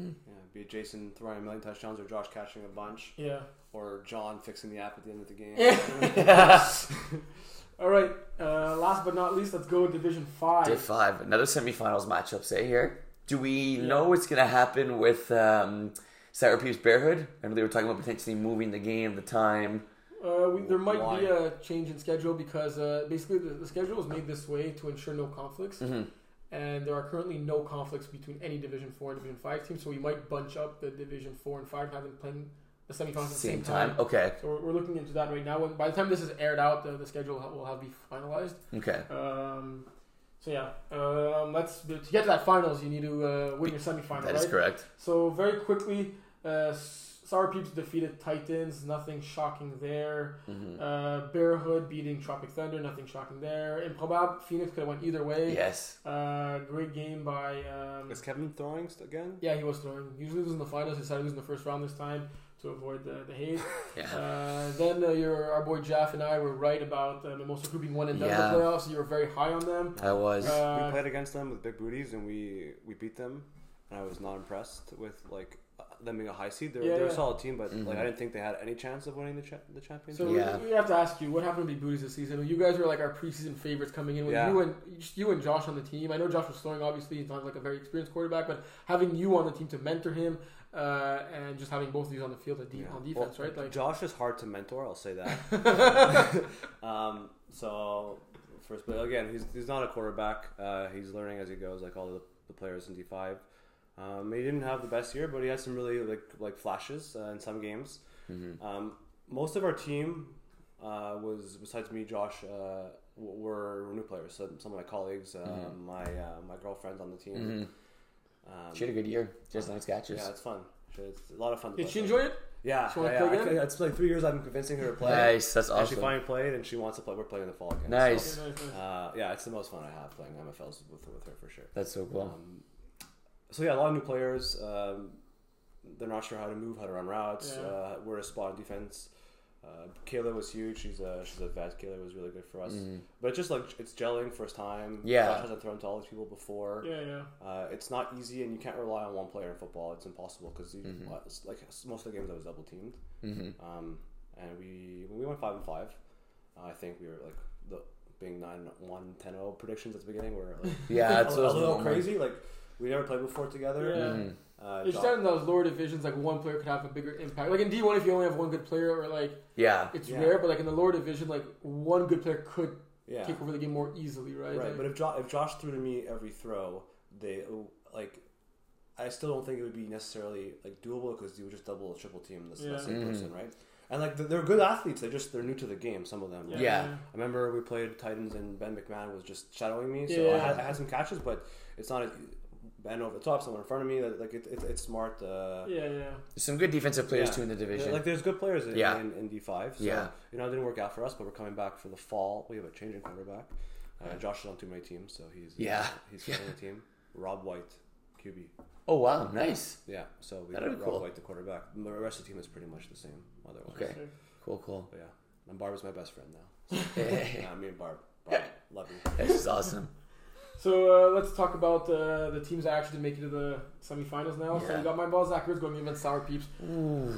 Speaker 2: be it Jason throwing a million touchdowns or Josh catching a bunch
Speaker 3: yeah.
Speaker 2: or John fixing the app at the end of the game.
Speaker 3: All right. Uh, last but not least, let's go with Division
Speaker 1: Day
Speaker 3: Five.
Speaker 1: five, another semifinals matchup. Say here, do we know what's gonna happen with um, Syracuse Bearhood? I know they were talking about potentially moving the game, the time.
Speaker 3: Uh, we, there might
Speaker 2: Why?
Speaker 3: be a change in schedule because uh, basically the, the schedule was made this way to ensure no conflicts.
Speaker 1: Mhm.
Speaker 3: and there are currently no conflicts between any Division Four and Division Five teams, so we might bunch up the Division Four and Five, and have them playing the semifinals at the
Speaker 1: Same time. Okay.
Speaker 3: So we're, we're looking into that right now. When, by the time this is aired out, the, the schedule ha- will have be finalized.
Speaker 1: Okay.
Speaker 3: Um, so yeah, um, let's to get to that finals. You need to uh, win your semifinal,
Speaker 1: That
Speaker 3: right?
Speaker 1: is correct.
Speaker 3: So very quickly, uh, S- Sour Peeps defeated Titans. Nothing shocking there.
Speaker 1: Mhm.
Speaker 3: Uh, Bearhood beating Tropic Thunder. Nothing shocking there. Improbable Phoenix could have went either way.
Speaker 1: Yes.
Speaker 3: Uh, great game by. Um,
Speaker 2: Is Kevin throwing st- again?
Speaker 3: yeah, he was throwing. Usually losing the finals, he decided to lose in the first round this time to avoid the, the hate.
Speaker 1: Yeah.
Speaker 3: uh, then uh, your our boy Jeff and I were right about uh, Mimosa Crew being one and done in
Speaker 1: Yeah.
Speaker 3: the playoffs. You were very high on them.
Speaker 1: I was.
Speaker 2: we
Speaker 3: Uh,
Speaker 2: played against them with big booties and we we beat them. And I was not impressed with like uh, them being a high seed. They're,
Speaker 3: Yeah,
Speaker 2: they're
Speaker 3: yeah.
Speaker 2: a solid team, but like
Speaker 1: Mhm.
Speaker 2: I didn't think they had any chance of winning the cha- the championship.
Speaker 3: so we-
Speaker 1: Yeah.
Speaker 3: we, have to ask you, what happened to Big Booties this season? You guys were like our preseason favorites coming in with
Speaker 2: Yeah.
Speaker 3: you and just you and Josh on the team. I know Josh was throwing, obviously, he's not like a very experienced quarterback, but having you on the team to mentor him uh, and just having both of these on the field at de-
Speaker 2: Yeah.
Speaker 3: on defense,
Speaker 2: Well,
Speaker 3: right? Like,
Speaker 2: Josh is hard to mentor. I'll say that. um, so first, but again, he's, he's not a quarterback. Uh, he's learning as he goes, like all the, the players in D five. Um, he didn't have the best year, but he had some really like like flashes uh, in some games.
Speaker 1: Mm-hmm.
Speaker 2: Um, most of our team uh, was besides me, Josh, uh, w- were new players. So some of my colleagues, uh, my uh, my girlfriend's on the team. Um,
Speaker 1: Mm-hmm. She had a good year. Just nice catches.
Speaker 2: yeah, it's fun. It's a lot of fun. to
Speaker 3: did
Speaker 2: play
Speaker 3: she
Speaker 2: with.
Speaker 3: enjoy it?
Speaker 2: Yeah,
Speaker 3: She
Speaker 2: yeah,
Speaker 3: wanna
Speaker 2: yeah.
Speaker 3: play
Speaker 2: I-
Speaker 3: again?
Speaker 2: it's like three years I've been convincing her to play.
Speaker 1: Nice. That's
Speaker 2: And she
Speaker 1: awesome.
Speaker 2: finally played, and she wants to play. We're playing in the fall again.
Speaker 1: Nice.
Speaker 3: Okay, nice, nice.
Speaker 2: Uh, yeah, it's the most fun I have playing MFLs with, with her for sure.
Speaker 1: That's so cool.
Speaker 2: Um, so yeah, a lot of new players. Um, they're not sure how to move, how to run routes.
Speaker 3: Yeah.
Speaker 2: Uh, we're a spot on defense. Uh, Kayla was huge. She's a she's a vet. Kayla was really good for us. But it's just like it's gelling first time.
Speaker 1: Mm-hmm. Yeah.
Speaker 2: Josh hasn't thrown to all these people before.
Speaker 3: Yeah, yeah.
Speaker 2: Uh, it's not easy, and you can't rely on one player in football. It's impossible because
Speaker 1: Mm-hmm.
Speaker 2: like most of the games, I was double teamed, um, and we when we went five and five, I think we were like the being nine one ten zero predictions at the beginning were like
Speaker 1: Yeah, it's
Speaker 2: a, a
Speaker 1: those
Speaker 2: little
Speaker 1: moments. Mm-hmm.
Speaker 2: crazy. Like we never played before together.
Speaker 3: Yeah.
Speaker 2: Uh,
Speaker 3: It's
Speaker 2: John-
Speaker 3: down in those lower divisions, like one player could have a bigger impact. Like in D one, if you only have one good player, or like
Speaker 1: Yeah.
Speaker 3: it's
Speaker 2: Yeah.
Speaker 3: rare, but like in the lower division, like one good player could
Speaker 2: yeah,
Speaker 3: take over the game more easily, right?
Speaker 2: right.
Speaker 3: Like,
Speaker 2: But if Josh if Josh threw to me every throw, they like I still don't think it would be necessarily like doable because you would just double or triple team this,
Speaker 3: Yeah.
Speaker 2: that same person, right? And like they're- they're good athletes. They're just they're new to the game. Some of them. right?
Speaker 1: Yeah.
Speaker 2: I remember we played Titans and Ben McMahon was just shadowing me, so I, had, I had some catches, but it's not a Ben over the top, someone in front of me. That like it, it, it's smart. Uh,
Speaker 3: Yeah, yeah.
Speaker 1: There's some good defensive players
Speaker 2: Yeah.
Speaker 1: too in the division.
Speaker 2: Like there's good players in,
Speaker 1: Yeah.
Speaker 2: in, in D five. So,
Speaker 1: Yeah.
Speaker 2: you know it didn't work out for us, but we're coming back for the fall. We have a change in quarterback. Uh, Josh is on too many teams, so he's
Speaker 1: Yeah.
Speaker 2: he's
Speaker 1: Yeah.
Speaker 2: on the team. Rob White, QB.
Speaker 1: oh wow, nice,
Speaker 2: Yeah, so we got
Speaker 1: That'd
Speaker 2: Rob
Speaker 1: be cool.
Speaker 2: White the quarterback. The rest of the team is pretty much the same otherwise.
Speaker 1: Okay. cool, cool.
Speaker 2: But yeah, and Barb is my best friend now. So,
Speaker 1: That's
Speaker 2: yeah, me and Barb. Barb, love you.
Speaker 1: just awesome.
Speaker 3: So uh, let's talk about uh, the teams that actually make it to the semifinals now. So
Speaker 1: Yeah.
Speaker 3: we got my ball Zach Ertz going against Sour Peeps.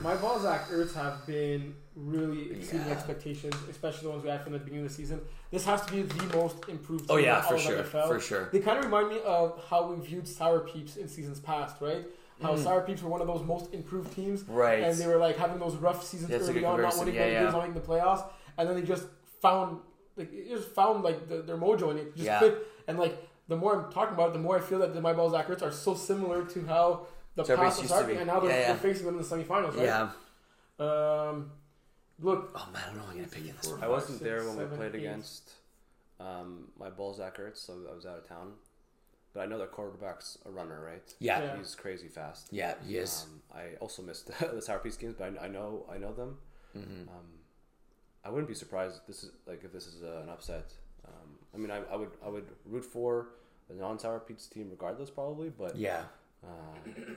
Speaker 3: My ball Zach Ertz have been really exceeding
Speaker 1: Yeah.
Speaker 3: expectations, especially the ones we had from the beginning of the season. This has to be the most improved.
Speaker 1: Oh
Speaker 3: team
Speaker 1: yeah,
Speaker 3: in
Speaker 1: for
Speaker 3: all of
Speaker 1: sure,
Speaker 3: NFL.
Speaker 1: for sure.
Speaker 3: They kind of remind me of how we viewed Sour Peeps in seasons past, right? How Sour Peeps were one of those most improved teams,
Speaker 1: Mm. Right.
Speaker 3: and they were like having those rough seasons
Speaker 1: That's a
Speaker 3: early
Speaker 1: good
Speaker 3: on, not
Speaker 1: comparison.
Speaker 3: winning
Speaker 1: Yeah,
Speaker 3: many
Speaker 1: yeah.
Speaker 3: games, not making the playoffs, and then they just found like it just found like the, their mojo and it just
Speaker 1: Yeah.
Speaker 3: clicked. And like the more I'm talking about it, the more I feel that the My Balls Zach Ertz are so similar to how the
Speaker 1: Sour Peeps
Speaker 3: past was
Speaker 1: used to
Speaker 3: Sour
Speaker 1: be.
Speaker 3: Peeps, and now they're,
Speaker 1: Yeah, yeah.
Speaker 3: they're facing them in the semifinals, right?
Speaker 1: Yeah.
Speaker 3: Um, look,
Speaker 1: Oh man, I don't know. Who I'm gonna pick in this one.
Speaker 2: I wasn't
Speaker 3: Six,
Speaker 2: there when we
Speaker 3: seven,
Speaker 2: played
Speaker 3: eight.
Speaker 2: against um, my Balzac Ertz, so I was out of town. But I know their quarterback's a runner, right?
Speaker 1: Yeah, yeah,
Speaker 3: Yeah.
Speaker 2: He's crazy fast.
Speaker 1: he is.
Speaker 2: Um, I also missed the Sour Piece games, but I, I know I know them. Um, I wouldn't be surprised. If this is like if this is uh, an upset. Um, I mean, I, I would I would root for the non-sour pizza team regardless, probably, but
Speaker 1: yeah,
Speaker 2: uh,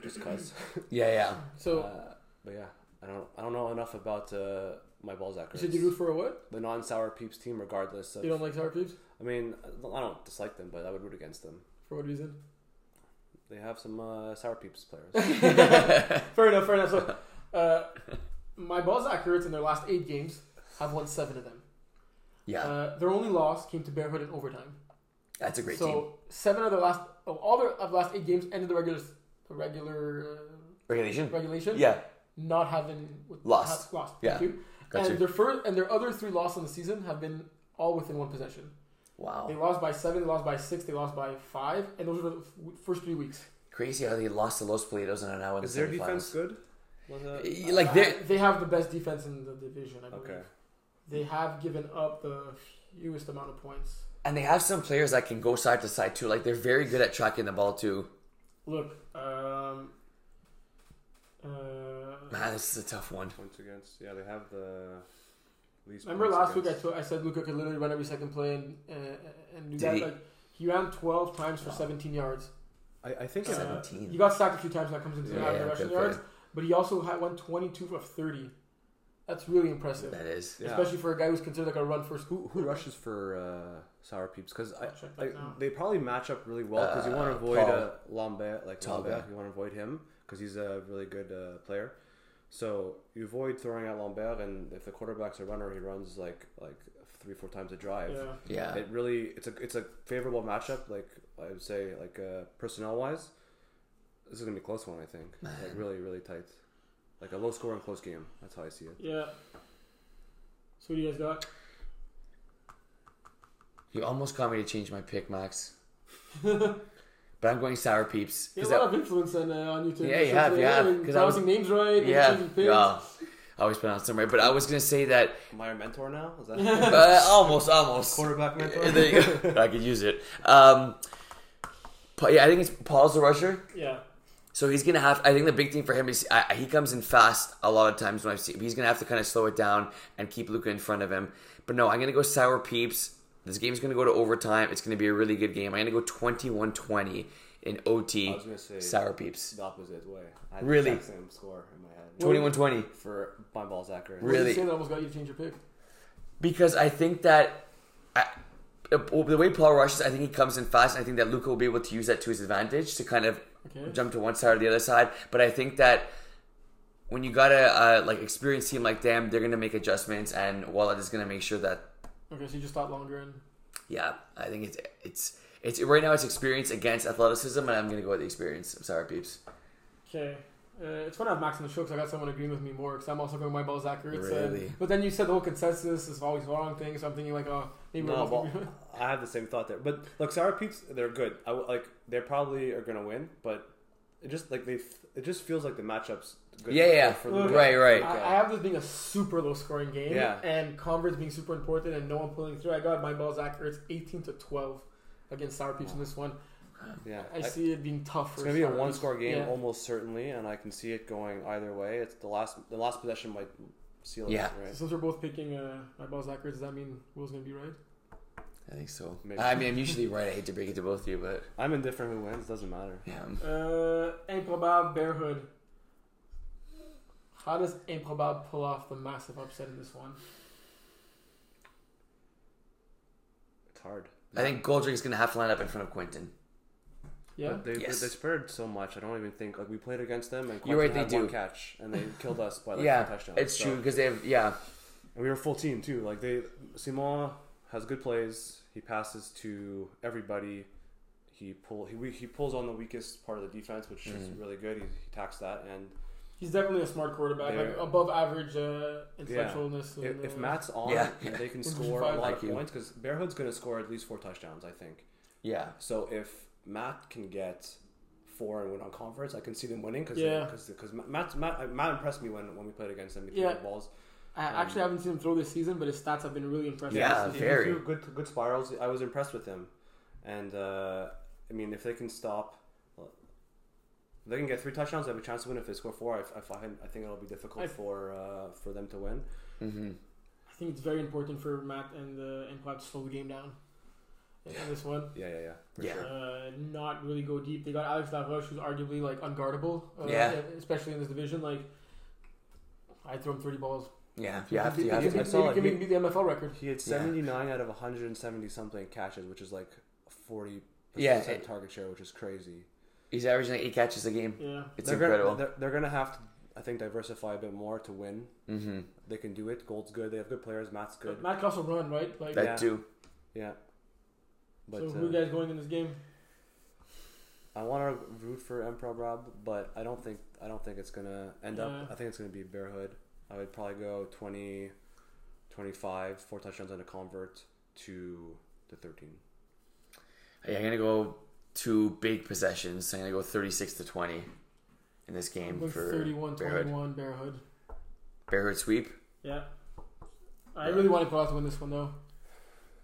Speaker 2: just cause.
Speaker 1: yeah, yeah.
Speaker 3: so
Speaker 2: Uh, but yeah, I don't I don't know enough about uh, my Balzac.
Speaker 3: you said you root for a what?
Speaker 2: the non-sour peeps team, regardless of.
Speaker 3: You don't like Sour Peeps
Speaker 2: I mean, uh, I don't dislike them, but I would root against them.
Speaker 3: for what reason?
Speaker 2: They have some uh, sour peeps players.
Speaker 3: Fair enough, fair enough. So, uh, my Balzac Hurts in their last eight games have won seven of them.
Speaker 1: Yeah,
Speaker 3: Uh, their only loss came to Bearhood in overtime.
Speaker 1: that's a great
Speaker 3: so
Speaker 1: team.
Speaker 3: seven of their last, of all their of last eight games ended the regular, the regular uh,
Speaker 1: Regulation.
Speaker 3: regulation.
Speaker 1: Yeah,
Speaker 3: not having
Speaker 1: Lost.
Speaker 3: have- lost.
Speaker 1: Yeah.
Speaker 3: Thank you.
Speaker 1: Got
Speaker 3: and
Speaker 1: you.
Speaker 3: their first and their other three losses in the season have been all within one possession. They
Speaker 1: Wow,
Speaker 3: lost by seven, they lost by six, they lost by five, and those were the f- first three weeks.
Speaker 1: crazy how they lost to Los Politos and are now in
Speaker 2: is
Speaker 1: the
Speaker 2: their
Speaker 1: semifinals.
Speaker 2: defense good? Was it-
Speaker 1: Y- Like they,
Speaker 3: they have the best defense in the division. I believe.
Speaker 2: Okay.
Speaker 3: They have given up the fewest amount of points.
Speaker 1: and they have some players that can go side to side too. Like they're very good at tracking the ball too.
Speaker 3: Look, um, uh,
Speaker 1: Man, this is a tough one.
Speaker 2: Points against. Yeah, they have the least.
Speaker 3: remember
Speaker 2: points
Speaker 3: last week I
Speaker 2: against.
Speaker 3: told I said Luca could literally run every second play and uh, and do
Speaker 1: Did
Speaker 3: that.
Speaker 1: he?
Speaker 3: Like he ran twelve times for seventeen yards.
Speaker 2: I, I think
Speaker 3: Uh,
Speaker 2: uh,
Speaker 1: Seventeen.
Speaker 3: He got sacked a few times. and That comes into
Speaker 2: Yeah,
Speaker 3: the
Speaker 1: yeah,
Speaker 3: rushing
Speaker 1: good
Speaker 3: yards,
Speaker 1: player.
Speaker 3: but he also had won twenty-two of thirty. That's really impressive,
Speaker 1: That is.
Speaker 2: Yeah.
Speaker 3: especially for a guy who's considered like a run first.
Speaker 2: who who rushes for uh, sour peeps because I,
Speaker 3: I'll check that
Speaker 2: I
Speaker 3: now.
Speaker 2: they probably match up really well because you want to
Speaker 1: Uh,
Speaker 2: avoid
Speaker 1: Paul.
Speaker 2: uh, Lambert like
Speaker 1: Talbot.
Speaker 2: Lambert you want to avoid him because he's a really good uh, player. So you avoid throwing out Lambert, and if the quarterback's a runner, he runs like like three four times a drive.
Speaker 3: Yeah.
Speaker 1: Yeah.
Speaker 2: It really it's a it's a favorable matchup. Like I would say, like uh, personnel wise, this is gonna be a close one. I think like really really tight, like a low scoring close game. That's how I see it.
Speaker 3: Yeah. So what do you guys got?
Speaker 1: You almost got me to change my pick, Max. but I'm going sour peeps.
Speaker 3: You
Speaker 1: 'cause
Speaker 3: have a lot
Speaker 1: that-
Speaker 3: of influence on, uh, on YouTube.
Speaker 1: Yeah, you have, you have, 'cause I was-
Speaker 3: pronouncing names right.
Speaker 1: yeah.
Speaker 3: and changing
Speaker 1: yeah. I always pronounce them right, but I was gonna say that
Speaker 2: Am I a mentor now? Is that
Speaker 1: uh, almost, almost.
Speaker 2: quarterback mentor?
Speaker 1: there you go. I could use it. Um, Pa- yeah, I think it's Paul's the rusher.
Speaker 3: picks. Yeah.
Speaker 1: So he's gonna have. I think the big thing for him is I, I- he comes in fast a lot of times when I've seen. He's gonna have to kind of slow it down and keep Luca in front of him. But no, I'm gonna go sour peeps. This game's gonna go to overtime. It's gonna be a really good game. I'm gonna go 21-20 in
Speaker 2: I
Speaker 1: OT.
Speaker 2: was gonna say
Speaker 1: Sour peeps.
Speaker 2: the opposite way. I had
Speaker 1: Really?
Speaker 2: the exact same score in my head
Speaker 1: 21-20.
Speaker 2: for my balls accurate.
Speaker 1: Really?
Speaker 3: Saying that almost got you to change your pick.
Speaker 1: because I think that I, the way Paul rushes, I think he comes in fast, and I think that Luca will be able to use that to his advantage to kind of
Speaker 3: Okay.
Speaker 1: jump to one side or the other side. But I think that when you got a uh, like experienced team like them, they're gonna make adjustments, and Wallet is gonna make sure that
Speaker 3: Okay, so you just thought longer and
Speaker 1: yeah, I think it's it's. It's right now. It's experience against athleticism, and I'm gonna go with the experience. I'm sorry, peeps.
Speaker 3: okay. Uh, it's fun to have Max on the show because I got someone agreeing with me more because I'm also going my balls accurate.
Speaker 1: Really?
Speaker 3: but then you said the whole consensus is always the wrong thing, so I'm thinking like, oh, maybe we're
Speaker 2: No,
Speaker 3: both
Speaker 2: well, I have the same thought there. But look, sour peeps, they're good. I w- like they probably are gonna win, but It just like they. f- It just feels like the matchups. Good
Speaker 1: Yeah, yeah.
Speaker 2: for
Speaker 3: Look,
Speaker 2: the- uh,
Speaker 1: Right, right.
Speaker 3: I, I have this being a super low scoring game,
Speaker 2: Yeah.
Speaker 3: and Converts being super important, and no one pulling through. I got my ball Zach Ertz eighteen to twelve against Sour Peeps in this one.
Speaker 2: Yeah,
Speaker 3: I,
Speaker 2: I-
Speaker 3: see it being tough.
Speaker 2: It's
Speaker 3: for
Speaker 2: gonna be a
Speaker 3: Sour Peeps.
Speaker 2: one-score game
Speaker 3: Yeah.
Speaker 2: almost certainly, and I can see it going either way. It's the last. The last possession might seal it.
Speaker 1: Yeah.
Speaker 2: Right?
Speaker 3: Since we're both picking uh, my ball Zach Ertz, does that mean Will's gonna be right?
Speaker 1: I think so.
Speaker 2: Maybe.
Speaker 1: I mean, I'm usually right. I hate to break it to both of you, but
Speaker 2: I'm indifferent who wins. Doesn't matter.
Speaker 1: yeah.
Speaker 3: Uh, Improbable Bearhood. How does Improbable pull off the massive upset in this one?
Speaker 2: It's hard.
Speaker 1: I think Goldrick's gonna have to line up in front of Quentin.
Speaker 3: Yeah.
Speaker 2: But they, they-
Speaker 1: Yes.
Speaker 2: they spread so much. I don't even think like we played against them and
Speaker 1: You're right,
Speaker 2: Clemson
Speaker 1: they
Speaker 2: had
Speaker 1: do.
Speaker 2: one catch and they killed us by like
Speaker 1: yeah,
Speaker 2: one touchdown.
Speaker 1: it's
Speaker 2: So-
Speaker 1: true because they have yeah.
Speaker 2: And we were a full team too. Like they, Simon has good plays. He passes to everybody. He pull he, we- he pulls on the weakest part of the defense, which is
Speaker 1: Mm.
Speaker 2: really good. He, he tacks that. And
Speaker 3: He's definitely a smart quarterback, like
Speaker 2: They're-
Speaker 3: above average uh,
Speaker 2: if,
Speaker 3: intellectualness. and,
Speaker 2: if
Speaker 3: uh,
Speaker 2: Matt's on,
Speaker 1: Yeah.
Speaker 2: they can
Speaker 3: Position
Speaker 2: score
Speaker 3: five.
Speaker 2: a lot
Speaker 1: Thank
Speaker 2: of
Speaker 1: you.
Speaker 2: points because Bearhood's going to score at least four touchdowns. I think.
Speaker 1: Yeah.
Speaker 2: So if Matt can get four and win on conference, I can see them winning because
Speaker 3: Yeah.
Speaker 2: because Matt, Matt Matt impressed me when, when we played against him. He threw
Speaker 3: Yeah.
Speaker 2: good balls.
Speaker 3: I actually haven't seen him throw this season, but his stats have been really impressive.
Speaker 1: Yeah,
Speaker 3: this
Speaker 2: He
Speaker 3: season.
Speaker 1: very.
Speaker 2: threw good good spirals. I was impressed with him, and uh, I mean if they can stop. if They can get three touchdowns. They have a chance to win if they score four. I, I, find, I think it'll be difficult
Speaker 3: I-
Speaker 2: for uh, for them to win.
Speaker 1: Mm-hmm.
Speaker 3: I think it's very important for Matt and uh, and Platt to slow the game down in in this one.
Speaker 2: Yeah, yeah, yeah. For
Speaker 1: Yeah.
Speaker 2: sure.
Speaker 3: Uh, not really go deep. They got Alex Laroche, who's arguably like unguardable. Uh,
Speaker 1: Yeah.
Speaker 3: Especially in this division, like I throw him thirty balls.
Speaker 1: Yeah. You have to.
Speaker 3: Maybe-
Speaker 1: You have
Speaker 3: maybe-
Speaker 1: to.
Speaker 2: I saw
Speaker 3: maybe
Speaker 2: it.
Speaker 3: give me- beat the MFL record.
Speaker 2: He had
Speaker 1: Yeah.
Speaker 2: 79 out of 170 something catches, which is like 40%
Speaker 1: Yeah, it-
Speaker 2: target share, which is crazy.
Speaker 1: He's averaging like eight catches a game.
Speaker 3: Yeah.
Speaker 1: It's
Speaker 2: they're
Speaker 1: incredible.
Speaker 2: Gonna, they're, they're gonna have to, I think, diversify a bit more to win.
Speaker 1: mm-hmm.
Speaker 2: They can do it. Gold's good. They have good players. Matt's good.
Speaker 3: Matt can also run, right? Like
Speaker 1: That
Speaker 2: Yeah.
Speaker 1: too.
Speaker 2: Yeah. But
Speaker 3: so
Speaker 2: uh,
Speaker 3: who you guys going in this game?
Speaker 2: I want to root for Emperor Rob, but I don't think I don't think it's gonna end
Speaker 3: Yeah.
Speaker 2: up. I think it's gonna be Bearhood. I would probably go 20, 25, four touchdowns and a convert to to 13.
Speaker 1: Yeah, I'm gonna go two big possessions. I'm gonna go 36 to 20 in this
Speaker 3: I'm
Speaker 1: game
Speaker 3: going
Speaker 1: for
Speaker 3: 31
Speaker 1: Bearhood.
Speaker 3: 21 Bear Hood.
Speaker 1: Bearhood sweep.
Speaker 3: Yeah. I really wanted Paul to win this one though.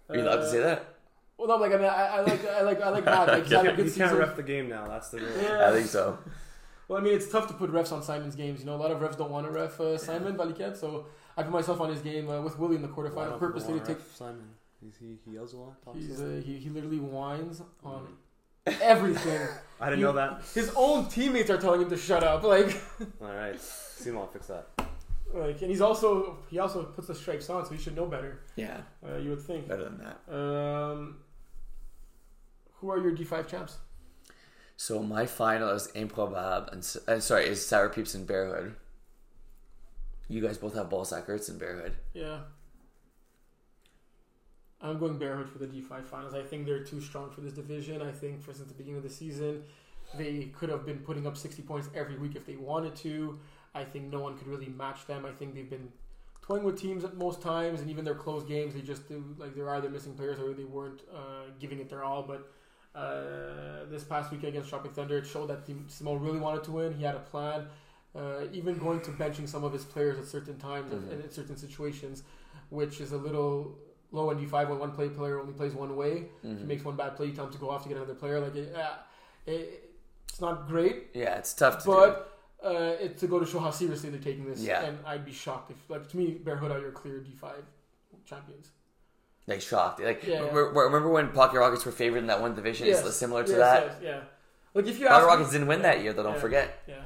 Speaker 3: Uh,
Speaker 1: Are you allowed to say that?
Speaker 3: Well, no, like I mean, I, I like, I like, I like Matt. Like, he's had a
Speaker 2: You
Speaker 3: good
Speaker 2: can't
Speaker 3: season.
Speaker 2: ref the game now. That's the rule.
Speaker 1: I
Speaker 3: Yeah.
Speaker 1: think so.
Speaker 3: Well, I mean, it's tough to put refs on Simon's games. You know, a lot of refs don't want to ref uh, Simon Valiquette, so I put myself on his game uh, with Willie in the
Speaker 2: Why
Speaker 3: quarterfinal
Speaker 2: don't
Speaker 3: purposely
Speaker 2: people
Speaker 3: to
Speaker 2: wanna
Speaker 3: take.
Speaker 2: ref Simon. He's, he he yells a lot. Talks
Speaker 3: He's,
Speaker 2: a lot. Mm.
Speaker 3: uh, he, he literally whines on everything.
Speaker 2: I didn't
Speaker 3: you-
Speaker 2: know that.
Speaker 3: His own teammates are telling him to shut up. Like,
Speaker 2: All right, Simon, fix that.
Speaker 3: like, and he's also he also puts the stripes on, so he should know better.
Speaker 1: Yeah,
Speaker 3: Uh, you would think.
Speaker 1: better than that.
Speaker 3: Um, who are your D five champs?
Speaker 1: So my final is Improbab and S- uh, sorry is Sour Peeps and Bearhood. You guys both have ball sackers and Bearhood.
Speaker 3: Yeah. I'm going Bearhood for the D5 finals. I think they're too strong for this division. I think, for since the beginning of the season, they could have been putting up 60 points every week if they wanted to. I think no one could really match them. I think they've been toying with teams at most times, and even their close games, they just do, like they're either missing players or they weren't uh, giving it their all. But uh, this past week against Shopping Thunder, it showed that Tim- Simone really wanted to win. He had a plan. Uh, even going to benching some of his players at certain times
Speaker 1: Mhm.
Speaker 3: and in certain situations, which is a little low in D5 when one play player only plays one way. If he
Speaker 1: Mhm.
Speaker 3: makes one bad play, you tell him to go off to get another player. Like it, uh, it, it's not great,
Speaker 1: Yeah, it's tough to do.
Speaker 3: but uh, it, to go to show how seriously they're taking this,
Speaker 1: Yeah.
Speaker 3: and I'd be shocked if, like, to me, Bearhood are your clear D5 champions.
Speaker 1: Like shocked. Like
Speaker 3: Yeah, yeah.
Speaker 1: re- re- remember when Pocket Rockets were favored in that one division?
Speaker 3: Yes.
Speaker 1: It's similar to
Speaker 3: Yes,
Speaker 1: that.
Speaker 3: yes, yeah. Like if you ask,
Speaker 1: Pocket
Speaker 3: me-
Speaker 1: Rockets didn't win that year, though. Don't
Speaker 3: Yeah.
Speaker 1: forget.
Speaker 3: yeah,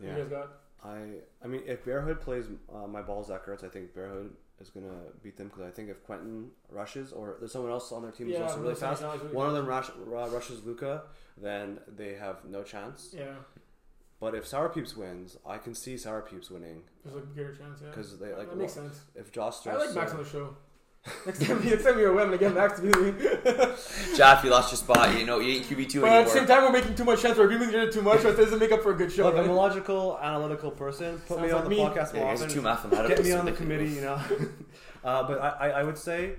Speaker 2: Yeah.
Speaker 3: you guys got
Speaker 2: I I mean, if Bearhood plays uh, my balls that hurts, I think Bearhood is gonna beat them because I think if Quentin rushes or there's someone else on their team who's
Speaker 3: yeah,
Speaker 2: also really
Speaker 3: Wilson
Speaker 2: fast,
Speaker 3: McDonald's really
Speaker 2: one of
Speaker 3: good.
Speaker 2: them rush, uh, rushes Luca, then they have no chance.
Speaker 3: Yeah,
Speaker 2: But if Sour Peeps wins, I can see Sour Peeps winning
Speaker 3: there's a greater chance. Yeah,
Speaker 2: because they like
Speaker 3: that makes sense.
Speaker 2: if Josh
Speaker 3: I like
Speaker 2: Sturcer-
Speaker 3: Max on the show. next time, next time you're away, I'm gonna get Max to be the
Speaker 1: Jeff, you lost your spot. You know you ain't QB two
Speaker 3: But at the same
Speaker 1: anymore.
Speaker 3: time, we're making too much sense. We're agreeing with each other too much. So it doesn't make up for a good show.
Speaker 2: Look, I'm
Speaker 3: right?
Speaker 2: a logical, analytical person. Put me
Speaker 3: Sounds
Speaker 2: on
Speaker 3: like
Speaker 2: the
Speaker 3: me.
Speaker 2: podcast more
Speaker 1: Yeah, it's
Speaker 2: often.
Speaker 1: too mathematical.
Speaker 2: Get me
Speaker 1: so
Speaker 2: on the
Speaker 1: they can-
Speaker 2: committee, you know. uh, but I, I, I would say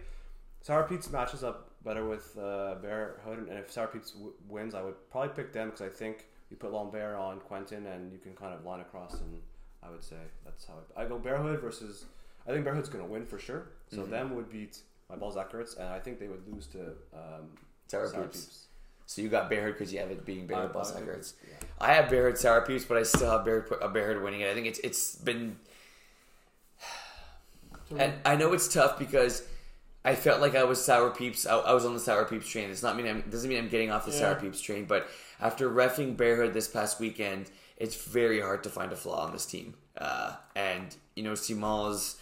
Speaker 2: Sour Pete's matches up better with uh, Bear Hood, and if Sour Pete's w- wins, I would probably pick them because I think
Speaker 4: you put Lambert on Quentin, and you can kind of line across. And I would say that's how I, I go. Bearhood versus I think Bearhood's going to win for sure. So
Speaker 1: Mm-hmm.
Speaker 4: them would beat my Balzac Kurtz, and I think they would lose to um,
Speaker 1: Sour Peeps. So you got Bearherd because you have it being Bearherd
Speaker 4: I-
Speaker 1: plus
Speaker 4: I think
Speaker 1: Eckert.
Speaker 4: it's-
Speaker 1: I have Bearherd Sour Peeps, but I still have Bearherd, uh, Bearherd winning it. I think it's it's been.
Speaker 3: So
Speaker 1: And I know it's tough because I felt like I was Sour Peeps. I, I was on the Sour Peeps train. It's not mean I'm, doesn't mean I'm getting off the Sour
Speaker 3: Yeah.
Speaker 1: Peeps train, but after refing Bearherd this past weekend, it's very hard to find a flaw on this team. Uh, and you know Simon's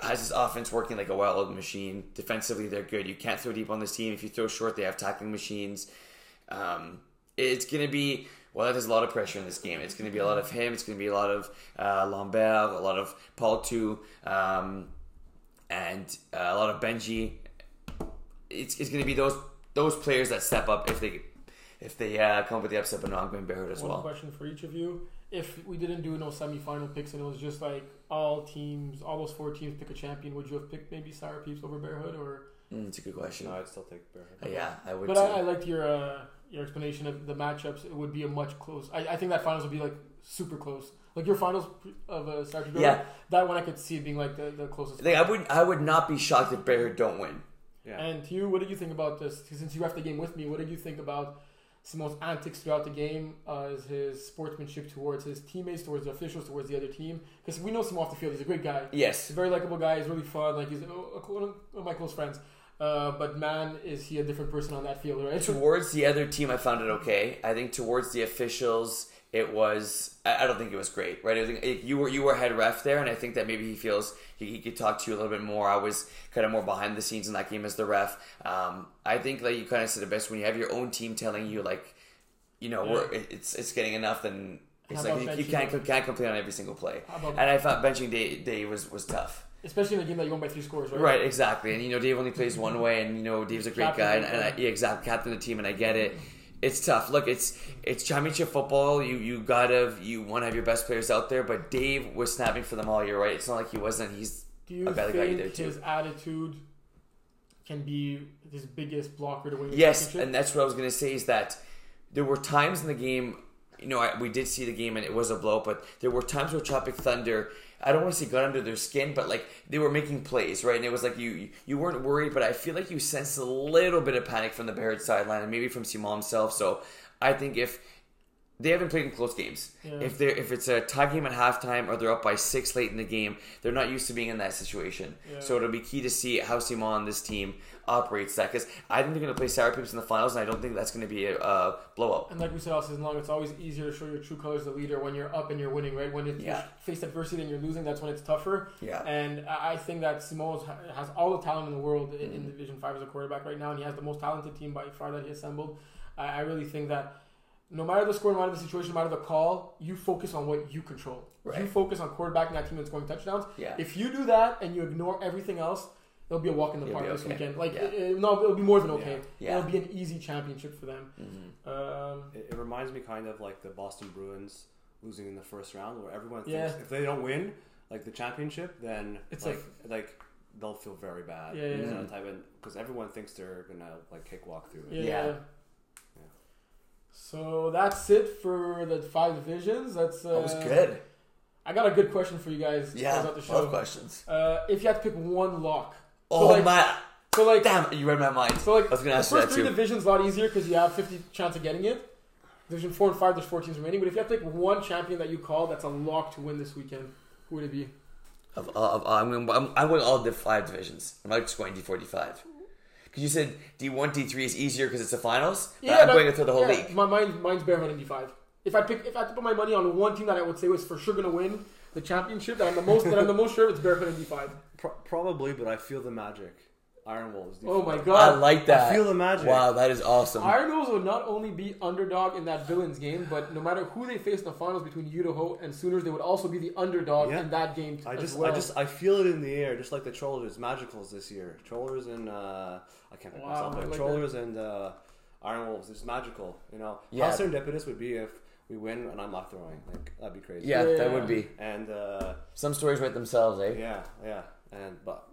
Speaker 1: has his offense working like a wild machine. Defensively, they're good. You can't throw deep on this team. If you throw short, they have tackling machines. Um, it's going to be, well, there's a lot of pressure in this game. It's going to be a lot of him. It's going to be a lot of uh, Lambert, a lot of Paul too, um, and uh, a lot of Benji. It's, it's going to be those those players that step up if they if they uh, come up with the upset, but not going Barrett as
Speaker 3: one
Speaker 1: well.
Speaker 3: question for each of you: If we didn't do no semi-final picks and it was just like all teams, all those four teams pick a champion, would you have picked maybe Sour Peeps over Bearhood or?
Speaker 1: Mm, it's a good question.
Speaker 4: No, I'd still take Bearhood.
Speaker 1: Uh, yeah, I would.
Speaker 3: But
Speaker 1: too.
Speaker 3: I, I liked your uh, your explanation of the matchups. It would be a much close. I, I think that finals would be like super close. Like your finals of uh, Star Trek.
Speaker 1: Yeah.
Speaker 3: that one I could see being like the, the closest.
Speaker 1: like, I would. I would not be shocked if Barrett don't win.
Speaker 4: Yeah.
Speaker 3: And to you, what did you think about this? 'Cause Since you ref the game with me, what did you think about Simon's antics throughout the game? Uh, is his sportsmanship towards his teammates, towards the officials, towards the other team? Because we know Simon off the field. He's a great guy.
Speaker 1: Yes,
Speaker 3: He's a very likable guy. He's really fun. Like he's a, a, one of my close friends. Uh, but man, is he a different person on that field, right?
Speaker 1: towards the other team, I found it okay. I think towards the officials, it was. I, I don't think it was great, right? I think it, you were you were head ref there, and I think that maybe he feels he, he could talk to you a little bit more. I was kind of more behind the scenes in that game as the ref. Um, I think that you kind of said the best when you have your own team telling you like, you know, we're, it- it's it's getting enough, then it's
Speaker 3: How
Speaker 1: like
Speaker 3: about
Speaker 1: you, you
Speaker 3: benching
Speaker 1: can't
Speaker 3: him?
Speaker 1: can't complain on every single play.
Speaker 3: How about-
Speaker 1: And I thought benching day day was was tough.
Speaker 3: Especially in a game that you won by three scores, right?
Speaker 1: Right, exactly. And you know, Dave only plays one way, and you know, Dave's a great
Speaker 3: Captain
Speaker 1: guy, and,
Speaker 3: of the
Speaker 1: and I,
Speaker 3: team.
Speaker 1: yeah, exactly, captain of the team, and I get it. It's tough. Look, it's it's championship football. You you gotta you want to have your best players out there, but Dave was snapping for them all. You're right. It's not like he wasn't. He's
Speaker 3: Do you
Speaker 1: a better guy
Speaker 3: think
Speaker 1: either too.
Speaker 3: his attitude can be his biggest blocker to winning? the
Speaker 1: Yes,
Speaker 3: championship?
Speaker 1: and that's what I was gonna say is that there were times in the game. You know, I, we did see the game and it was a blow, but there were times where Tropic Thunder. I don't want to say got under their skin, but like they were making plays, right? And it was like you you weren't worried, but I feel like you sensed a little bit of panic from the Barrett sideline and maybe from Simon himself. So I think if they haven't played in close games.
Speaker 3: Yeah.
Speaker 1: If they are if it's a tie game at halftime or they're up by six late in the game, they're not used to being in that situation.
Speaker 3: Yeah.
Speaker 1: So it'll be key to see how Simon and this team operates that because I think they're going to play Sour Peeps in the finals, and I don't think that's going to be a, uh blowout.
Speaker 3: And like we said all season long, it's always easier to show your true colors as a leader when you're up and you're winning, right? When if you
Speaker 1: Yeah.
Speaker 3: face adversity and you're losing, that's when it's tougher.
Speaker 1: Yeah.
Speaker 3: And I I think that Simone has all the talent in the world in,
Speaker 1: Mm-hmm.
Speaker 3: in Division Five as a quarterback right now, and he has the most talented team by far that he assembled. I, I really think that no matter the score, no matter the situation, no matter the call, you focus on what you control. You
Speaker 1: Right.
Speaker 3: focus on quarterbacking that team and scoring touchdowns.
Speaker 1: Yeah.
Speaker 3: If you do that and you ignore everything else, it'll be a walk in the
Speaker 1: It'll
Speaker 3: park
Speaker 1: be
Speaker 3: this
Speaker 1: okay.
Speaker 3: weekend. Like,
Speaker 1: Yeah.
Speaker 3: it- it- no, it'll be more than okay.
Speaker 1: Yeah. Mm-hmm.
Speaker 3: It'll be an easy championship for them. Um,
Speaker 4: It, it reminds me kind of like the Boston Bruins losing in the first round, where everyone
Speaker 3: Yeah.
Speaker 4: thinks if they don't win like the championship, then
Speaker 3: It's
Speaker 4: like like, they'll feel very bad.
Speaker 3: Yeah, yeah,
Speaker 4: You know,
Speaker 1: yeah.
Speaker 4: type because everyone thinks they're gonna like cakewalk through it.
Speaker 3: Yeah.
Speaker 1: Yeah.
Speaker 3: So that's it for the five divisions. That's uh,
Speaker 1: That was good.
Speaker 3: I got a good question for you guys. to
Speaker 1: Yeah,
Speaker 3: close out the
Speaker 1: love
Speaker 3: show.
Speaker 1: questions.
Speaker 3: Uh, if you had to pick one lock,
Speaker 1: Oh
Speaker 3: like-
Speaker 1: my!
Speaker 3: so like
Speaker 1: Damn, you read my mind.
Speaker 3: so like
Speaker 1: I was going to
Speaker 3: the
Speaker 1: ask you
Speaker 3: first
Speaker 1: that
Speaker 3: three
Speaker 1: too.
Speaker 3: divisions a lot easier because you have fifty chance of getting it. Division four and five, there's four teams remaining. But if you have to pick one champion that you call that's a lock to win this weekend, who would it be?
Speaker 1: Of, of, of- I'm, going, I'm, I'm going all the five divisions. I'm not just going D45. Because you said D1, D3 is easier because it's the finals. but I'm
Speaker 3: but-
Speaker 1: going through the whole
Speaker 3: yeah,
Speaker 1: league.
Speaker 3: My mine, mine's Bearhood Indy five. If I pick, if I had to put my money on one team that I would say was for sure gonna win the championship, that I'm the most that I'm the most sure of, it's Bearhood Indy five.
Speaker 4: Pro- probably, but I feel the magic. Iron Wolves.
Speaker 3: Oh my
Speaker 1: I
Speaker 3: god!
Speaker 1: like that.
Speaker 4: feel the magic.
Speaker 1: Wow, that is awesome.
Speaker 3: Iron Wolves would not only be underdog in that villains game, but no matter who they face in the finals between Idaho and Sooners, they would also be the underdog
Speaker 4: Yeah.
Speaker 3: in that game.
Speaker 4: I
Speaker 3: as
Speaker 4: just,
Speaker 3: well.
Speaker 4: I just, I feel it in the air, just like the Trollers, Magicals this year. Trollers and uh, I can't pick
Speaker 3: Wow,
Speaker 4: myself,
Speaker 3: I
Speaker 4: but
Speaker 3: like
Speaker 4: Trollers and uh, Iron Wolves. It's magical, you know.
Speaker 1: Yeah.
Speaker 4: How serendipitous would be if we win and I'm not throwing? Like that'd be crazy.
Speaker 1: yeah,
Speaker 3: Yeah.
Speaker 1: that would be.
Speaker 4: And uh,
Speaker 1: Some stories write themselves, eh?
Speaker 4: yeah, yeah, and but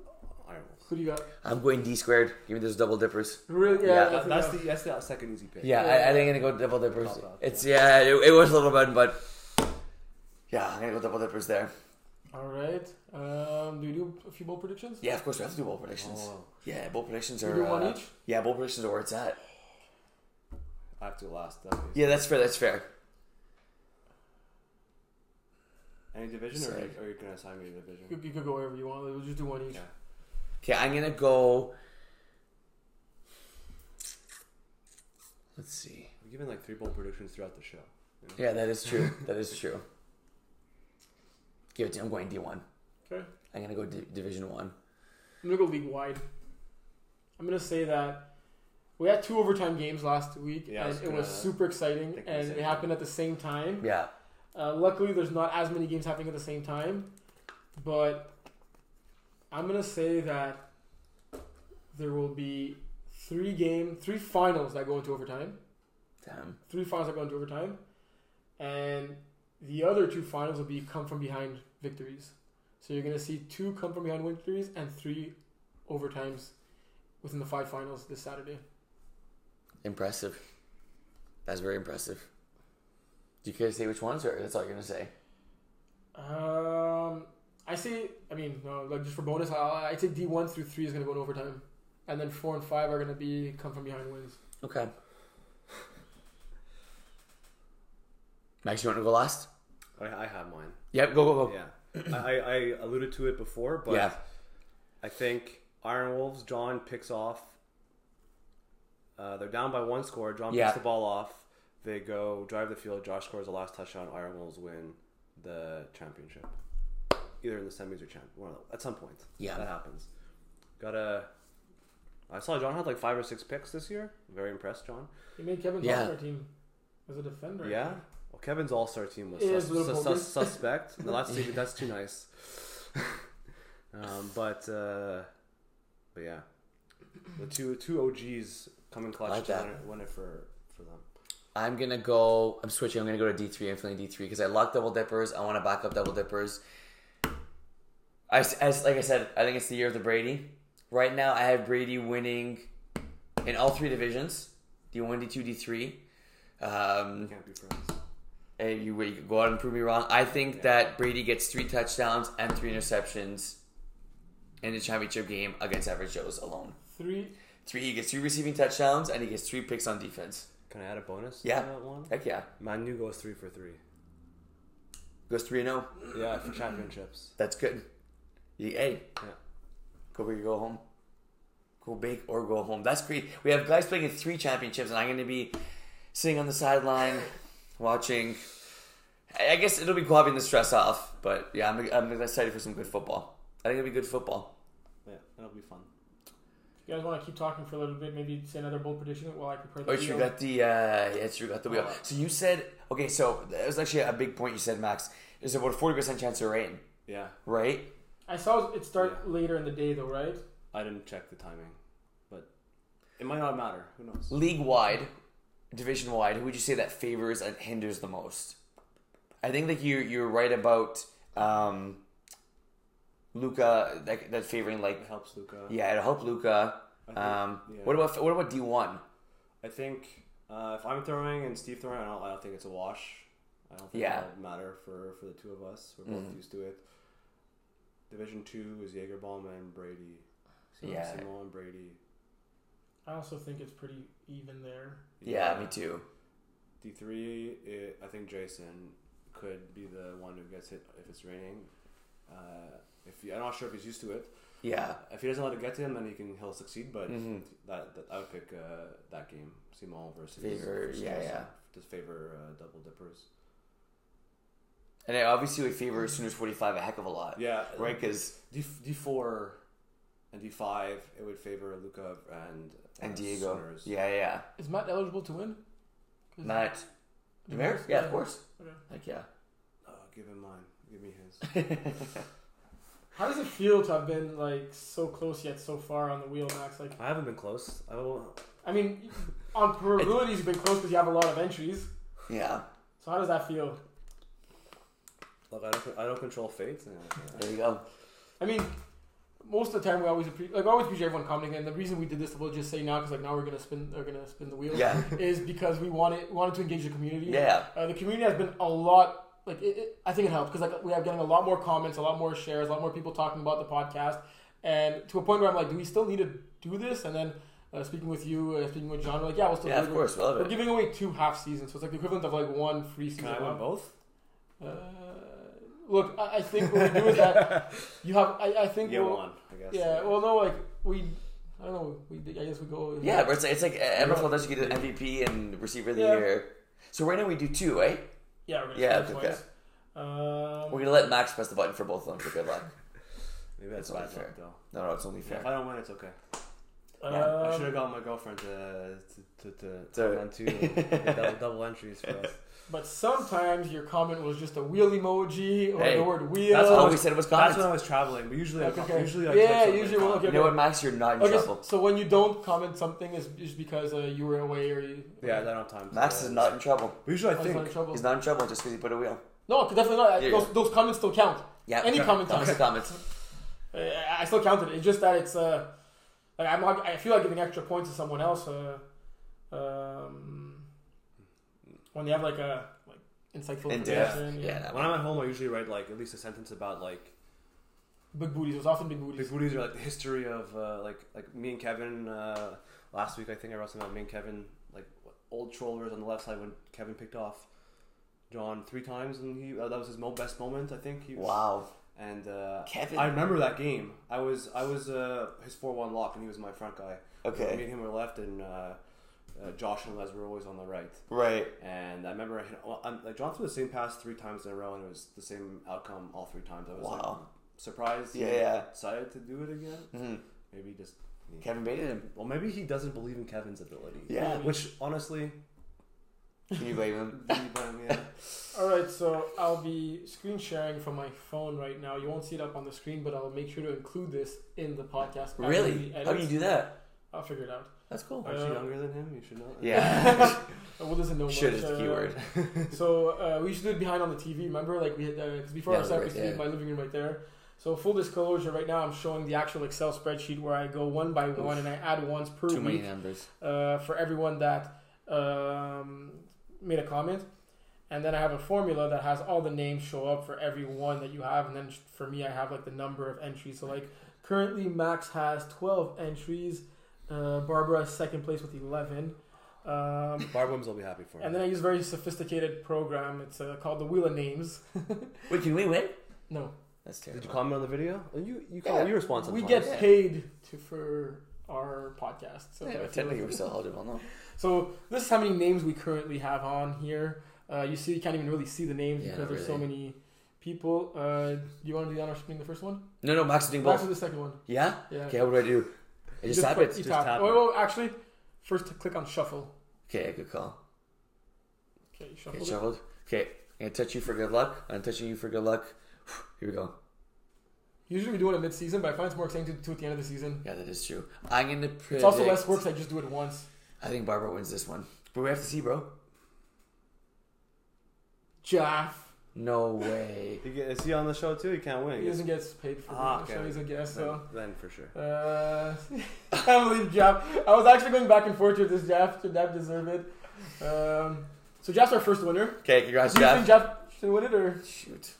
Speaker 4: Iron Wolves.
Speaker 3: Who do you got?
Speaker 1: I'm going D squared. Give me those double dippers.
Speaker 3: Really?
Speaker 1: Yeah,
Speaker 3: Yeah,
Speaker 2: That- that's
Speaker 3: the.
Speaker 2: the that's the second easy pick.
Speaker 1: Yeah, I, I think I'm gonna go double dippers.
Speaker 2: Cop out.
Speaker 1: It's yeah, it, it was a little bit, but yeah, I'm gonna go double dippers there.
Speaker 3: All right. Um, do we do a few bold predictions?
Speaker 1: Yeah, of course we have to do bowl predictions.
Speaker 2: Oh,
Speaker 1: Yeah, bowl predictions
Speaker 3: We
Speaker 1: are
Speaker 3: do one
Speaker 1: uh,
Speaker 3: each.
Speaker 1: yeah, bowl predictions are where it's at.
Speaker 2: I have to go last. That'd be-
Speaker 1: Yeah, that's fair. That's fair.
Speaker 5: Any division, or,
Speaker 1: Sick.
Speaker 5: or are you gonna assign me a division?
Speaker 3: You, you could go wherever you want. We'll just do one each.
Speaker 5: Yeah.
Speaker 1: Okay, I'm gonna go. Let's see.
Speaker 5: We've given like three bold predictions throughout the show.
Speaker 1: Yeah, that is true. that is true. Give it to. I'm going D one.
Speaker 3: Okay.
Speaker 1: I'm gonna go D- Division one.
Speaker 3: I'm gonna go league wide. I'm gonna say that we had two overtime games last week,
Speaker 5: Yeah, I
Speaker 3: and
Speaker 5: was
Speaker 3: it was
Speaker 5: gonna
Speaker 3: super exciting,
Speaker 5: think the
Speaker 3: and
Speaker 5: same
Speaker 3: it
Speaker 5: thing.
Speaker 3: happened at the same time.
Speaker 1: Yeah,
Speaker 3: Uh, luckily, there's not as many games happening at the same time, but I'm gonna say that there will be three game, three finals that go into overtime,
Speaker 1: damn.
Speaker 3: three finals that go into overtime, and the other two finals will be come from behind victories. So you're gonna see two come from behind victories and three overtimes within the five finals this Saturday.
Speaker 1: Impressive. That's very impressive. Do you care to say which ones, or that's all you're gonna say?
Speaker 3: Um, I say, I mean, no, like just for bonus, I I take D one through three is gonna go in overtime, and then four and five are gonna be come from behind wins.
Speaker 1: Okay. Max, you want to go last?
Speaker 2: I, I have mine.
Speaker 1: Yep, go, go, go.
Speaker 2: Yeah, I, I alluded to it before, but
Speaker 1: Yeah.
Speaker 2: I think Iron Wolves. John picks off. Uh, they're down by one score. John
Speaker 1: Yeah.
Speaker 2: picks the ball off. They go drive the field. Josh scores the last touchdown. Iron Wolves win the championship, either in the semis or champ. One of the, at some point.
Speaker 1: Yeah.
Speaker 2: that happens. Got to I saw John had like five or six picks this year. very impressed, John.
Speaker 3: You made Kevin
Speaker 1: Yeah.
Speaker 3: yeah. our team as a defender. I
Speaker 2: Yeah.
Speaker 3: think.
Speaker 2: Well, Kevin's All Star team was
Speaker 3: It
Speaker 2: sus-
Speaker 3: is a little
Speaker 2: sus-
Speaker 3: vulgar.
Speaker 2: sus- suspect. No, that's too, that's too nice. um, but uh, but yeah, the two two OGs coming clutch
Speaker 1: Like
Speaker 2: to
Speaker 1: that.
Speaker 2: win it, win it for for them.
Speaker 1: I'm gonna go. I'm switching. I'm gonna go to D3. I'm feeling D3 because I lock double dippers. I want to back up double dippers. I, s- I s- like I said, I think it's the year of the Brady. Right now, I have Brady winning in all three divisions: D1, D2, D3. Um,
Speaker 2: Can't be friends.
Speaker 1: and you, you could go out and prove me wrong. I think that Brady gets three touchdowns and three interceptions in the championship game against Average Joe's alone.
Speaker 3: Three.
Speaker 1: Three, he gets three receiving touchdowns and he gets three picks on defense.
Speaker 2: Can I add a bonus? to
Speaker 1: Yeah.
Speaker 2: that one.
Speaker 1: Heck yeah,
Speaker 2: Manu goes three for three.
Speaker 1: goes three and oh. zero.
Speaker 2: Yeah, for championships.
Speaker 1: That's good. You, hey,
Speaker 2: Yeah.
Speaker 1: go big or go home. Go big or go home. That's great. We have guys playing in three championships, and I'm going to be sitting on the sideline watching. I I guess it'll be cool having the stress off, but yeah, I'm, I'm excited for some good football. I think it'll be good football.
Speaker 2: Yeah, that'll be fun.
Speaker 3: If you guys want to keep talking for a little bit, maybe say another bold prediction while I prepare the
Speaker 1: Oh, you
Speaker 3: video.
Speaker 1: got the uh, yes, you got the wheel. So you said okay. So that was actually a big point you said, Max. There's about a forty percent chance of rain,
Speaker 2: Yeah,
Speaker 1: right?
Speaker 3: I saw it start
Speaker 2: Yeah.
Speaker 3: later in the day though, right?
Speaker 2: I didn't check the timing, but it might not matter. Who knows?
Speaker 1: League wide, division wide, who would you say that favors and hinders the most? I think like you you're right about um, Luca that, that favoring like
Speaker 2: It helps Luca.
Speaker 1: yeah, it'll help Luca.
Speaker 2: I think-
Speaker 1: Um,
Speaker 2: yeah.
Speaker 1: What about what about D one?
Speaker 2: I think uh, if I'm throwing and Steve throwing, I don't, I don't think it's a wash. I don't think
Speaker 1: Yeah. Mm-hmm.
Speaker 2: that would matter for, for the two of us. We're both used to it. Division two is Jaegerbaum and Brady. So
Speaker 1: Yeah.
Speaker 2: Simone and Brady.
Speaker 3: I also think it's pretty even there.
Speaker 1: Yeah, me too.
Speaker 2: D three, I think Jason could be the one who gets hit if it's raining. Uh, if he, I'm not sure if he's used to it.
Speaker 1: Yeah,
Speaker 2: If he doesn't let it get to him, then he can he'll succeed. But
Speaker 1: Mhm.
Speaker 2: that, that I would pick uh, that game, Simon versus
Speaker 1: Favor-
Speaker 2: versus
Speaker 1: yeah,
Speaker 2: Jason,
Speaker 1: yeah.
Speaker 2: to favor uh, double dippers.
Speaker 1: and it obviously would favor Sooners forty five a heck of a lot,
Speaker 2: Yeah,
Speaker 1: right? Because
Speaker 2: D D four and D five, it would favor Luca and
Speaker 1: and
Speaker 2: uh,
Speaker 1: Diego,
Speaker 2: Sooners.
Speaker 1: yeah, yeah, yeah.
Speaker 3: Is Matt eligible to win? 'Cause-
Speaker 1: Matt, Demers? yeah, of course,
Speaker 3: Okay.
Speaker 1: like yeah.
Speaker 2: Uh, give him mine. Give me his.
Speaker 3: How does it feel to have been like so close yet so far on the wheel, Max? Like,
Speaker 2: I haven't been close. I will.
Speaker 3: I mean, on probabilities you've been close because you have a lot of entries.
Speaker 1: Yeah,
Speaker 3: So how does that feel?
Speaker 2: Look, I don't. I don't control fate. and, uh,
Speaker 1: there you go.
Speaker 3: I mean, most of the time we always appre- like I always appreciate everyone commenting, and the reason we did this we'll just say now because like now we're gonna spin are gonna spin the wheel
Speaker 1: Yeah.
Speaker 3: is because we wanted we wanted to engage the community.
Speaker 1: Yeah.
Speaker 3: uh, the community has been a lot like it, it, I think it helped because like we have getting a lot more comments, a lot more shares, a lot more people talking about the podcast, and to a point where I'm like, do we still need to do this? And then. Uh, speaking with you, uh, speaking with John, we're like, yeah, we'll still
Speaker 1: Yeah,
Speaker 3: do
Speaker 1: of
Speaker 3: it.
Speaker 1: course, we love
Speaker 3: We're
Speaker 1: it.
Speaker 3: giving away two half seasons, so it's like the equivalent of like one free season.
Speaker 2: Can I
Speaker 3: Wow.
Speaker 2: win both?
Speaker 3: Uh, look, I, I think what we do is that you have. I, I think
Speaker 2: Yeah,
Speaker 3: we'll,
Speaker 2: one. I guess.
Speaker 3: Yeah, well, no, like we. I don't know. We I guess we go.
Speaker 1: Yeah, but it's, it's like uh, NFL does you get an MVP and receiver of the
Speaker 3: Yeah.
Speaker 1: year. So right now we do two, right?
Speaker 3: yeah, we're gonna
Speaker 1: Yeah,
Speaker 3: split
Speaker 1: okay.
Speaker 3: twice. Um,
Speaker 1: We're gonna let Max press the button for both of them. So good luck.
Speaker 2: Maybe that's
Speaker 1: That's
Speaker 2: bad
Speaker 1: not fair.
Speaker 2: luck, though.
Speaker 1: No, no, it's only
Speaker 2: Yeah, if
Speaker 1: fair.
Speaker 2: I don't win, it's okay. I should
Speaker 3: um,
Speaker 2: have got my girlfriend to to to, to
Speaker 1: So-
Speaker 2: on two uh, double, double entries for us.
Speaker 3: but sometimes your comment was just a wheel emoji or
Speaker 1: Hey,
Speaker 3: the word wheel.
Speaker 1: That's
Speaker 2: Yeah.
Speaker 1: all we said was
Speaker 2: That's
Speaker 1: comments.
Speaker 2: when I was traveling, but usually
Speaker 3: Okay,
Speaker 2: I
Speaker 3: okay.
Speaker 2: usually I
Speaker 3: Yeah,
Speaker 2: type something
Speaker 3: usually we'll-
Speaker 2: down.
Speaker 3: okay.
Speaker 1: You know what, Max? You're not in
Speaker 3: Okay, so,
Speaker 1: trouble.
Speaker 3: so when you don't comment something is just because uh, you were away or you.
Speaker 2: Yeah, I don't have time. to-
Speaker 1: Max is not in trouble.
Speaker 2: But usually I
Speaker 3: I was not
Speaker 2: think
Speaker 3: in trouble.
Speaker 1: He's not in trouble just because he put a wheel.
Speaker 3: No, definitely not.
Speaker 1: Yeah,
Speaker 3: those,
Speaker 1: yeah.
Speaker 3: those comments still count.
Speaker 1: Yeah.
Speaker 3: Any comment
Speaker 1: That was
Speaker 3: counts.
Speaker 1: the comments.
Speaker 3: I, I still counted. It's just that it's uh, like I'm not, I feel like giving extra points to someone else. Uh, um, when they have like a like insightful
Speaker 1: In depth.
Speaker 3: information.
Speaker 1: Yeah. that
Speaker 2: when
Speaker 1: one.
Speaker 2: I'm at home, I usually write like at least a sentence about like
Speaker 3: Big booties. It was often big
Speaker 2: the
Speaker 3: booties.
Speaker 2: Goonies are like the history of uh, like like me and Kevin uh, last week. I think I wrote something about me and Kevin like old trollers on the left side when Kevin picked off John three times and he uh, that was his mo- best moment. I think he was,
Speaker 1: Wow.
Speaker 2: And uh,
Speaker 1: Kevin.
Speaker 2: I remember that game. I was I was uh, his four one lock and he was my front guy.
Speaker 1: Okay.
Speaker 2: me and him were left and. Uh, uh, Josh and Les were always on the right,
Speaker 1: Right.
Speaker 2: and I remember I hit, well, I'm, like John threw the same pass three times in a row, and it was the same outcome all three times. I was like
Speaker 1: Wow.
Speaker 2: surprised.
Speaker 1: Yeah,
Speaker 2: he
Speaker 1: yeah.
Speaker 2: Decided to do it again.
Speaker 1: Mhm.
Speaker 2: Maybe he just.
Speaker 1: Kevin baited him.
Speaker 2: Well, maybe he doesn't believe in Kevin's ability.
Speaker 1: Yeah.
Speaker 2: Which honestly,
Speaker 1: Can you blame him?
Speaker 2: do you blame him? yeah.
Speaker 3: All right, so I'll be screen sharing from my phone right now. You won't see it up on the screen, but I'll make sure to include this in the podcast. after
Speaker 1: Really?
Speaker 3: the
Speaker 1: How do you
Speaker 3: edits.
Speaker 1: do that?
Speaker 3: I'll figure it out.
Speaker 1: That's cool.
Speaker 2: Aren't
Speaker 3: Uh,
Speaker 2: you younger than him? You should know. that.
Speaker 1: Yeah.
Speaker 3: Well, doesn't know
Speaker 1: Should
Speaker 3: much,
Speaker 1: is the
Speaker 3: uh,
Speaker 1: keyword.
Speaker 3: So uh, we used to do it behind on the TV. Remember, like we had because before
Speaker 1: Yeah,
Speaker 3: our setup
Speaker 1: right
Speaker 3: used to
Speaker 1: there.
Speaker 3: be my living room right there. So full disclosure, right now I'm showing the actual Excel spreadsheet where I go one by one and I add ones per
Speaker 1: Too many
Speaker 3: week
Speaker 1: numbers.
Speaker 3: uh, for everyone that um, made a comment, and then I have a formula that has all the names show up for every one that you have, and then for me I have like the number of entries. So like currently Max has twelve entries, uh, Barbara is second place with eleven. Um,
Speaker 2: Barbums will be happy for
Speaker 3: and
Speaker 2: him.
Speaker 3: then I use a very sophisticated program. It's uh, called the Wheel of Names.
Speaker 1: Wait, can we win?
Speaker 3: No,
Speaker 1: That's
Speaker 2: Did
Speaker 1: terrible.
Speaker 2: you comment on the video? Oh, You you
Speaker 1: Yeah.
Speaker 2: comment, you respond
Speaker 3: we
Speaker 2: sometimes.
Speaker 3: get
Speaker 1: Yeah.
Speaker 3: paid to for our podcast. So,
Speaker 1: Yeah,
Speaker 3: I
Speaker 1: but
Speaker 3: feel
Speaker 1: technically
Speaker 3: like-
Speaker 1: we're still eligible. No.
Speaker 3: so this is how many names we currently have on here. Uh, you see, you can't even really see the names
Speaker 1: Yeah,
Speaker 3: because
Speaker 1: not
Speaker 3: there's so
Speaker 1: really.
Speaker 3: many people. Uh, you want to do the honor screen the first one?
Speaker 1: No, no, Max is doing
Speaker 3: Back to
Speaker 1: both.
Speaker 3: the second one.
Speaker 1: Yeah?
Speaker 3: Yeah.
Speaker 1: Okay, what do I do? I just, tap
Speaker 3: put-
Speaker 1: it.
Speaker 3: You
Speaker 2: Just
Speaker 3: tap.
Speaker 2: tap
Speaker 3: oh,
Speaker 2: it.
Speaker 3: well, actually, first click on shuffle.
Speaker 1: Okay, good call.
Speaker 3: Okay, shuffle.
Speaker 1: Okay,
Speaker 3: it.
Speaker 1: shuffled. Okay, I'm gonna touch you for good luck. I'm touching you for good luck. Here we go.
Speaker 3: Usually we do it at mid-season, but I find it's more exciting to do it at the end of the season.
Speaker 1: Yeah, that is true. I'm gonna predict.
Speaker 3: It's also less work. 'cause I just do it once.
Speaker 1: I think Barbara wins this one, but we have to see, bro.
Speaker 3: Jaff.
Speaker 1: No way.
Speaker 2: He get, is he on the show too? He can't win.
Speaker 3: He doesn't get paid for
Speaker 2: Ah,
Speaker 3: the
Speaker 2: okay.
Speaker 3: show. He's a guest,
Speaker 2: then,
Speaker 3: so.
Speaker 2: then for sure.
Speaker 3: Uh, I can't believe Jeff. I was actually going back and forth with this Jeff. Should Jeff deserve it? Um, so Jeff's our first winner.
Speaker 1: Okay, congrats,
Speaker 3: Do you think
Speaker 1: Jeff.
Speaker 3: Jeff should win it or
Speaker 1: Shoot.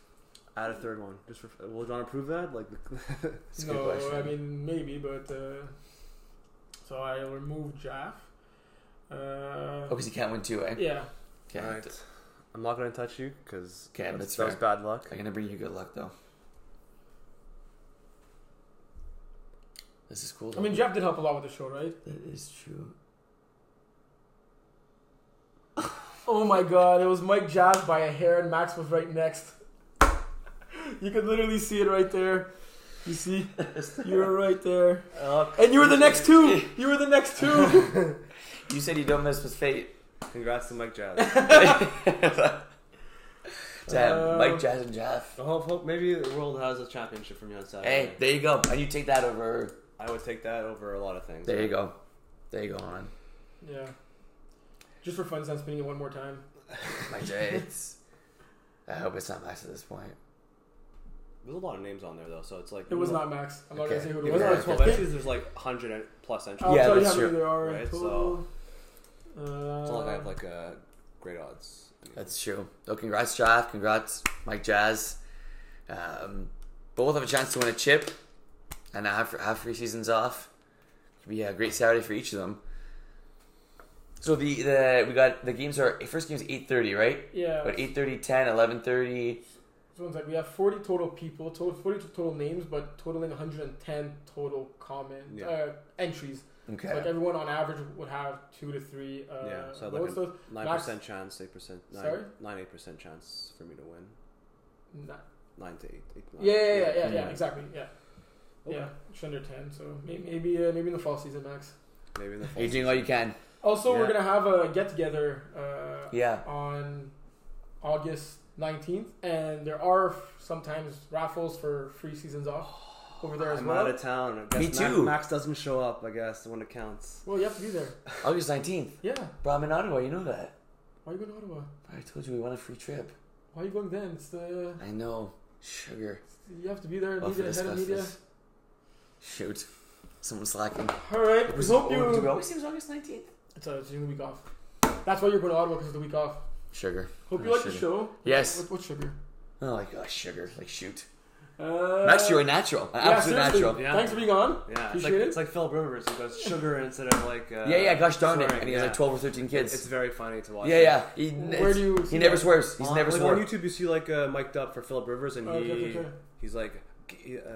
Speaker 2: Add a third one. Just for will John approve that? Like the,
Speaker 1: That's a good
Speaker 3: no?
Speaker 1: question.
Speaker 3: I mean, maybe, but uh, so I'll remove Jeff. Uh,
Speaker 1: Oh, because he can't win two, eh?
Speaker 3: Yeah.
Speaker 1: Okay.
Speaker 2: All right. I'm not gonna touch you because
Speaker 1: Okay, that's
Speaker 2: that's, that was bad luck.
Speaker 1: I'm gonna bring you good luck though. This is cool.
Speaker 3: I mean,
Speaker 1: though.
Speaker 3: Jeff did help a lot with the show, right?
Speaker 1: that is true.
Speaker 3: Oh my God! It was Mike Jazz by a hair, and Max was right next. You could literally see it right there. You see, you were right there, and you were the next two. You were the next two.
Speaker 1: You said you don't mess with fate.
Speaker 2: Congrats to Mike Jazz.
Speaker 1: Damn,
Speaker 3: Um,
Speaker 1: Mike, Jazz, and Jeff.
Speaker 2: I hope, hope maybe the world has a championship from you on Saturday.
Speaker 1: Hey, there you go. And you take that over.
Speaker 2: I would take that over a lot of things.
Speaker 1: There you go. There you go, man.
Speaker 3: Yeah. Just for fun, so I'm spinning it one more time.
Speaker 1: My Jades. I hope it's not Max at this point.
Speaker 2: There's a lot of names on there though, so it's like
Speaker 3: It was not Max. I'm not
Speaker 1: Okay.
Speaker 3: gonna say who
Speaker 1: It
Speaker 3: it
Speaker 2: There's
Speaker 3: was.
Speaker 1: was
Speaker 2: only
Speaker 1: not-
Speaker 2: twelve entries. There's like hundred en- plus entries.
Speaker 3: I'll
Speaker 1: Yeah,
Speaker 3: tell you
Speaker 1: that's
Speaker 3: how many
Speaker 1: true.
Speaker 3: there are in
Speaker 2: Right,
Speaker 3: total.
Speaker 2: It's not like I
Speaker 3: Uh,
Speaker 2: have like uh, great odds.
Speaker 1: That's true. So congrats, Shaft. Congrats, Mike Jazz. Um, both have a chance to win a chip, and I have, have three seasons off. Could be a great Saturday for each of them. So the, the we got the games are first game is eight thirty right?
Speaker 3: yeah.
Speaker 1: But 8.30, 10, 11.30.
Speaker 3: So it's like we have 40 total people, total 40 total names, but totaling 110 total comment
Speaker 2: Yeah.
Speaker 3: uh, entries.
Speaker 1: Okay.
Speaker 3: Like everyone on average would have two to three. Uh,
Speaker 2: Yeah, so like
Speaker 3: votes. So
Speaker 2: Nine
Speaker 3: Max-
Speaker 2: percent chance, eight percent,
Speaker 3: Sorry?
Speaker 2: nine, nine eight percent chance for me to win.
Speaker 3: nah.
Speaker 2: Nine to eight, eight nine.
Speaker 3: yeah, yeah, yeah, yeah, yeah,
Speaker 1: Mm.
Speaker 3: exactly, yeah,
Speaker 2: Okay.
Speaker 3: yeah, just under 10. So maybe maybe, uh, maybe in the fall season, Max.
Speaker 2: Maybe in the
Speaker 1: You're doing all you can.
Speaker 3: Also, we're
Speaker 2: Yeah.
Speaker 3: gonna have a get together. Uh,
Speaker 1: Yeah.
Speaker 3: on August 19th, and there are sometimes raffles for free seasons off over there as
Speaker 2: I'm
Speaker 3: well.
Speaker 2: out of town. I
Speaker 1: Me
Speaker 2: guess
Speaker 1: too.
Speaker 2: Max doesn't show up. I guess when it counts.
Speaker 3: well, you have to be there.
Speaker 1: August 19th.
Speaker 3: Yeah.
Speaker 1: Oh, Bro, I'm in Ottawa. You know that.
Speaker 3: Why are you going to Ottawa?
Speaker 1: I told you we won a free trip.
Speaker 3: Why are you going then? It's the
Speaker 1: I know. Sugar.
Speaker 3: you have to be there.
Speaker 1: Well,
Speaker 3: media,
Speaker 1: for
Speaker 3: head of media.
Speaker 1: asbestos. Shoot. Someone's slacking.
Speaker 3: All right.
Speaker 1: Was-
Speaker 3: hope
Speaker 1: oh, did we
Speaker 3: you.
Speaker 1: always say it was August 19th?
Speaker 3: It's a, it's your week off. That's why you're going to Ottawa because it's the week off.
Speaker 1: Sugar.
Speaker 3: Hope you
Speaker 1: Oh,
Speaker 3: like the
Speaker 1: sugar.
Speaker 3: show.
Speaker 1: Yes.
Speaker 3: What, what's sugar?
Speaker 1: Oh my gosh, sugar. Like, shoot.
Speaker 3: Uh,
Speaker 1: Max, you're a natural. An
Speaker 3: yeah,
Speaker 1: absolute
Speaker 3: seriously.
Speaker 1: natural.
Speaker 2: Yeah.
Speaker 3: Thanks for being on.
Speaker 2: Yeah, it's
Speaker 3: Appreciate
Speaker 2: like,
Speaker 3: it.
Speaker 2: it's like Phil Rivers who goes sugar instead of like. Uh,
Speaker 1: Yeah, yeah, gosh darn it.
Speaker 2: swearing,
Speaker 1: And he has like
Speaker 2: yeah.
Speaker 1: 12 or 13 kids.
Speaker 2: It's very funny to watch.
Speaker 1: yeah, yeah. He,
Speaker 3: Where do you
Speaker 1: he
Speaker 3: see
Speaker 1: never
Speaker 3: that?
Speaker 1: swears. He's
Speaker 2: on,
Speaker 1: never
Speaker 2: like,
Speaker 1: swore.
Speaker 2: on YouTube. You see like uh, mic'd up for Philip Rivers, and
Speaker 3: Oh,
Speaker 2: he
Speaker 3: okay, okay, okay.
Speaker 2: he's like g- uh,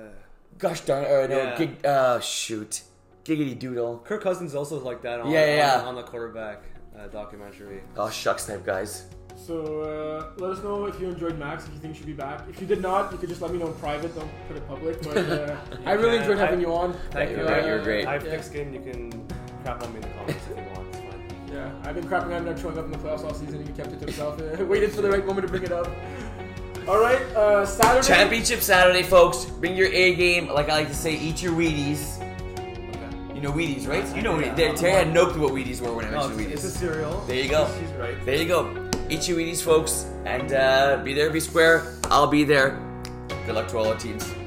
Speaker 1: Gosh darn it. Uh, no,
Speaker 2: Yeah.
Speaker 1: gig, uh, shoot. Giggity doodle.
Speaker 2: Kirk Cousins also like that on
Speaker 1: Yeah, yeah,
Speaker 2: on,
Speaker 1: yeah.
Speaker 2: on the quarterback uh, documentary.
Speaker 1: Oh, shucks, type guys.
Speaker 3: So uh, let us know if you enjoyed Max. If you think you should be back. If you did not, you could just let me know in private. Don't put it public. But uh, I really
Speaker 2: Yeah,
Speaker 3: enjoyed having
Speaker 2: I-
Speaker 3: you on. Uh,
Speaker 2: Thank
Speaker 1: Yeah,
Speaker 2: you.
Speaker 1: you're right,
Speaker 2: I-
Speaker 1: you're great.
Speaker 2: I have
Speaker 3: Yeah.
Speaker 2: thick skin. You can crap on me in the comments if you want. It's fine.
Speaker 3: Yeah, I've been crapping on him showing up in the playoffs all season. and He kept it to himself. Waited for the right moment to bring it up. All right, uh, Saturday.
Speaker 1: Championship Saturday, folks. Bring your A game. Like I like to say, eat your Wheaties.
Speaker 2: Okay.
Speaker 1: You know Wheaties, right? You know
Speaker 2: Yeah.
Speaker 1: Wheaties. Terry had no clue what Wheaties were when I
Speaker 2: Oh,
Speaker 1: mentioned
Speaker 2: it's, it's a
Speaker 1: Wheaties.
Speaker 2: cereal.
Speaker 1: There you go.
Speaker 2: She's- She's right.
Speaker 1: There you go. Eat your Wheaties, folks. And uh, be there, be square. I'll be there. Good luck to all our teams.